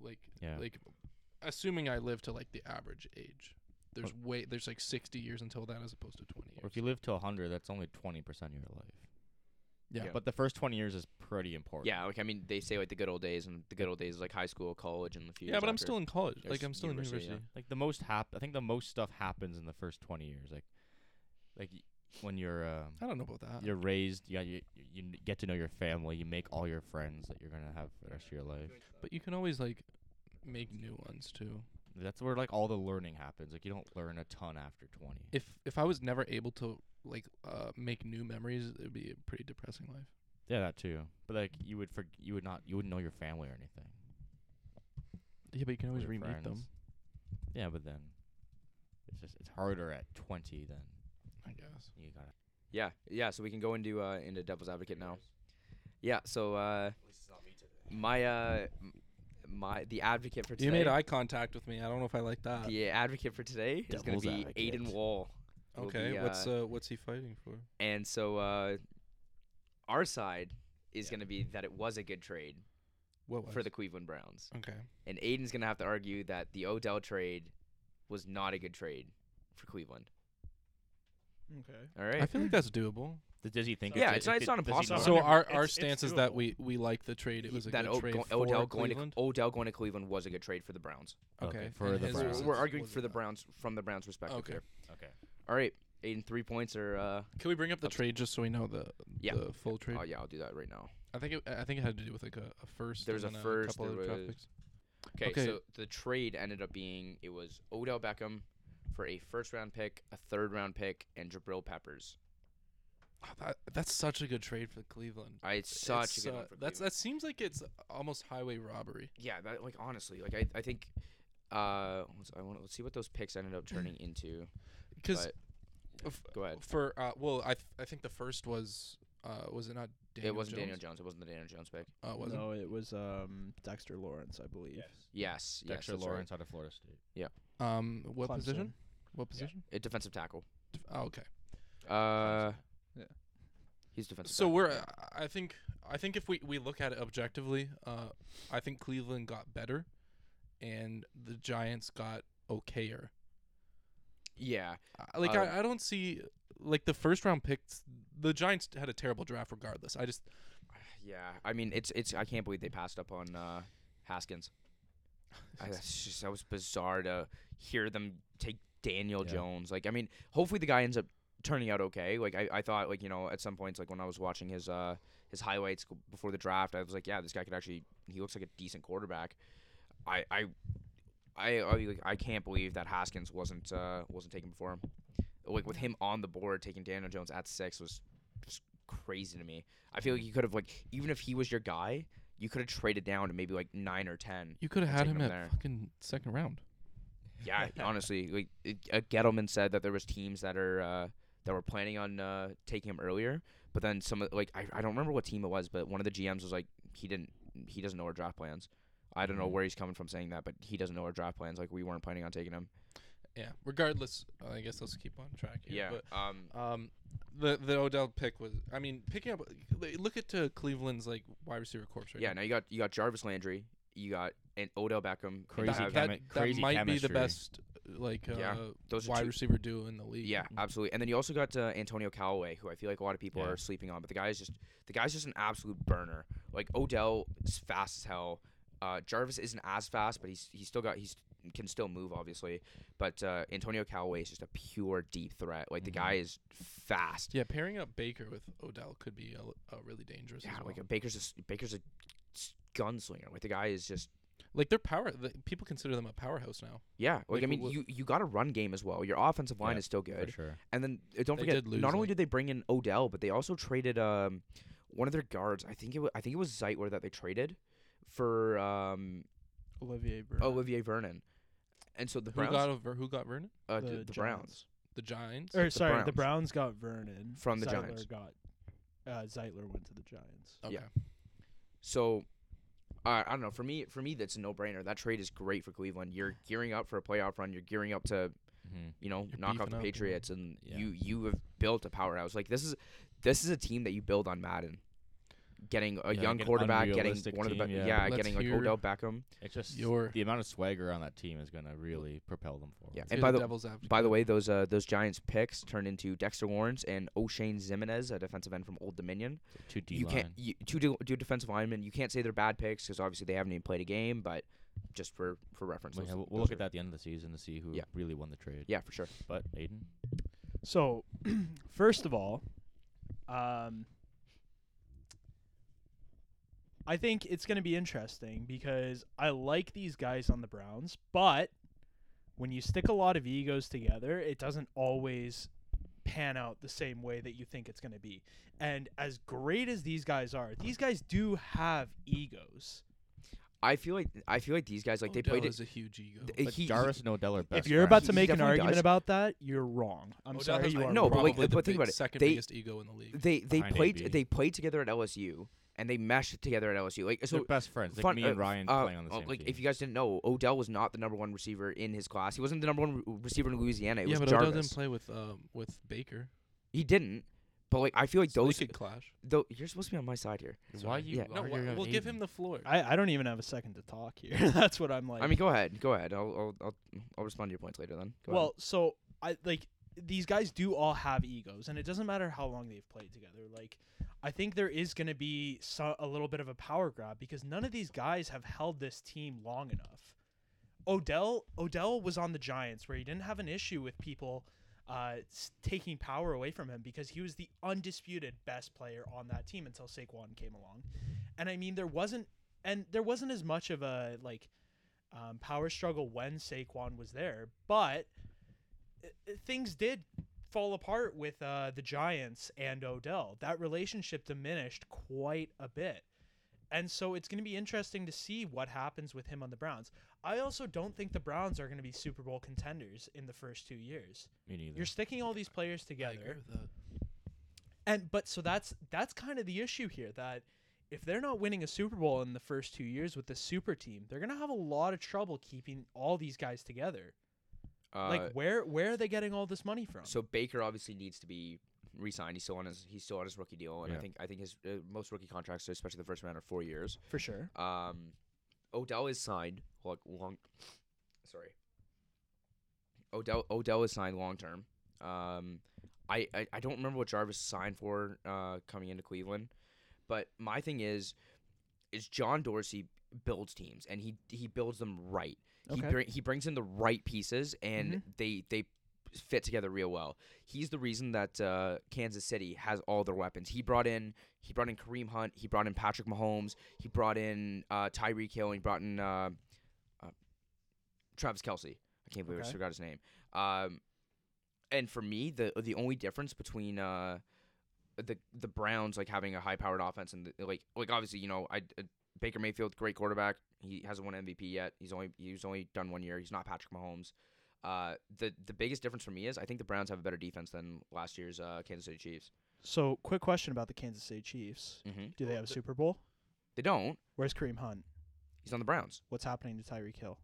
[SPEAKER 3] like
[SPEAKER 1] Yeah.
[SPEAKER 3] like assuming I live to like the average age. There's way there's like 60 years until that as opposed to 20 years.
[SPEAKER 1] Or if you live to 100, that's only 20% of your life.
[SPEAKER 3] Yeah.
[SPEAKER 1] But the first 20 years is pretty important.
[SPEAKER 2] Yeah, like I mean, they say like the good old days, and the good old days is like high school, college, and the few.
[SPEAKER 3] yeah,
[SPEAKER 2] years
[SPEAKER 3] but I'm
[SPEAKER 2] after.
[SPEAKER 3] still in college.
[SPEAKER 2] There's
[SPEAKER 3] Like I'm still in
[SPEAKER 2] university,
[SPEAKER 3] university.
[SPEAKER 2] yeah.
[SPEAKER 1] Like the most hap I think the most stuff happens in the first 20 years. Like like y- when you're um,
[SPEAKER 3] I don't know about
[SPEAKER 2] Uh,
[SPEAKER 3] that.
[SPEAKER 1] you're raised, yeah, you you n- get to know your family, you make all your friends that you're going to have for the rest of your life.
[SPEAKER 3] But you can always like make new ones too.
[SPEAKER 1] That's where like all the learning happens. Like you don't learn a ton after twenty.
[SPEAKER 3] If if I was never able to like uh make new memories, it'd be a pretty depressing life.
[SPEAKER 1] yeah, that too. But like you would for you would not you wouldn't know your family or anything.
[SPEAKER 3] Yeah, but you
[SPEAKER 1] or
[SPEAKER 3] can always
[SPEAKER 1] your
[SPEAKER 3] remake them.
[SPEAKER 1] friends. Yeah, but then it's just it's harder at twenty than
[SPEAKER 3] I guess.
[SPEAKER 1] you gotta.
[SPEAKER 2] Yeah, yeah. So we can go into uh, into Devil's Advocate now. Yeah. So uh, my uh, m- my the advocate for today.
[SPEAKER 3] You made eye contact with me. I don't know if I like that.
[SPEAKER 2] the advocate for today is going
[SPEAKER 1] Devil's
[SPEAKER 2] to be
[SPEAKER 1] advocate.
[SPEAKER 2] Aiden Wall. will
[SPEAKER 3] okay,
[SPEAKER 2] be,
[SPEAKER 3] what's
[SPEAKER 2] uh,
[SPEAKER 3] uh what's he fighting for?
[SPEAKER 2] And so uh, our side is going to be that it was a good trade
[SPEAKER 3] What was?
[SPEAKER 2] for the Cleveland Browns.
[SPEAKER 3] okay.
[SPEAKER 2] And Aiden's going to have to argue that the Odell trade was not a good trade for Cleveland.
[SPEAKER 4] Okay.
[SPEAKER 2] All right.
[SPEAKER 3] I feel like that's doable.
[SPEAKER 1] Th- Does he think?
[SPEAKER 2] Yeah,
[SPEAKER 1] a-
[SPEAKER 2] it's not-
[SPEAKER 1] it-
[SPEAKER 2] it's not
[SPEAKER 1] does he
[SPEAKER 2] impossible.
[SPEAKER 1] know
[SPEAKER 3] So
[SPEAKER 1] it?
[SPEAKER 4] mean,
[SPEAKER 3] our our
[SPEAKER 4] it's-
[SPEAKER 3] stance
[SPEAKER 4] it's
[SPEAKER 3] is that we
[SPEAKER 4] doable.
[SPEAKER 3] we like the trade. It was a
[SPEAKER 2] that
[SPEAKER 3] good
[SPEAKER 2] O-
[SPEAKER 3] trade
[SPEAKER 2] go-
[SPEAKER 3] for
[SPEAKER 2] Odell going
[SPEAKER 3] Cleveland.
[SPEAKER 2] to Odell going to Cleveland was a good trade for the Browns.
[SPEAKER 1] Okay,
[SPEAKER 3] and
[SPEAKER 1] for the
[SPEAKER 3] his
[SPEAKER 2] So
[SPEAKER 1] Browns.
[SPEAKER 3] was-
[SPEAKER 2] we're arguing
[SPEAKER 3] was
[SPEAKER 2] for the
[SPEAKER 3] not.
[SPEAKER 2] Browns from the Browns' perspective.
[SPEAKER 3] Okay.
[SPEAKER 2] here.
[SPEAKER 1] okay.
[SPEAKER 2] All right, Aiden, three points or uh,
[SPEAKER 3] Can we bring up the
[SPEAKER 2] Ups-
[SPEAKER 3] trade just so we know the
[SPEAKER 2] Yeah.
[SPEAKER 3] the full trade?
[SPEAKER 2] oh yeah, I'll do that right now.
[SPEAKER 3] I think it, I think it had to do with like a, a first.
[SPEAKER 2] There's
[SPEAKER 3] and
[SPEAKER 2] a
[SPEAKER 3] then
[SPEAKER 2] first,
[SPEAKER 3] couple
[SPEAKER 2] there
[SPEAKER 3] other draft
[SPEAKER 2] was-
[SPEAKER 3] picks.
[SPEAKER 2] Okay,
[SPEAKER 3] Okay.
[SPEAKER 2] so the trade ended up being it was Odell Beckham for a first round pick, a third round pick, and Jabril Peppers.
[SPEAKER 3] Oh, that, that's such a good trade for Cleveland.
[SPEAKER 2] I it's such
[SPEAKER 3] It's,
[SPEAKER 2] a good
[SPEAKER 3] uh,
[SPEAKER 2] one for
[SPEAKER 3] that's
[SPEAKER 2] Cleveland.
[SPEAKER 3] that seems like it's almost highway robbery.
[SPEAKER 2] yeah, that, like honestly, like I, I think uh let's, I want let's see what those picks ended up
[SPEAKER 3] [CLEARS THROAT]
[SPEAKER 2] turning into.
[SPEAKER 3] Because
[SPEAKER 2] But go ahead.
[SPEAKER 3] for uh, well, I th- I think the first was uh, was it not Daniel
[SPEAKER 2] it wasn't
[SPEAKER 3] Jones?
[SPEAKER 2] Daniel Jones. It wasn't the Daniel Jones pick.
[SPEAKER 3] Uh, was
[SPEAKER 4] No, it was um Dexter Lawrence, I believe.
[SPEAKER 2] Yes, yes,
[SPEAKER 1] Dexter
[SPEAKER 2] that's right.
[SPEAKER 1] Lawrence out of Florida State.
[SPEAKER 3] it? Um, what
[SPEAKER 4] Clemson.
[SPEAKER 3] position? What position?
[SPEAKER 2] A defensive tackle.
[SPEAKER 3] Oh, okay.
[SPEAKER 2] Uh,
[SPEAKER 4] Yeah.
[SPEAKER 2] he's defensive.
[SPEAKER 3] So
[SPEAKER 2] tackle,
[SPEAKER 3] we're
[SPEAKER 2] yeah.
[SPEAKER 3] uh, I think I think if we we look at it objectively, uh, I think Cleveland got better, and the Giants got okayer.
[SPEAKER 2] yeah,
[SPEAKER 3] I- like
[SPEAKER 2] Um,
[SPEAKER 3] I, I don't see like the first round picks the giants had a terrible draft regardless i just
[SPEAKER 2] yeah. I mean, it's it's. I can't believe they passed up on uh, Haskins. I, that's just that was bizarre to hear them take Daniel
[SPEAKER 1] Yeah.
[SPEAKER 2] Jones. Like, I mean, hopefully the guy ends up turning out okay. Like, I, I thought like you know at some points like when I was watching his uh his highlights g- before the draft, I was like, yeah, this guy could actually he looks like a decent quarterback. I I. I I, like, I can't believe that Haskins wasn't uh, wasn't taken before him. Like with him on the board, taking Daniel Jones at six was just crazy to me. I feel like you could have like even if he was your guy, you could have traded down to maybe like nine or ten.
[SPEAKER 3] you could have had
[SPEAKER 2] Taking
[SPEAKER 3] him
[SPEAKER 2] him
[SPEAKER 3] at
[SPEAKER 2] there.
[SPEAKER 3] fucking second round
[SPEAKER 2] Yeah, honestly, like it, uh, Gettleman said that there was teams that are uh, that were planning on uh, taking him earlier, but then some of like I, I don't remember what team it was, but one of the GMs was like he didn't he doesn't know our draft plans. I don't know where he's coming from saying that, but he doesn't know our draft plans. Like we weren't planning on taking him.
[SPEAKER 3] yeah regardless i guess let's keep on track here but
[SPEAKER 2] um.
[SPEAKER 3] um the the odell pick was i mean picking up like, look at uh, cleveland's like wide receiver corps right
[SPEAKER 2] Yeah.
[SPEAKER 3] now.
[SPEAKER 2] Now you got you got Jarvis Landry. You got and Odell Beckham.
[SPEAKER 1] Crazy
[SPEAKER 2] You have-
[SPEAKER 1] chem-
[SPEAKER 3] that, that,
[SPEAKER 1] crazy
[SPEAKER 3] that might be
[SPEAKER 1] chemistry.
[SPEAKER 3] the best like uh,
[SPEAKER 2] Yeah, those are
[SPEAKER 3] wide
[SPEAKER 2] two-
[SPEAKER 3] receiver duo in the league
[SPEAKER 2] Yeah, absolutely. And then you also got uh, Antonio Callaway, who I feel like a lot of people
[SPEAKER 1] Yeah.
[SPEAKER 2] are sleeping on, but the guy's just the guy's just an absolute burner. Like Odell is fast as hell. Uh, Jarvis isn't as fast, but he's he's still got he's can still move obviously. But uh, Antonio Callaway is just a pure deep threat. Like the
[SPEAKER 1] Mhm.
[SPEAKER 2] guy is fast.
[SPEAKER 3] yeah pairing up baker with odell could be a, a really dangerous
[SPEAKER 2] Yeah,
[SPEAKER 3] as well.
[SPEAKER 2] like a Baker's a, s- Baker's a s- gunslinger. Like the guy is just
[SPEAKER 3] like they're power the, people consider them a powerhouse now
[SPEAKER 2] yeah. Like,
[SPEAKER 3] Like,
[SPEAKER 2] I mean,
[SPEAKER 3] wh-
[SPEAKER 2] you you got a run game as well. Your offensive line
[SPEAKER 1] Yeah,
[SPEAKER 2] is still
[SPEAKER 1] For
[SPEAKER 2] good.
[SPEAKER 1] sure.
[SPEAKER 2] And then uh, don't
[SPEAKER 3] They
[SPEAKER 2] forget,
[SPEAKER 3] did lose,
[SPEAKER 2] not only
[SPEAKER 3] like-
[SPEAKER 2] did they bring in Odell, but they also traded um one of their guards. I think it was, I think it was Zeitler that they traded for um
[SPEAKER 4] Olivier Bernard.
[SPEAKER 2] Olivier Vernon. And so the
[SPEAKER 3] who
[SPEAKER 2] Browns,
[SPEAKER 3] got over who got vernon
[SPEAKER 2] uh, d- the,
[SPEAKER 4] Giants.
[SPEAKER 2] Browns.
[SPEAKER 3] the giants
[SPEAKER 4] Or sorry, the
[SPEAKER 2] Browns.
[SPEAKER 4] Browns got Vernon.
[SPEAKER 2] From the
[SPEAKER 4] Zeitler
[SPEAKER 2] Giants.
[SPEAKER 4] Got uh, Zeitler went to the Giants.
[SPEAKER 3] okay
[SPEAKER 2] yeah. So uh, I don't know. For me, for me, that's a no-brainer. That trade is great for Cleveland. You're gearing up for a playoff run. You're gearing up to
[SPEAKER 1] hmm
[SPEAKER 2] you know
[SPEAKER 3] You're
[SPEAKER 2] knock off
[SPEAKER 3] beefing
[SPEAKER 2] the
[SPEAKER 3] up.
[SPEAKER 2] Patriots, and
[SPEAKER 1] Yeah.
[SPEAKER 2] you you have built a powerhouse. Like this is this is a team that you build on Madden. Getting a
[SPEAKER 1] Yeah,
[SPEAKER 2] young
[SPEAKER 1] like an
[SPEAKER 2] quarterback, getting
[SPEAKER 1] unrealistic
[SPEAKER 2] one of the
[SPEAKER 1] team,
[SPEAKER 2] be-
[SPEAKER 1] yeah.
[SPEAKER 2] yeah,
[SPEAKER 3] Let's
[SPEAKER 2] getting like
[SPEAKER 3] hear-
[SPEAKER 2] Odell Beckham.
[SPEAKER 1] It's just
[SPEAKER 3] Your-
[SPEAKER 1] the amount of swagger on that team is gonna really propel them forward.
[SPEAKER 2] Yeah,
[SPEAKER 3] Let's
[SPEAKER 2] and
[SPEAKER 3] hear
[SPEAKER 2] by
[SPEAKER 3] the
[SPEAKER 2] the
[SPEAKER 3] devil's advocate.
[SPEAKER 2] by the way, those uh, those Giants picks turned into Dexter Lawrence and O'Shane Zimenez, a defensive end from Old Dominion.
[SPEAKER 1] Two D
[SPEAKER 2] You can't
[SPEAKER 1] line.
[SPEAKER 2] you, two de- two defensive linemen. You can't say they're bad picks because obviously they haven't even played a game. But just for for reference,
[SPEAKER 1] Well,
[SPEAKER 2] those-
[SPEAKER 1] yeah, we'll, we'll look
[SPEAKER 2] those
[SPEAKER 1] at
[SPEAKER 2] are-
[SPEAKER 1] that at the end of the season to see who
[SPEAKER 2] Yeah.
[SPEAKER 1] really won the trade.
[SPEAKER 2] Yeah, for sure.
[SPEAKER 1] But Aiden,
[SPEAKER 4] So, [CLEARS THROAT] first of all, um, I think it's going to be interesting because I like these guys on the Browns, but when you stick a lot of egos together, it doesn't always pan out the same way that you think it's going to be. And as great as these guys are, these guys do have egos.
[SPEAKER 2] I feel like I feel like these guys
[SPEAKER 1] Oh,
[SPEAKER 2] like they
[SPEAKER 3] Odell
[SPEAKER 2] played it.
[SPEAKER 3] is a huge ego.
[SPEAKER 2] th-
[SPEAKER 1] But
[SPEAKER 2] he- he-
[SPEAKER 1] Jarvis and Odell are best.
[SPEAKER 4] if you're about
[SPEAKER 1] friends.
[SPEAKER 4] to
[SPEAKER 2] He
[SPEAKER 4] make an
[SPEAKER 2] definitely
[SPEAKER 4] argument
[SPEAKER 2] does.
[SPEAKER 4] about that, you're wrong. I'm
[SPEAKER 3] Odell
[SPEAKER 4] sorry,
[SPEAKER 3] has,
[SPEAKER 4] you
[SPEAKER 3] like,
[SPEAKER 4] are
[SPEAKER 2] No, but,
[SPEAKER 4] wrong.
[SPEAKER 3] probably
[SPEAKER 2] like, but
[SPEAKER 3] the
[SPEAKER 2] think
[SPEAKER 3] big-
[SPEAKER 2] about it.
[SPEAKER 3] Second
[SPEAKER 2] They-
[SPEAKER 3] biggest ego in the league.
[SPEAKER 2] They they
[SPEAKER 1] Behind
[SPEAKER 2] played
[SPEAKER 1] AB.
[SPEAKER 2] they played together at LSU and they mashed it together at LSU. Like so
[SPEAKER 1] They're best friends. Like
[SPEAKER 2] fun-
[SPEAKER 1] me
[SPEAKER 2] uh,
[SPEAKER 1] and Ryan
[SPEAKER 2] uh,
[SPEAKER 1] playing on the
[SPEAKER 2] uh,
[SPEAKER 1] same
[SPEAKER 2] like
[SPEAKER 1] team.
[SPEAKER 2] if you guys didn't know, Odell was not the number one receiver in his class. He wasn't the number one re- receiver in Louisiana. It
[SPEAKER 3] yeah,
[SPEAKER 2] was
[SPEAKER 3] but
[SPEAKER 2] Jarvis.
[SPEAKER 3] Odell didn't play with um, with Baker.
[SPEAKER 2] He didn't. But like I feel like
[SPEAKER 3] So they
[SPEAKER 2] those
[SPEAKER 3] could clash.
[SPEAKER 2] though you're supposed to be on my side here.
[SPEAKER 1] Why
[SPEAKER 3] Sorry.
[SPEAKER 1] you
[SPEAKER 2] Yeah.
[SPEAKER 3] No,
[SPEAKER 1] arguing
[SPEAKER 3] wha-
[SPEAKER 1] with
[SPEAKER 3] we'll give
[SPEAKER 1] Aiden?
[SPEAKER 3] him the floor.
[SPEAKER 4] I, I don't even have a second to talk here. [LAUGHS] That's what I'm like.
[SPEAKER 2] I mean, go ahead, go ahead. I'll I'll I'll, I'll respond to your points later then. Go ahead.
[SPEAKER 4] well, so I like these guys do all have egos, and it doesn't matter how long they've played together. Like, I think there is going to be so, a little bit of a power grab because none of these guys have held this team long enough. Odell Odell was on the Giants where he didn't have an issue with people uh, s- taking power away from him because he was the undisputed best player on that team until Saquon came along, and I mean there wasn't and there wasn't as much of a like um, power struggle when Saquon was there, but uh, uh, things did fall apart with uh, the Giants and Odell. That relationship diminished quite a bit. And so it's going to be interesting to see what happens with him on the Browns. I also don't think the Browns are going to be Super Bowl contenders in the first two years.
[SPEAKER 1] Me neither.
[SPEAKER 4] You're sticking all these players
[SPEAKER 3] I agree
[SPEAKER 4] together.
[SPEAKER 3] with that.
[SPEAKER 4] And but so that's that's kind of the issue here that if they're not winning a Super Bowl in the first two years with the super team, they're gonna have a lot of trouble keeping all these guys together.
[SPEAKER 2] uh,
[SPEAKER 4] like where where are they getting all this money from?
[SPEAKER 2] so Baker obviously needs to be re-signed. He's still on his he's still on his rookie deal, and I
[SPEAKER 1] Yeah.
[SPEAKER 2] think I think his uh, most rookie contracts, especially the first round, are four years.
[SPEAKER 4] for sure.
[SPEAKER 2] Um, Odell is signed like long. Sorry. Odell Odell is signed long term. Um, I, I I don't remember what Jarvis signed for uh coming into Cleveland, but my thing is, is John Dorsey builds teams and he he builds them right. He
[SPEAKER 4] Okay.
[SPEAKER 2] bring, he brings in the right pieces and they they fit together real well. He's the reason that uh, Kansas City has all their weapons. He brought in he brought in Kareem Hunt. He brought in Patrick Mahomes. He brought in uh, Tyreek Hill. And he brought in uh, uh, Travis Kelsey. I can't believe I
[SPEAKER 4] Okay.
[SPEAKER 2] just forgot his name. Um, and for me, the the only difference between uh, the the Browns like having a high powered offense and the, like like obviously you know I uh, Baker Mayfield great quarterback. He hasn't won MVP yet. He's only he's only done one year. He's not Patrick Mahomes. Uh, the the biggest difference for me is I think the Browns have a better defense than last year's uh, Kansas City Chiefs.
[SPEAKER 4] So quick question about the Kansas City Chiefs.
[SPEAKER 2] Mm-hmm.
[SPEAKER 4] Do they
[SPEAKER 3] Well,
[SPEAKER 4] have a
[SPEAKER 3] the-
[SPEAKER 4] Super Bowl?
[SPEAKER 2] They don't.
[SPEAKER 4] Where's Kareem Hunt?
[SPEAKER 2] He's on the Browns.
[SPEAKER 4] What's happening to Tyreek Hill?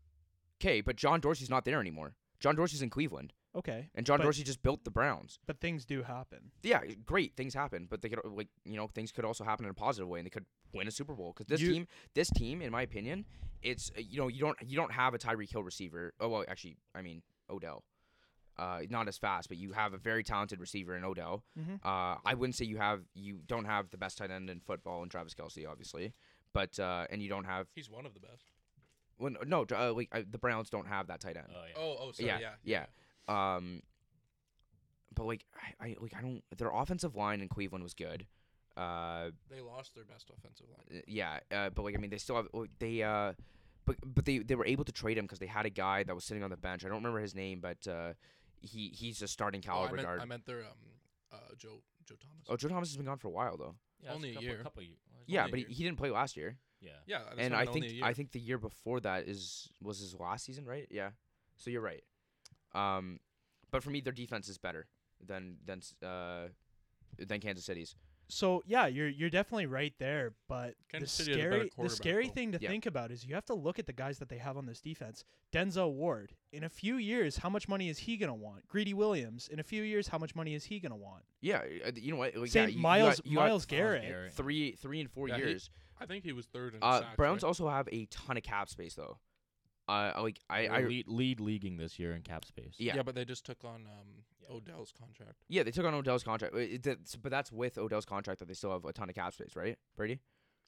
[SPEAKER 2] Okay, but John Dorsey's not there anymore. John Dorsey's in Cleveland,
[SPEAKER 4] Okay.
[SPEAKER 2] and John
[SPEAKER 4] But-
[SPEAKER 2] Dorsey just built the Browns.
[SPEAKER 4] But things do happen.
[SPEAKER 2] Yeah, great things happen, but they could like you know things could also happen in a positive way, and they could win a Super Bowl because this
[SPEAKER 4] You-
[SPEAKER 2] team, this team, in my opinion, it's uh, you know you don't you don't have a Tyreek Hill receiver. Oh well, actually, I mean Odell. Uh, not as fast, but you have a very talented receiver in Odell.
[SPEAKER 4] Mm-hmm.
[SPEAKER 2] Uh, I wouldn't say you have you don't have the best tight end in football in Travis Kelsey, obviously, but uh, and you don't have
[SPEAKER 3] He's one of the best.
[SPEAKER 2] well, no uh, like uh, the Browns don't have that tight end.
[SPEAKER 3] Oh, oh, sorry,
[SPEAKER 2] Yeah, yeah.
[SPEAKER 3] yeah,
[SPEAKER 2] Um, but like I, I like I don't their offensive line in Cleveland was good. Uh,
[SPEAKER 3] They lost their best offensive line.
[SPEAKER 2] yeah. Uh, but like I mean they still have like, they uh, but but they they were able to trade him because they had a guy that was sitting on the bench. I don't remember his name, but uh, he he's a starting
[SPEAKER 3] Oh, I
[SPEAKER 2] caliber
[SPEAKER 3] meant,
[SPEAKER 2] guard.
[SPEAKER 3] I meant their um, uh, Joe Joe Thomas.
[SPEAKER 2] oh, Joe Thomas has been gone for a while though.
[SPEAKER 1] Yeah, it's
[SPEAKER 3] Only a
[SPEAKER 1] couple-
[SPEAKER 3] year.
[SPEAKER 1] couple year- well, it's
[SPEAKER 2] Yeah,
[SPEAKER 1] only
[SPEAKER 2] but
[SPEAKER 1] a
[SPEAKER 2] he,
[SPEAKER 1] year.
[SPEAKER 2] he didn't play last year.
[SPEAKER 1] yeah.
[SPEAKER 3] Yeah, that's
[SPEAKER 2] and
[SPEAKER 3] what
[SPEAKER 2] I
[SPEAKER 3] meant, only
[SPEAKER 2] think
[SPEAKER 3] a
[SPEAKER 2] I
[SPEAKER 3] year.
[SPEAKER 2] think the year before that is was his last season, right? Yeah. So you're right. Um, but for me, their defense is better than than s- uh than Kansas City's.
[SPEAKER 4] So yeah, you're you're definitely right there, but
[SPEAKER 3] Kansas
[SPEAKER 4] the
[SPEAKER 3] City has a better
[SPEAKER 4] scary the
[SPEAKER 3] quarterback,
[SPEAKER 4] scary
[SPEAKER 3] though.
[SPEAKER 4] thing to
[SPEAKER 2] Yeah.
[SPEAKER 4] think about is you have to look at the guys that they have on this defense. Denzel Ward, in a few years, how much money is he gonna want? Greedy Williams, in a few years, how much money is he gonna want?
[SPEAKER 2] Yeah, uh, you know what? Like, yeah,
[SPEAKER 4] Same
[SPEAKER 2] you- you
[SPEAKER 4] Miles
[SPEAKER 2] got- you got
[SPEAKER 4] Miles Garrett.
[SPEAKER 1] Garrett.
[SPEAKER 2] three three and four
[SPEAKER 3] Yeah, he-
[SPEAKER 2] years.
[SPEAKER 3] I think he was third in
[SPEAKER 2] Uh,
[SPEAKER 3] sacks,
[SPEAKER 2] Browns
[SPEAKER 3] right?
[SPEAKER 2] also have a ton of cap space though. Uh, like I,
[SPEAKER 1] They
[SPEAKER 2] I
[SPEAKER 1] lead, lead leaguing this year in cap space.
[SPEAKER 2] yeah.
[SPEAKER 3] but they just took on um, Odell's contract.
[SPEAKER 2] yeah, they took on Odell's contract, Uh, it- that's- but that's with Odell's contract that they still have a ton of cap space, right, Brady?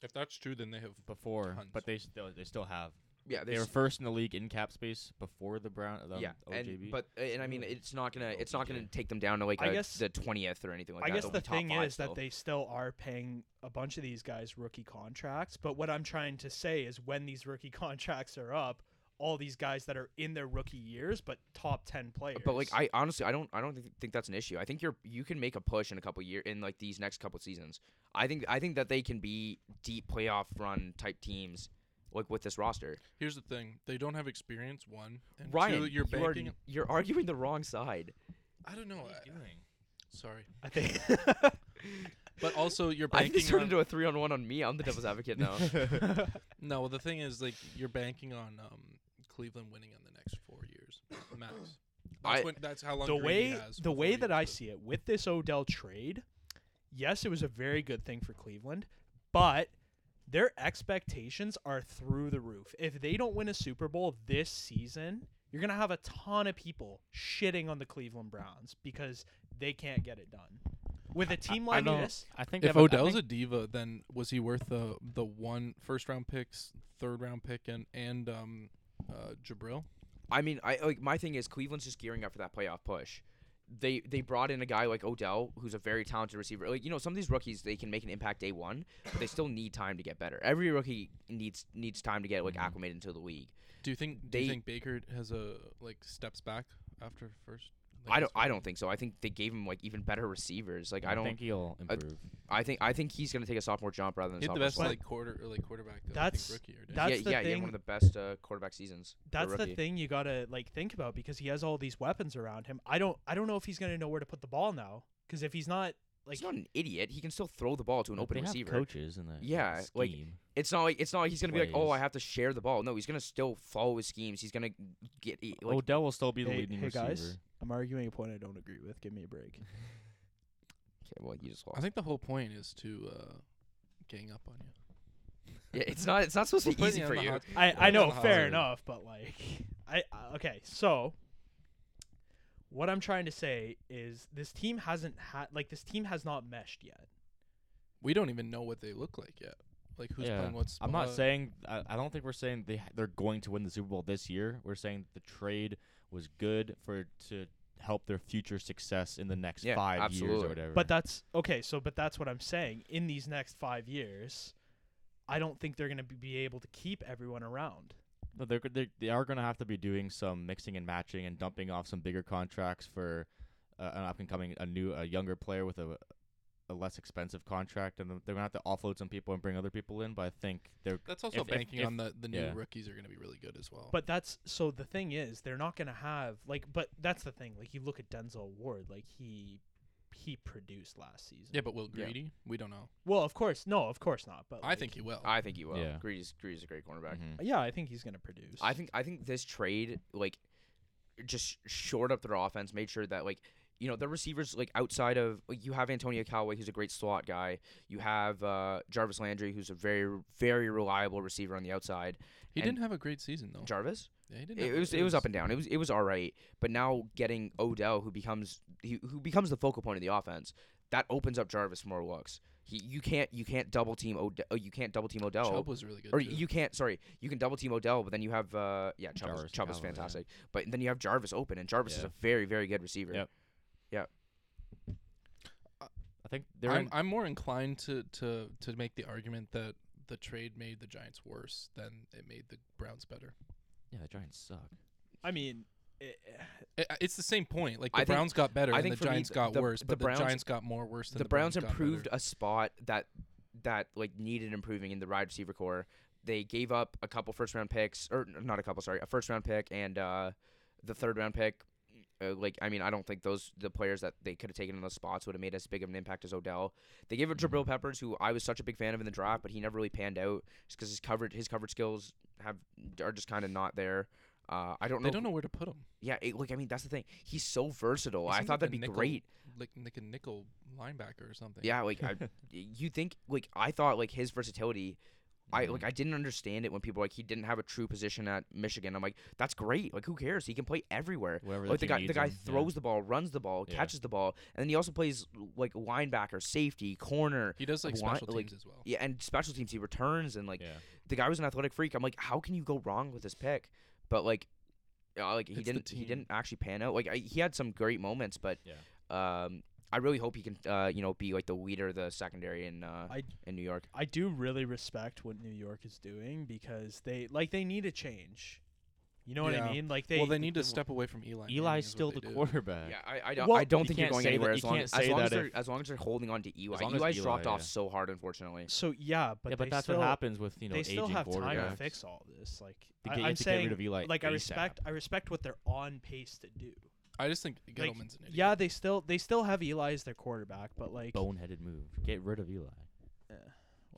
[SPEAKER 3] If that's true, then they have
[SPEAKER 1] before,
[SPEAKER 3] Tons.
[SPEAKER 1] but they still they still have
[SPEAKER 2] yeah,
[SPEAKER 1] They were
[SPEAKER 2] there's
[SPEAKER 1] first in the league in cap space before the Brown.
[SPEAKER 4] um,
[SPEAKER 1] The
[SPEAKER 2] yeah,
[SPEAKER 1] OJB. [LAUGHS]
[SPEAKER 2] and but uh, and I mean
[SPEAKER 1] Really?
[SPEAKER 2] it's not
[SPEAKER 3] Oh,
[SPEAKER 2] gonna it's not gonna
[SPEAKER 1] OBJ.
[SPEAKER 2] take them down to like
[SPEAKER 4] I
[SPEAKER 2] a-
[SPEAKER 4] guess-
[SPEAKER 2] the twentieth or anything like
[SPEAKER 4] I
[SPEAKER 2] that.
[SPEAKER 4] guess
[SPEAKER 2] They'll
[SPEAKER 4] the
[SPEAKER 2] be top
[SPEAKER 4] thing
[SPEAKER 2] five
[SPEAKER 4] is
[SPEAKER 2] still.
[SPEAKER 4] that they still are paying a bunch of these guys rookie contracts. But what I'm trying to say is when these rookie [LAUGHS] contracts are up, all these guys that are in their rookie years but top 10 players.
[SPEAKER 2] But like I honestly I don't I don't think, think that's an issue. I think you're you can make a push in a couple year in like these next couple seasons. I think I think that they can be deep playoff run type teams like with this roster.
[SPEAKER 3] Here's the thing: they don't have experience. One, and
[SPEAKER 2] Ryan,
[SPEAKER 3] two, you're
[SPEAKER 2] you are,
[SPEAKER 3] banking.
[SPEAKER 2] [LAUGHS] you're arguing the wrong side.
[SPEAKER 3] I don't know. I- sorry,
[SPEAKER 4] I think [LAUGHS]
[SPEAKER 3] but
[SPEAKER 2] [LAUGHS]
[SPEAKER 3] also you're
[SPEAKER 2] I think this
[SPEAKER 3] banking.
[SPEAKER 2] turned
[SPEAKER 3] on,
[SPEAKER 2] into a three on one on me. I'm the devil's advocate
[SPEAKER 3] [LAUGHS]
[SPEAKER 2] now.
[SPEAKER 3] no, the thing is, like, you're banking on um, Cleveland winning in the next four years, max. That's,
[SPEAKER 2] I-
[SPEAKER 3] when, that's how long
[SPEAKER 4] the
[SPEAKER 3] Greeny
[SPEAKER 4] way
[SPEAKER 3] has
[SPEAKER 4] the
[SPEAKER 3] before
[SPEAKER 4] way
[SPEAKER 3] he-
[SPEAKER 4] that I see it with this Odell trade, yes, it was a very good thing for Cleveland, but their expectations are through the roof. If they don't win a Super Bowl this season, you're going to have a ton of people shitting on the Cleveland Browns because they can't get it done. With a team like this,
[SPEAKER 1] I
[SPEAKER 2] [LAUGHS]
[SPEAKER 1] think
[SPEAKER 3] If Odell's a diva, then was he worth the the one first round picks, third round pick, and and um, uh, Jabril?
[SPEAKER 2] I mean, I like my thing is Cleveland's just gearing up for that playoff push. They they brought in a guy like Odell, who's a very talented receiver. Like you know, some of these rookies they can make an impact day one, but they still need time to get better. Every rookie needs needs time to get like
[SPEAKER 3] Mm-hmm.
[SPEAKER 2] acclimated into the league.
[SPEAKER 3] Do you think do
[SPEAKER 2] They-
[SPEAKER 3] you think Baker has a like steps back after first? like,
[SPEAKER 2] I
[SPEAKER 3] his
[SPEAKER 2] don't I
[SPEAKER 3] first-
[SPEAKER 2] don't think so. I think they gave him like even better receivers. Like I don't. uh,
[SPEAKER 1] think he'll
[SPEAKER 2] I-
[SPEAKER 1] improve.
[SPEAKER 2] I think I think he's gonna take a sophomore jump rather than
[SPEAKER 3] He
[SPEAKER 2] a
[SPEAKER 3] had
[SPEAKER 2] sophomore
[SPEAKER 3] the best
[SPEAKER 2] slump.
[SPEAKER 3] like quarter or like quarterback that
[SPEAKER 4] That's-
[SPEAKER 3] I think rookie or
[SPEAKER 4] that's
[SPEAKER 2] yeah,
[SPEAKER 4] the
[SPEAKER 2] yeah, he had one
[SPEAKER 4] thing-
[SPEAKER 2] of the best uh, quarterback seasons. for a
[SPEAKER 4] that's the
[SPEAKER 2] rookie.
[SPEAKER 4] thing you got to like think about because he has all these weapons around him. I don't I don't know if he's going to know where to put the ball now because if he's not like
[SPEAKER 2] he's not an idiot. He can still throw the ball to an
[SPEAKER 1] But
[SPEAKER 2] open
[SPEAKER 1] they have
[SPEAKER 2] receiver.
[SPEAKER 1] coaches in that
[SPEAKER 2] Yeah,
[SPEAKER 1] scheme.
[SPEAKER 2] like, It's not like it's not like he's gonna be like, oh,
[SPEAKER 1] plays.
[SPEAKER 2] I have to share the ball. No, he's gonna still follow his schemes. He's gonna get he- like
[SPEAKER 1] Odell will still be the
[SPEAKER 4] Hey-
[SPEAKER 1] leading
[SPEAKER 4] hey,
[SPEAKER 1] receiver.
[SPEAKER 4] guys. I'm arguing a point I don't agree with. Give me a break.
[SPEAKER 2] Okay, well, you just
[SPEAKER 3] I
[SPEAKER 2] lost.
[SPEAKER 3] think the whole point is to uh, gang up on you.
[SPEAKER 2] Yeah, it's not. It's not supposed to
[SPEAKER 3] We're
[SPEAKER 2] be
[SPEAKER 3] putting
[SPEAKER 2] easy
[SPEAKER 3] you
[SPEAKER 2] for
[SPEAKER 3] on the
[SPEAKER 2] you.
[SPEAKER 3] hot-
[SPEAKER 4] I,
[SPEAKER 3] putting
[SPEAKER 4] I
[SPEAKER 3] you on
[SPEAKER 4] know,
[SPEAKER 3] the hot
[SPEAKER 4] fair
[SPEAKER 3] seat.
[SPEAKER 4] enough, but like, I uh, okay. So, what I'm trying to say is this team hasn't had like this team has not meshed yet.
[SPEAKER 3] We don't even know what they look like yet. Like who's
[SPEAKER 1] Yeah.
[SPEAKER 3] playing what's. uh,
[SPEAKER 1] I'm not saying. I, I don't think we're saying they they're going to win the Super Bowl this year. We're saying the trade was good for to help their future success in the next
[SPEAKER 2] Yeah,
[SPEAKER 1] five years
[SPEAKER 2] absolutely.
[SPEAKER 1] or whatever.
[SPEAKER 4] But that's okay. So, but that's what I'm saying. In these next five years, I don't think they're gonna be- be able to keep everyone around.
[SPEAKER 1] No, they're, they're they are going to have to be doing some mixing and matching and dumping off some bigger contracts for uh, an up and coming a new a younger player with a a less expensive contract, and they're going to have to offload some people and bring other people in. But I think they're
[SPEAKER 3] That's also
[SPEAKER 1] If- if-
[SPEAKER 3] banking
[SPEAKER 1] if-
[SPEAKER 3] on the the new
[SPEAKER 1] yeah.
[SPEAKER 3] rookies are going to be really good as well.
[SPEAKER 4] But that's so the thing is they're not gonna have like. But that's the thing. Like you look at Denzel Ward, like he he produced last season.
[SPEAKER 3] yeah, but will
[SPEAKER 2] Yeah.
[SPEAKER 3] Greedy? We don't know.
[SPEAKER 4] Well, of course, no, of course not. But
[SPEAKER 3] I
[SPEAKER 4] like,
[SPEAKER 3] think he will.
[SPEAKER 2] I think you will.
[SPEAKER 1] Yeah.
[SPEAKER 2] Greedy's Greedy's a great cornerback.
[SPEAKER 1] Mhm.
[SPEAKER 4] Yeah, I think he's gonna produce.
[SPEAKER 2] I think I think this trade like just shored up their offense, made sure that like you know their receivers like outside of like, you have Antonio Callaway, who's a great slot guy. You have uh, Jarvis Landry, who's a very very reliable receiver on the outside.
[SPEAKER 3] he
[SPEAKER 2] and-
[SPEAKER 3] didn't have a great season though.
[SPEAKER 2] Jarvis.
[SPEAKER 3] yeah, he didn't
[SPEAKER 2] it,
[SPEAKER 3] have
[SPEAKER 2] it
[SPEAKER 3] a-
[SPEAKER 2] was it was up and down. It was it was all right, but now getting Odell, who becomes he, who becomes the focal point of the offense, that opens up Jarvis more looks. He, you can't you can't double team Odell. You can't double team Odell.
[SPEAKER 3] Chubb was really good.
[SPEAKER 2] or
[SPEAKER 3] too.
[SPEAKER 2] you can't. Sorry, you can double team Odell, but then you have uh yeah Chubb is,
[SPEAKER 1] Jarvis
[SPEAKER 2] Chubb is
[SPEAKER 1] Allen, yeah.
[SPEAKER 2] fantastic, but then you have Jarvis open, and Jarvis is
[SPEAKER 1] Yeah.
[SPEAKER 2] a very very good receiver.
[SPEAKER 1] Yep. I think they're
[SPEAKER 3] I'm,
[SPEAKER 1] in-
[SPEAKER 3] I'm more inclined to, to to make the argument that the trade made the Giants worse than it made the Browns better.
[SPEAKER 1] yeah the Giants suck.
[SPEAKER 4] I mean, it,
[SPEAKER 3] I- I- it's the same point. Like
[SPEAKER 2] I
[SPEAKER 3] the
[SPEAKER 2] think-
[SPEAKER 3] Browns got better
[SPEAKER 2] I
[SPEAKER 3] and
[SPEAKER 2] think
[SPEAKER 3] the
[SPEAKER 2] for me,
[SPEAKER 3] Giants
[SPEAKER 2] the-
[SPEAKER 3] got
[SPEAKER 2] the-
[SPEAKER 3] worse,
[SPEAKER 2] the
[SPEAKER 3] but the,
[SPEAKER 2] Browns-
[SPEAKER 3] Giants got more worse than
[SPEAKER 2] the Browns improved
[SPEAKER 3] Got
[SPEAKER 2] a spot that that like needed improving in the wide receiver core. They gave up a couple first round picks, or n- not a couple, sorry, a first round pick and uh, the third round pick. Uh, like I mean, I don't think those the players that they could have taken in those spots would have made as big of an impact as Odell. They gave up
[SPEAKER 3] Mm-hmm.
[SPEAKER 2] Jabril Peppers, who I was such a big fan of in the draft, but he never really panned out just because his coverage his coverage skills have are just kind of not there. Uh, I don't
[SPEAKER 3] better.
[SPEAKER 2] know.
[SPEAKER 3] They don't know where to put him.
[SPEAKER 2] Yeah, it, like I mean, that's the thing. He's so versatile.
[SPEAKER 3] He
[SPEAKER 2] I
[SPEAKER 3] seems
[SPEAKER 2] thought
[SPEAKER 3] like a
[SPEAKER 2] that'd be
[SPEAKER 3] nickel-
[SPEAKER 2] great.
[SPEAKER 3] Like like a nickel linebacker or something.
[SPEAKER 2] Yeah, like I, you think like I thought like his versatility I
[SPEAKER 1] Mhm.
[SPEAKER 2] like I didn't understand it when people were like he didn't have a true position at Michigan. I'm like, that's great. Like who cares? He can play everywhere.
[SPEAKER 1] [LAUGHS] Whatever
[SPEAKER 2] Like the
[SPEAKER 1] team
[SPEAKER 2] guy, the
[SPEAKER 1] needs
[SPEAKER 2] guy
[SPEAKER 1] him, yeah.
[SPEAKER 2] throws the ball, runs the ball,
[SPEAKER 1] Yeah.
[SPEAKER 2] catches the ball, and then he also plays like linebacker, safety, corner.
[SPEAKER 3] He does like
[SPEAKER 2] Why-
[SPEAKER 3] special
[SPEAKER 2] like-
[SPEAKER 3] teams as well.
[SPEAKER 2] Yeah, and special teams he returns and like
[SPEAKER 1] yeah.
[SPEAKER 2] the guy was an athletic freak. I'm like, how can you go wrong with this pick? But like, uh, like he
[SPEAKER 3] It's the
[SPEAKER 2] didn't he
[SPEAKER 3] team.
[SPEAKER 2] didn't actually pan out. Like I, he had some great moments, but um, I really hope he can uh, you know be like the leader of the secondary in uh,
[SPEAKER 4] I-
[SPEAKER 2] in New York.
[SPEAKER 4] I do really respect what New York is doing because they like they need a change. You know what
[SPEAKER 3] Yeah.
[SPEAKER 4] I mean? Like they
[SPEAKER 3] well, they need to step away from Eli. Manning
[SPEAKER 1] Eli's
[SPEAKER 3] is what
[SPEAKER 1] still
[SPEAKER 3] they
[SPEAKER 1] the
[SPEAKER 3] do.
[SPEAKER 1] quarterback.
[SPEAKER 2] Yeah, I, I don't,
[SPEAKER 4] Well,
[SPEAKER 2] I don't
[SPEAKER 1] you
[SPEAKER 2] think you're
[SPEAKER 1] can't
[SPEAKER 2] going
[SPEAKER 1] say that-
[SPEAKER 2] anywhere
[SPEAKER 1] you
[SPEAKER 2] as long,
[SPEAKER 1] can't
[SPEAKER 2] as,
[SPEAKER 1] say
[SPEAKER 2] long as
[SPEAKER 1] that
[SPEAKER 2] they're
[SPEAKER 1] if-
[SPEAKER 2] as long as they're holding on to Eli.
[SPEAKER 1] long as
[SPEAKER 2] Eli's
[SPEAKER 1] Eli,
[SPEAKER 2] dropped off
[SPEAKER 1] yeah.
[SPEAKER 2] so hard, unfortunately.
[SPEAKER 4] So yeah, but
[SPEAKER 1] yeah,
[SPEAKER 4] they
[SPEAKER 1] but that's
[SPEAKER 4] still,
[SPEAKER 1] what happens with you know
[SPEAKER 4] they
[SPEAKER 1] aging
[SPEAKER 4] still have time
[SPEAKER 1] quarterbacks.
[SPEAKER 4] to fix all this. Like
[SPEAKER 1] To
[SPEAKER 4] I,
[SPEAKER 1] get- you
[SPEAKER 4] am
[SPEAKER 1] have to get
[SPEAKER 4] saying,
[SPEAKER 1] rid of Eli
[SPEAKER 4] like I
[SPEAKER 1] ASAP.
[SPEAKER 4] respect I respect what they're on pace to do.
[SPEAKER 3] I just think
[SPEAKER 4] Like,
[SPEAKER 3] Gettleman's an idiot.
[SPEAKER 4] yeah, they still they still have Eli as their quarterback, but like
[SPEAKER 1] boneheaded move. Get rid of Eli.
[SPEAKER 4] eh.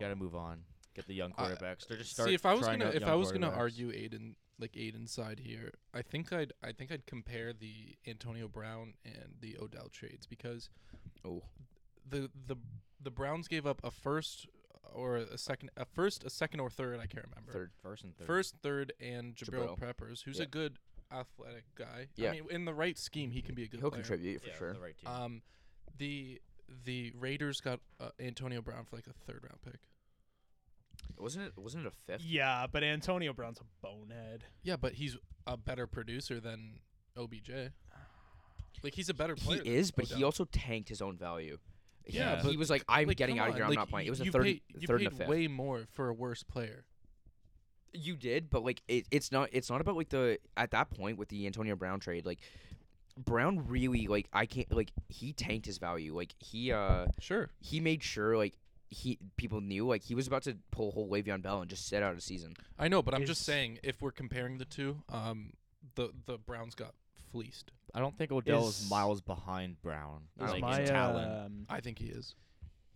[SPEAKER 1] Got to move on. Get the young
[SPEAKER 3] I-
[SPEAKER 1] quarterbacks. They're just start
[SPEAKER 3] See, if I was
[SPEAKER 1] trying
[SPEAKER 3] gonna
[SPEAKER 1] out
[SPEAKER 3] if
[SPEAKER 1] young
[SPEAKER 3] I was gonna
[SPEAKER 1] quarterbacks.
[SPEAKER 3] argue Aiden like Aiden's side here, I think I'd I think I'd compare the Antonio Brown and the Odell trades because
[SPEAKER 2] Oh,
[SPEAKER 3] the the the Browns gave up a first or a second a first a second or third I can't remember
[SPEAKER 2] third.
[SPEAKER 1] first and third.
[SPEAKER 3] first third and Jabril
[SPEAKER 2] Jabril.
[SPEAKER 3] Preppers who's
[SPEAKER 2] Yeah.
[SPEAKER 3] a good athletic guy.
[SPEAKER 2] Yeah.
[SPEAKER 3] I mean in the right scheme he can be a good
[SPEAKER 2] He'll
[SPEAKER 3] player.
[SPEAKER 2] contribute for
[SPEAKER 1] yeah,
[SPEAKER 2] sure.
[SPEAKER 1] The right team.
[SPEAKER 3] Um, the the Raiders got uh, Antonio Brown for like a third round pick.
[SPEAKER 2] Wasn't it? Wasn't it a fifth?
[SPEAKER 4] yeah, but Antonio Brown's a bonehead.
[SPEAKER 3] Yeah, but he's a better producer than OBJ. Like he's a better player.
[SPEAKER 2] he
[SPEAKER 3] than
[SPEAKER 2] is, but he
[SPEAKER 3] Odell.
[SPEAKER 2] also tanked his own value. He-
[SPEAKER 1] Yeah,
[SPEAKER 2] he
[SPEAKER 3] but-
[SPEAKER 2] was like, I'm
[SPEAKER 3] Like,
[SPEAKER 2] getting
[SPEAKER 3] come
[SPEAKER 2] out of here.
[SPEAKER 3] on,
[SPEAKER 2] I'm
[SPEAKER 3] like,
[SPEAKER 2] not playing.
[SPEAKER 3] you-
[SPEAKER 2] It was a
[SPEAKER 3] you
[SPEAKER 2] third,
[SPEAKER 3] paid- you
[SPEAKER 2] third and a
[SPEAKER 3] paid
[SPEAKER 2] fifth.
[SPEAKER 3] Way more for a worse player.
[SPEAKER 2] You did, but like it, it's not it's not about like the at that point with the Antonio Brown trade, like Brown really like I can't like he tanked his value. Like he uh
[SPEAKER 3] Sure.
[SPEAKER 2] he made sure like he people knew like he was about to pull whole Le'Veon Bell and just sit out a season.
[SPEAKER 3] I know, but I'm just
[SPEAKER 4] Is-
[SPEAKER 3] saying if we're comparing the two, um, the the Browns got fleeced.
[SPEAKER 1] I don't think Odell is,
[SPEAKER 4] is-
[SPEAKER 1] miles behind Brown.
[SPEAKER 2] is
[SPEAKER 1] like, in
[SPEAKER 4] my
[SPEAKER 1] talent.
[SPEAKER 4] um,
[SPEAKER 3] I think he is.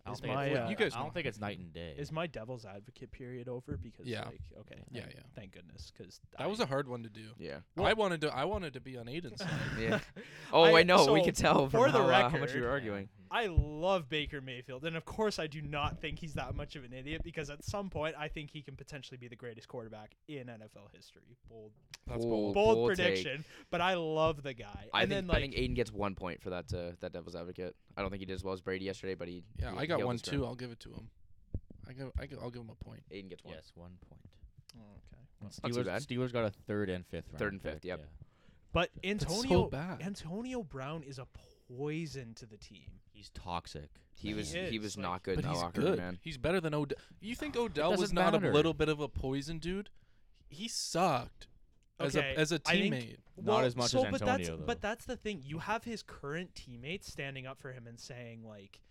[SPEAKER 1] I
[SPEAKER 4] is
[SPEAKER 1] don't think it's-
[SPEAKER 4] my, uh,
[SPEAKER 1] I
[SPEAKER 4] You
[SPEAKER 3] guys
[SPEAKER 1] don't
[SPEAKER 3] know.
[SPEAKER 1] think it's night and day.
[SPEAKER 4] is my devil's advocate period over because
[SPEAKER 3] Yeah.
[SPEAKER 4] like okay
[SPEAKER 3] Yeah,
[SPEAKER 4] thank,
[SPEAKER 3] yeah.
[SPEAKER 4] thank goodness because
[SPEAKER 3] That was a hard one to do.
[SPEAKER 2] Yeah.
[SPEAKER 3] I wanted to. I wanted to be on
[SPEAKER 2] [LAUGHS]
[SPEAKER 3] Aiden's
[SPEAKER 4] [LAUGHS]
[SPEAKER 3] side. [LAUGHS]
[SPEAKER 2] Yeah. Oh, I,
[SPEAKER 4] I-
[SPEAKER 2] know. we
[SPEAKER 4] so,
[SPEAKER 2] could tell
[SPEAKER 4] for
[SPEAKER 2] from
[SPEAKER 4] the
[SPEAKER 2] how, uh, how much
[SPEAKER 4] record-
[SPEAKER 2] you were arguing.
[SPEAKER 4] I love Baker Mayfield, and of course, I do not think he's that much of an idiot because at some point, I think he can potentially be the greatest quarterback in NFL history. Bold,
[SPEAKER 3] That's
[SPEAKER 2] Bold.
[SPEAKER 3] bold.
[SPEAKER 4] bold,
[SPEAKER 2] bold take.
[SPEAKER 4] prediction, but I love the guy.
[SPEAKER 2] I think
[SPEAKER 4] and then, like,
[SPEAKER 2] I think Aiden gets one point for that uh, that devil's advocate. I don't think he did as well as Brady yesterday, but he
[SPEAKER 3] Yeah,
[SPEAKER 2] he-
[SPEAKER 3] I
[SPEAKER 2] he
[SPEAKER 3] got
[SPEAKER 2] held
[SPEAKER 3] one
[SPEAKER 2] his ground.
[SPEAKER 3] too. I'll give it to him. I give, I give, I'll give him a point.
[SPEAKER 2] Aiden gets one.
[SPEAKER 1] Yes, one point.
[SPEAKER 4] Oh, okay.
[SPEAKER 2] not too
[SPEAKER 1] Steelers,
[SPEAKER 2] bad.
[SPEAKER 1] Steelers got a third and fifth.
[SPEAKER 2] Third
[SPEAKER 1] round
[SPEAKER 2] and fifth,
[SPEAKER 1] pick,
[SPEAKER 2] yep.
[SPEAKER 1] yeah.
[SPEAKER 4] but
[SPEAKER 3] That's
[SPEAKER 4] Antonio
[SPEAKER 3] so bad.
[SPEAKER 4] Antonio Brown is a poison to the team.
[SPEAKER 1] He's toxic.
[SPEAKER 2] He
[SPEAKER 4] He
[SPEAKER 2] was he,
[SPEAKER 4] is,
[SPEAKER 2] was
[SPEAKER 4] like-
[SPEAKER 2] not good
[SPEAKER 3] but
[SPEAKER 2] in that
[SPEAKER 3] he's
[SPEAKER 2] locker room,
[SPEAKER 3] good.
[SPEAKER 2] man.
[SPEAKER 3] He's better than Odell. You think Odell was
[SPEAKER 1] doesn't
[SPEAKER 3] not
[SPEAKER 1] matter.
[SPEAKER 3] a little bit of a poison dude? He sucked as
[SPEAKER 4] Okay,
[SPEAKER 3] a as a
[SPEAKER 4] I think-
[SPEAKER 3] teammate.
[SPEAKER 1] Not as much
[SPEAKER 4] so,
[SPEAKER 1] as
[SPEAKER 4] but that's,
[SPEAKER 1] Antonio,
[SPEAKER 4] But
[SPEAKER 1] though.
[SPEAKER 4] that's the thing. You have his current teammates standing up for him and saying like,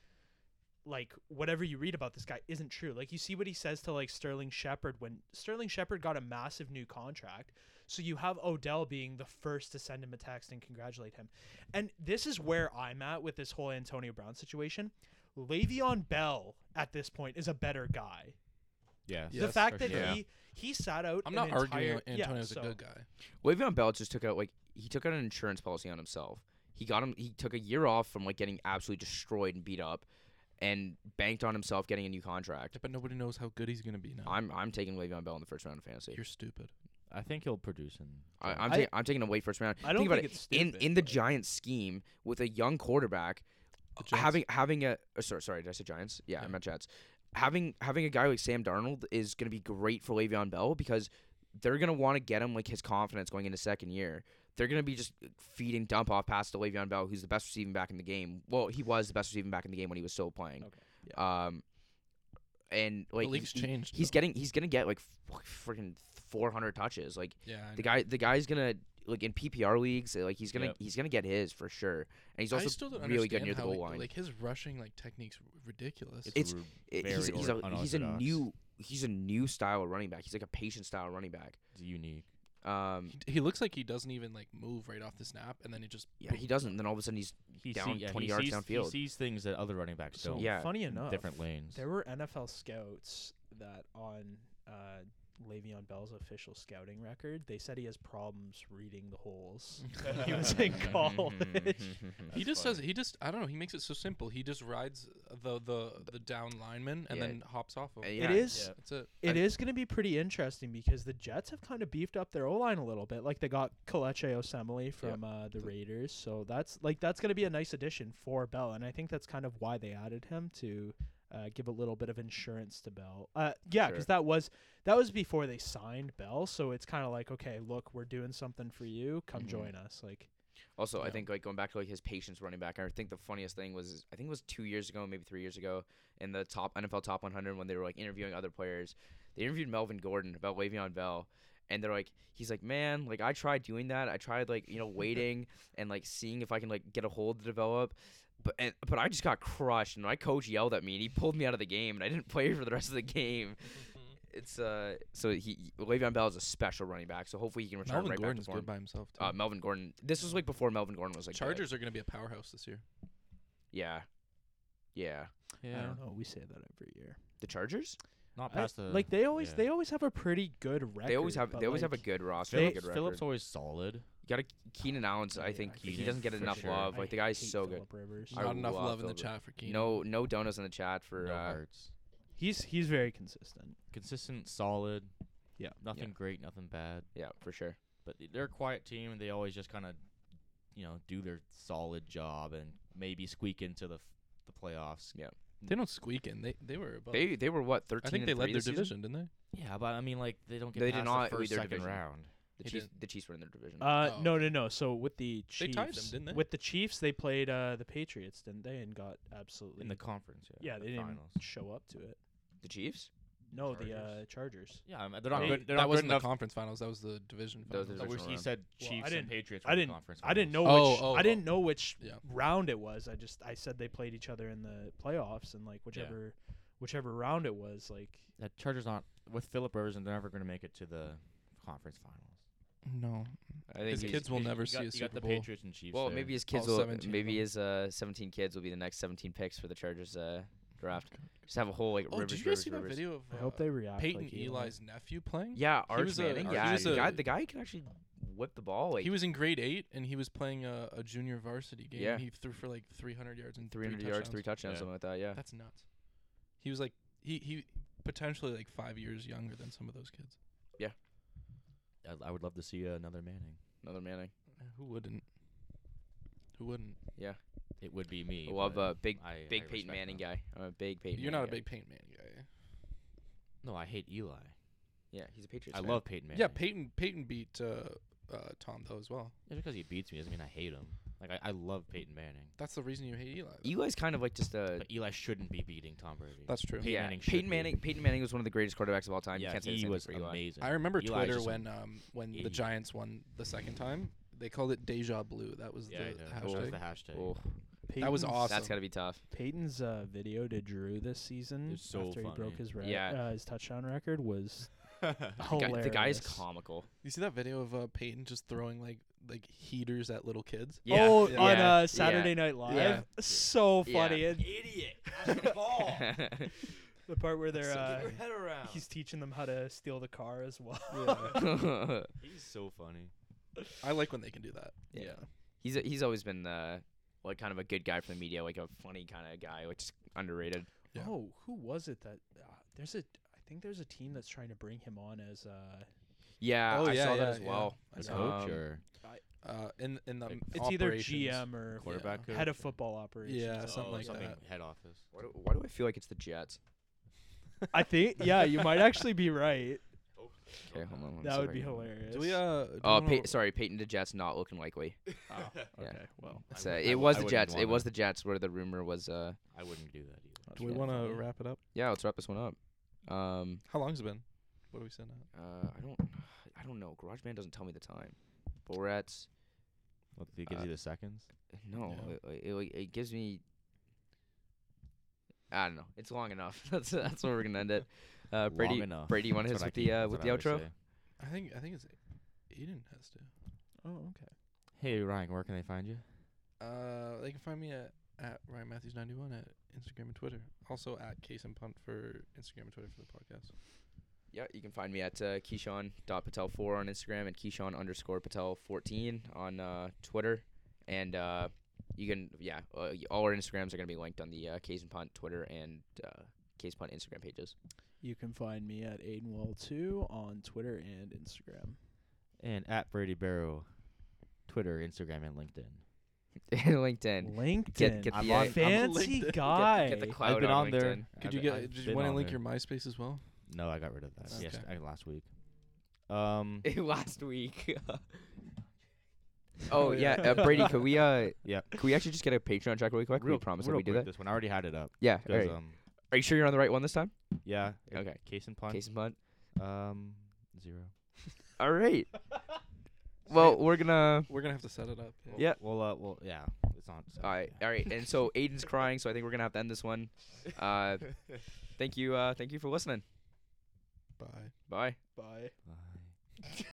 [SPEAKER 4] like whatever you read about this guy isn't true. Like you see what he says to like Sterling Shepard when Sterling Shepard got a massive new contract. So you have Odell being the first to send him a text and congratulate him. And this is where I'm at with this whole Antonio Brown situation. Le'Veon Bell at this point is a better guy.
[SPEAKER 1] Yeah.
[SPEAKER 3] Yes,
[SPEAKER 4] the fact
[SPEAKER 1] for
[SPEAKER 4] that
[SPEAKER 1] sure. Yeah.
[SPEAKER 4] he he sat out.
[SPEAKER 3] I'm
[SPEAKER 4] an
[SPEAKER 3] not arguing
[SPEAKER 4] entire- yeah,
[SPEAKER 3] Antonio's
[SPEAKER 4] so-
[SPEAKER 3] a good guy.
[SPEAKER 2] Le'Veon Bell just took out like he took out an insurance policy on himself. He got him. He took a year off from like getting absolutely destroyed and beat up, and banked on himself getting a new contract.
[SPEAKER 3] But nobody knows how good he's gonna be now.
[SPEAKER 2] I'm I'm taking Le'Veon Bell in the first round of fantasy.
[SPEAKER 3] You're stupid.
[SPEAKER 1] I think he'll produce in.
[SPEAKER 2] I, I'm
[SPEAKER 4] I-
[SPEAKER 2] ta- I'm taking a late first round.
[SPEAKER 4] I don't
[SPEAKER 2] think about
[SPEAKER 4] think
[SPEAKER 2] it.
[SPEAKER 4] it's
[SPEAKER 2] in
[SPEAKER 4] stupid,
[SPEAKER 2] in the
[SPEAKER 4] but-
[SPEAKER 2] Giants scheme with a young quarterback
[SPEAKER 3] The Jets-
[SPEAKER 2] having having a oh, sorry sorry did I say Giants? Yeah, I
[SPEAKER 3] Yeah.
[SPEAKER 2] meant Jets. Having having a guy like Sam Darnold is going to be great for Le'Veon Bell because they're going to want to get him like his confidence going into second year. They're going to be just uh, feeding dump off passes to Le'Veon Bell, who's the best receiving back in the game. Well, he was the best receiving back in the game when he was still playing.
[SPEAKER 4] Okay,
[SPEAKER 2] Um, and like
[SPEAKER 3] the league's
[SPEAKER 2] he-
[SPEAKER 3] changed.
[SPEAKER 2] he's
[SPEAKER 3] though.
[SPEAKER 2] getting he's going to get like f- freaking 400 touches. Like
[SPEAKER 3] yeah. I
[SPEAKER 2] the
[SPEAKER 3] know.
[SPEAKER 2] guy the guy's going to like in PPR leagues, like he's gonna
[SPEAKER 1] Yep.
[SPEAKER 2] he's gonna get his for sure, and he's
[SPEAKER 3] I
[SPEAKER 2] also
[SPEAKER 3] still don't
[SPEAKER 2] really good
[SPEAKER 3] understand
[SPEAKER 2] near the
[SPEAKER 3] how
[SPEAKER 2] goal
[SPEAKER 3] he-
[SPEAKER 2] line.
[SPEAKER 3] Like his rushing like techniques r- ridiculous.
[SPEAKER 2] It's-
[SPEAKER 1] ru-
[SPEAKER 2] it-
[SPEAKER 1] very
[SPEAKER 2] he's, he's, a,
[SPEAKER 1] or-
[SPEAKER 2] he's a
[SPEAKER 1] unorthodox.
[SPEAKER 2] new he's a new style of running back. He's like a patient style running back.
[SPEAKER 1] it's unique.
[SPEAKER 2] Um,
[SPEAKER 3] he, he looks like he doesn't even like move right off the snap, and then he just
[SPEAKER 2] yeah, he doesn't. Then all of a sudden he's
[SPEAKER 1] He
[SPEAKER 2] Down
[SPEAKER 1] see- yeah,
[SPEAKER 2] 20
[SPEAKER 1] he
[SPEAKER 2] yards
[SPEAKER 1] sees,
[SPEAKER 2] downfield.
[SPEAKER 1] He sees things that other running backs
[SPEAKER 4] So
[SPEAKER 1] don't.
[SPEAKER 2] Yeah.
[SPEAKER 4] funny
[SPEAKER 1] in
[SPEAKER 4] enough,
[SPEAKER 1] different lanes.
[SPEAKER 4] There were NFL scouts that on uh, Le'Veon Bell's official scouting record, they said he has problems reading the holes. [LAUGHS] when he was in
[SPEAKER 1] Mm-hmm,
[SPEAKER 2] Mm-hmm.
[SPEAKER 4] [LAUGHS] college.
[SPEAKER 3] he
[SPEAKER 1] That's
[SPEAKER 3] just says he just I don't know. He makes it so simple. He just rides the the the down lineman and
[SPEAKER 2] Yeah.
[SPEAKER 3] then hops off of.
[SPEAKER 2] Uh,
[SPEAKER 3] him.
[SPEAKER 2] yeah.
[SPEAKER 4] It is
[SPEAKER 1] yeah.
[SPEAKER 3] That's it.
[SPEAKER 4] It
[SPEAKER 2] I-
[SPEAKER 4] is going to be pretty interesting because the Jets have kind of beefed up their O line a little bit. Like they got Kaleche Osemele from uh, the
[SPEAKER 3] So-
[SPEAKER 4] Raiders, so that's like that's going to be a nice addition for Bell, and I think that's kind of why they added him to uh, give a little bit of insurance to Bell. Uh, yeah, because
[SPEAKER 2] Sure.
[SPEAKER 4] that was that was before they signed Bell, so it's kind of like okay, look, we're doing something for you. Come
[SPEAKER 2] Mm-hmm.
[SPEAKER 1] Mhm.
[SPEAKER 4] join us. Like
[SPEAKER 2] Also, I
[SPEAKER 3] Yeah.
[SPEAKER 2] think like going back to like his patience running back. I think the funniest thing was I think it was two years ago, maybe three years ago, in the top NFL top 100 when they were like interviewing other players. They interviewed Melvin Gordon about Le'Veon Bell, and they're like, he's like, man, like I tried doing that. I tried like
[SPEAKER 3] [LAUGHS]
[SPEAKER 2] you know waiting and like seeing if I can like get a hold to develop. But, and, but I just got crushed, and my coach yelled at me, and he pulled me out of the game, and I didn't [LAUGHS] play for the rest of the
[SPEAKER 3] [LAUGHS]
[SPEAKER 2] game. It's uh, so he Le'Veon Bell is a special running back, so hopefully he can return
[SPEAKER 3] Melvin
[SPEAKER 2] right back
[SPEAKER 3] Gordon's
[SPEAKER 2] to form.
[SPEAKER 3] good by himself. Too.
[SPEAKER 2] Uh, Melvin Gordon. This was like before Melvin Gordon was like uh, good.
[SPEAKER 3] Chargers are going to be a powerhouse this year.
[SPEAKER 2] Yeah. Yeah.
[SPEAKER 4] I don't know, we say that every year.
[SPEAKER 2] The Chargers?
[SPEAKER 1] not
[SPEAKER 4] I-
[SPEAKER 1] past the
[SPEAKER 4] like they always
[SPEAKER 1] yeah.
[SPEAKER 4] they always have a pretty good record.
[SPEAKER 2] They always have
[SPEAKER 4] but,
[SPEAKER 2] they always have a
[SPEAKER 4] like,
[SPEAKER 2] good roster,
[SPEAKER 1] Phillips,
[SPEAKER 2] a good record.
[SPEAKER 1] Phillips always solid.
[SPEAKER 2] you got a Keenan Allen's,
[SPEAKER 4] Yeah,
[SPEAKER 2] I think he
[SPEAKER 1] Keenan,
[SPEAKER 2] doesn't get
[SPEAKER 1] for
[SPEAKER 2] enough
[SPEAKER 1] sure.
[SPEAKER 2] love.
[SPEAKER 4] I
[SPEAKER 2] Like the guy's
[SPEAKER 4] hate
[SPEAKER 2] so good.
[SPEAKER 4] Philip Rivers.
[SPEAKER 2] I
[SPEAKER 3] Not enough
[SPEAKER 2] love
[SPEAKER 3] love in the
[SPEAKER 2] Philip.
[SPEAKER 3] chat for Keenan.
[SPEAKER 2] No no donuts in the chat for
[SPEAKER 1] no
[SPEAKER 2] uh
[SPEAKER 1] hurts.
[SPEAKER 4] He's he's very consistent.
[SPEAKER 1] Consistent, solid.
[SPEAKER 4] Yeah.
[SPEAKER 1] Nothing great, nothing bad.
[SPEAKER 2] yeah, for sure.
[SPEAKER 1] But they're a quiet team, and they always just kind of, you know, do their solid job and maybe squeak into the f- the playoffs.
[SPEAKER 3] they don't squeak in. They they were above.
[SPEAKER 2] They they were what,
[SPEAKER 3] I
[SPEAKER 2] thirteen
[SPEAKER 3] think
[SPEAKER 2] and
[SPEAKER 3] they
[SPEAKER 2] three
[SPEAKER 3] led their
[SPEAKER 2] this season?
[SPEAKER 3] division, didn't they?
[SPEAKER 1] Yeah, but I mean, like they don't get
[SPEAKER 2] They
[SPEAKER 1] past
[SPEAKER 2] did not
[SPEAKER 1] the
[SPEAKER 2] lead
[SPEAKER 1] first
[SPEAKER 2] their
[SPEAKER 1] second
[SPEAKER 2] division.
[SPEAKER 1] round.
[SPEAKER 2] The
[SPEAKER 3] He
[SPEAKER 2] Chiefs
[SPEAKER 3] didn't.
[SPEAKER 2] the Chiefs were in their division.
[SPEAKER 4] Uh,
[SPEAKER 3] Oh,
[SPEAKER 4] no, no, no. So with the
[SPEAKER 3] They
[SPEAKER 4] Chiefs,
[SPEAKER 3] tied them, didn't they?
[SPEAKER 4] With the Chiefs, they played uh, the Patriots, didn't they? And got absolutely
[SPEAKER 1] in the conference. Yeah,
[SPEAKER 4] yeah,
[SPEAKER 1] the
[SPEAKER 4] they didn't
[SPEAKER 1] finals.
[SPEAKER 4] show up to it.
[SPEAKER 2] the Chiefs?
[SPEAKER 4] No, the uh,
[SPEAKER 1] Chargers?
[SPEAKER 4] Chargers.
[SPEAKER 1] Yeah, I mean, they're not
[SPEAKER 4] They-
[SPEAKER 1] good. They're not
[SPEAKER 3] that
[SPEAKER 1] good
[SPEAKER 3] wasn't
[SPEAKER 1] enough.
[SPEAKER 3] the conference finals. That was the division
[SPEAKER 2] That was
[SPEAKER 3] finals.
[SPEAKER 2] the
[SPEAKER 1] I
[SPEAKER 2] division
[SPEAKER 1] wish he
[SPEAKER 2] round.
[SPEAKER 1] said
[SPEAKER 4] Well, I
[SPEAKER 1] Chiefs
[SPEAKER 4] didn't-
[SPEAKER 1] and Patriots.
[SPEAKER 4] I
[SPEAKER 1] were in the
[SPEAKER 4] didn't-
[SPEAKER 1] Conference
[SPEAKER 4] I didn't know
[SPEAKER 1] finals.
[SPEAKER 3] Oh,
[SPEAKER 4] which
[SPEAKER 3] oh,
[SPEAKER 4] I didn't know which
[SPEAKER 3] Yeah.
[SPEAKER 4] round it was. I just I said they played each other in the playoffs, and like whichever whichever round it was, like
[SPEAKER 1] The Chargers not with Philip Rivers, and they're never going to make it to the conference finals.
[SPEAKER 3] no,
[SPEAKER 2] I think
[SPEAKER 3] his
[SPEAKER 2] he's-
[SPEAKER 3] kids will
[SPEAKER 1] You-
[SPEAKER 3] never
[SPEAKER 1] you
[SPEAKER 3] see
[SPEAKER 1] got,
[SPEAKER 3] a
[SPEAKER 1] you
[SPEAKER 3] Super
[SPEAKER 1] got
[SPEAKER 3] Bowl.
[SPEAKER 1] the Patriots and Chiefs.
[SPEAKER 2] well,
[SPEAKER 1] there.
[SPEAKER 2] maybe his kids
[SPEAKER 3] All
[SPEAKER 2] will
[SPEAKER 3] 17 of
[SPEAKER 2] maybe
[SPEAKER 3] them.
[SPEAKER 2] his uh, 17 kids will be the next 17 picks for the Chargers uh, draft. Just have a whole like
[SPEAKER 3] Oh,
[SPEAKER 2] Rivers
[SPEAKER 3] did you guys
[SPEAKER 2] Rivers,
[SPEAKER 3] see that
[SPEAKER 2] Rivers.
[SPEAKER 3] video of uh,
[SPEAKER 4] I hope they react.
[SPEAKER 3] Peyton
[SPEAKER 4] like Eli.
[SPEAKER 3] Eli's nephew playing?
[SPEAKER 2] Yeah,
[SPEAKER 3] He
[SPEAKER 2] Arch
[SPEAKER 3] was a-
[SPEAKER 2] Manning.
[SPEAKER 3] Arch
[SPEAKER 2] yeah,
[SPEAKER 3] was
[SPEAKER 2] the
[SPEAKER 3] a-
[SPEAKER 2] guy the guy who can actually whip the ball like
[SPEAKER 3] he was in grade eight and he was playing uh, a, a junior varsity game.
[SPEAKER 2] Yeah.
[SPEAKER 3] and he threw for like 300 yards and
[SPEAKER 2] 300
[SPEAKER 3] three
[SPEAKER 2] yards,
[SPEAKER 3] touchdowns.
[SPEAKER 2] three touchdowns,
[SPEAKER 1] Yeah.
[SPEAKER 2] something like that. Yeah.
[SPEAKER 3] That's nuts. He was like he he potentially like five years younger than some of those kids.
[SPEAKER 1] I, I would love to see another Manning.
[SPEAKER 2] Another Manning.
[SPEAKER 3] Uh, Who wouldn't? Who wouldn't?
[SPEAKER 1] It would be me.
[SPEAKER 2] I love
[SPEAKER 1] but
[SPEAKER 2] uh, big
[SPEAKER 1] I, I
[SPEAKER 2] big
[SPEAKER 1] respect
[SPEAKER 2] Peyton Manning
[SPEAKER 1] them.
[SPEAKER 2] guy. I'm a big Peyton.
[SPEAKER 3] You're not
[SPEAKER 2] Manning
[SPEAKER 3] a
[SPEAKER 2] guy.
[SPEAKER 3] big Peyton Manning guy.
[SPEAKER 1] No, I hate Eli.
[SPEAKER 2] Yeah, he's a Patriots.
[SPEAKER 1] I
[SPEAKER 2] fan.
[SPEAKER 1] love Peyton Manning.
[SPEAKER 3] Yeah, Peyton Peyton beat uh, uh, Tom though as well.
[SPEAKER 1] Just because he beats me doesn't mean I hate him. Like I, I love Peyton Manning,
[SPEAKER 3] That's the reason you hate Eli. though.
[SPEAKER 2] Eli's kind of like just uh, a
[SPEAKER 1] but Eli shouldn't be beating Tom Brady.
[SPEAKER 3] That's true.
[SPEAKER 1] Peyton
[SPEAKER 2] yeah.
[SPEAKER 1] Manning should
[SPEAKER 2] Peyton
[SPEAKER 1] be.
[SPEAKER 2] Manning. Peyton Manning was one of the greatest quarterbacks of all time. you
[SPEAKER 1] yeah,
[SPEAKER 2] can't say the
[SPEAKER 1] he
[SPEAKER 2] same
[SPEAKER 1] was
[SPEAKER 2] thing for Eli.
[SPEAKER 1] amazing.
[SPEAKER 3] I remember
[SPEAKER 1] Eli's
[SPEAKER 3] Twitter
[SPEAKER 1] just a-
[SPEAKER 3] when um when the
[SPEAKER 1] idiot.
[SPEAKER 3] Giants won the second time. They called it deja blue. That was
[SPEAKER 1] yeah, I know.
[SPEAKER 3] the
[SPEAKER 1] That was
[SPEAKER 3] hashtag.
[SPEAKER 1] the hashtag.
[SPEAKER 2] Oh,
[SPEAKER 3] That was
[SPEAKER 4] Peyton's-
[SPEAKER 3] awesome.
[SPEAKER 2] that's gotta be tough.
[SPEAKER 4] Peyton's uh, video to Drew this season
[SPEAKER 1] It's so
[SPEAKER 4] after he
[SPEAKER 1] funny.
[SPEAKER 4] broke his re-
[SPEAKER 2] Yeah.
[SPEAKER 4] uh, his touchdown record [LAUGHS] was
[SPEAKER 2] The
[SPEAKER 4] hilarious.
[SPEAKER 2] guy, the guy is comical.
[SPEAKER 3] You see that video of uh, Peyton just throwing like like heaters at little kids?
[SPEAKER 2] Yeah.
[SPEAKER 4] oh,
[SPEAKER 2] yeah,
[SPEAKER 4] on
[SPEAKER 2] yeah. [LAUGHS]
[SPEAKER 4] uh, Saturday Night Live,
[SPEAKER 2] Yeah.
[SPEAKER 4] so
[SPEAKER 2] Yeah.
[SPEAKER 4] funny. And
[SPEAKER 1] Idiot! the ball.
[SPEAKER 2] [LAUGHS]
[SPEAKER 4] [LAUGHS] the part where they're
[SPEAKER 1] Get
[SPEAKER 4] uh,
[SPEAKER 1] your head around.
[SPEAKER 4] he's teaching them how to steal the car as well. [LAUGHS]
[SPEAKER 1] He's so funny.
[SPEAKER 3] [LAUGHS] I like when they can do that.
[SPEAKER 2] Yeah. he's a, he's always been uh, like kind of a good guy for the media, like a funny kind of guy, which is underrated.
[SPEAKER 3] Yeah.
[SPEAKER 4] Oh, who was it that? Uh, there's a, I think there's a team that's trying to bring him on as uh,
[SPEAKER 2] Yeah,
[SPEAKER 3] Oh,
[SPEAKER 2] I
[SPEAKER 3] yeah,
[SPEAKER 2] saw
[SPEAKER 3] yeah,
[SPEAKER 2] that as
[SPEAKER 3] yeah.
[SPEAKER 2] well.
[SPEAKER 3] I
[SPEAKER 1] The
[SPEAKER 3] saw
[SPEAKER 2] Um,
[SPEAKER 1] coach or
[SPEAKER 3] Uh, in in the
[SPEAKER 1] Like,
[SPEAKER 3] m-
[SPEAKER 4] it's either
[SPEAKER 3] operations. [LAUGHS]
[SPEAKER 4] GM
[SPEAKER 3] Um,
[SPEAKER 4] or
[SPEAKER 1] quarterback coach
[SPEAKER 4] head of
[SPEAKER 1] or-
[SPEAKER 4] football operations.
[SPEAKER 3] Yeah,
[SPEAKER 4] or
[SPEAKER 3] something
[SPEAKER 1] Oh,
[SPEAKER 3] like
[SPEAKER 1] something
[SPEAKER 3] that.
[SPEAKER 1] Head office.
[SPEAKER 2] Why do, why do I feel like it's the Jets?
[SPEAKER 4] I think yeah, you might actually
[SPEAKER 2] [LAUGHS]
[SPEAKER 4] be right.
[SPEAKER 2] Okay, hold on. let me see
[SPEAKER 4] That
[SPEAKER 2] if
[SPEAKER 4] would
[SPEAKER 2] I
[SPEAKER 4] be
[SPEAKER 2] can-
[SPEAKER 4] hilarious.
[SPEAKER 3] Do we uh? do
[SPEAKER 2] Oh,
[SPEAKER 3] we
[SPEAKER 2] Pey-
[SPEAKER 3] wanna-
[SPEAKER 2] sorry, Peyton the Jets not looking likely.
[SPEAKER 3] [LAUGHS]
[SPEAKER 4] Oh,
[SPEAKER 2] Yeah.
[SPEAKER 4] okay.
[SPEAKER 2] [LAUGHS]
[SPEAKER 4] Well,
[SPEAKER 2] So
[SPEAKER 1] would-
[SPEAKER 2] it
[SPEAKER 1] w-
[SPEAKER 2] was the
[SPEAKER 1] wouldn't
[SPEAKER 2] Jets.
[SPEAKER 1] wanna-
[SPEAKER 2] It was the Jets where the rumor was. Uh,
[SPEAKER 1] I wouldn't do that either.
[SPEAKER 3] do we want to wrap it up?
[SPEAKER 2] yeah, let's wrap this one up. Um,
[SPEAKER 3] How long's it been? What are we sitting at?
[SPEAKER 2] uh, I don't, I don't know. GarageBand doesn't tell me the time. But we're at
[SPEAKER 1] Well, it gives
[SPEAKER 2] Uh,
[SPEAKER 1] you the seconds.
[SPEAKER 2] no.
[SPEAKER 3] Yeah.
[SPEAKER 2] It, it- it, like, it gives me. I don't know. It's long enough. [LAUGHS] that's that's where we're gonna end it. Uh,
[SPEAKER 1] [LAUGHS] Long
[SPEAKER 2] Brady,
[SPEAKER 1] enough.
[SPEAKER 2] Brady, you want to
[SPEAKER 1] That's
[SPEAKER 2] hit us
[SPEAKER 1] what I
[SPEAKER 2] with the
[SPEAKER 1] keep-
[SPEAKER 2] uh,
[SPEAKER 1] that's
[SPEAKER 2] with
[SPEAKER 1] what
[SPEAKER 2] the
[SPEAKER 1] I would
[SPEAKER 2] outro?
[SPEAKER 1] say.
[SPEAKER 3] I think I think it's Aiden has to.
[SPEAKER 4] Oh, okay.
[SPEAKER 1] Hey Ryan, where can they find you?
[SPEAKER 3] Uh, they can find me at at Ryan Matthews ninety one at Instagram and Twitter. Also at Case and Punt for Instagram and Twitter for the podcast.
[SPEAKER 2] yeah, you can find me at uh, Keyshawn.patel4 on Instagram and Keyshawn underscore Patel14 on uh, Twitter. And uh, you can, yeah, uh, y- all our Instagrams are going to be linked on the uh, Case and Punt Twitter and uh, Case Punt Instagram pages. [LAUGHS]
[SPEAKER 4] You can find me at Aidenwell2 on Twitter and Instagram.
[SPEAKER 1] And at Brady Barrow, Twitter, Instagram, and LinkedIn.
[SPEAKER 2] and LinkedIn.
[SPEAKER 4] LinkedIn.
[SPEAKER 2] get
[SPEAKER 1] I'm
[SPEAKER 2] the, uh,
[SPEAKER 1] on-
[SPEAKER 2] I'm-
[SPEAKER 4] Fancy
[SPEAKER 3] Get-
[SPEAKER 4] guy.
[SPEAKER 2] Get, get the cloud
[SPEAKER 1] I've been on
[SPEAKER 2] on, LinkedIn. [LAUGHS]
[SPEAKER 1] there.
[SPEAKER 3] Could
[SPEAKER 2] I've
[SPEAKER 3] you
[SPEAKER 2] been-
[SPEAKER 3] get?
[SPEAKER 2] I've-
[SPEAKER 3] Did
[SPEAKER 1] been
[SPEAKER 3] you want to
[SPEAKER 1] on
[SPEAKER 3] link
[SPEAKER 1] there.
[SPEAKER 3] your MySpace as well?
[SPEAKER 1] No, I got rid of that. Yes,
[SPEAKER 3] Okay.
[SPEAKER 1] I- last week. Um,
[SPEAKER 2] last week. [LAUGHS] oh yeah,
[SPEAKER 4] yeah.
[SPEAKER 2] uh, Brady, could we [LAUGHS] uh,
[SPEAKER 1] Yeah.
[SPEAKER 2] could we actually just get a Patreon track really quick? we promise that
[SPEAKER 1] real
[SPEAKER 2] we do
[SPEAKER 1] quick,
[SPEAKER 2] that.
[SPEAKER 1] This one I already had it up.
[SPEAKER 2] Yeah,
[SPEAKER 1] 'cause,
[SPEAKER 2] all right.
[SPEAKER 1] um,
[SPEAKER 2] Are you sure you're on the right one this time?
[SPEAKER 1] yeah. it-
[SPEAKER 2] Okay.
[SPEAKER 1] Case in point.
[SPEAKER 2] Case in point.
[SPEAKER 1] Um, zero.
[SPEAKER 2] All [LAUGHS] right. Well, we're gonna.
[SPEAKER 3] We're gonna have to set it up. yeah.
[SPEAKER 2] Yeah.
[SPEAKER 1] Well, uh, well, yeah. It's not. so,
[SPEAKER 2] All right,
[SPEAKER 1] yeah.
[SPEAKER 2] all right. And so Aiden's crying, so I think we're gonna have to end this one. [LAUGHS] Uh, thank you, uh, thank you for listening.
[SPEAKER 3] Bye.
[SPEAKER 2] Bye.
[SPEAKER 4] Bye.
[SPEAKER 1] Bye.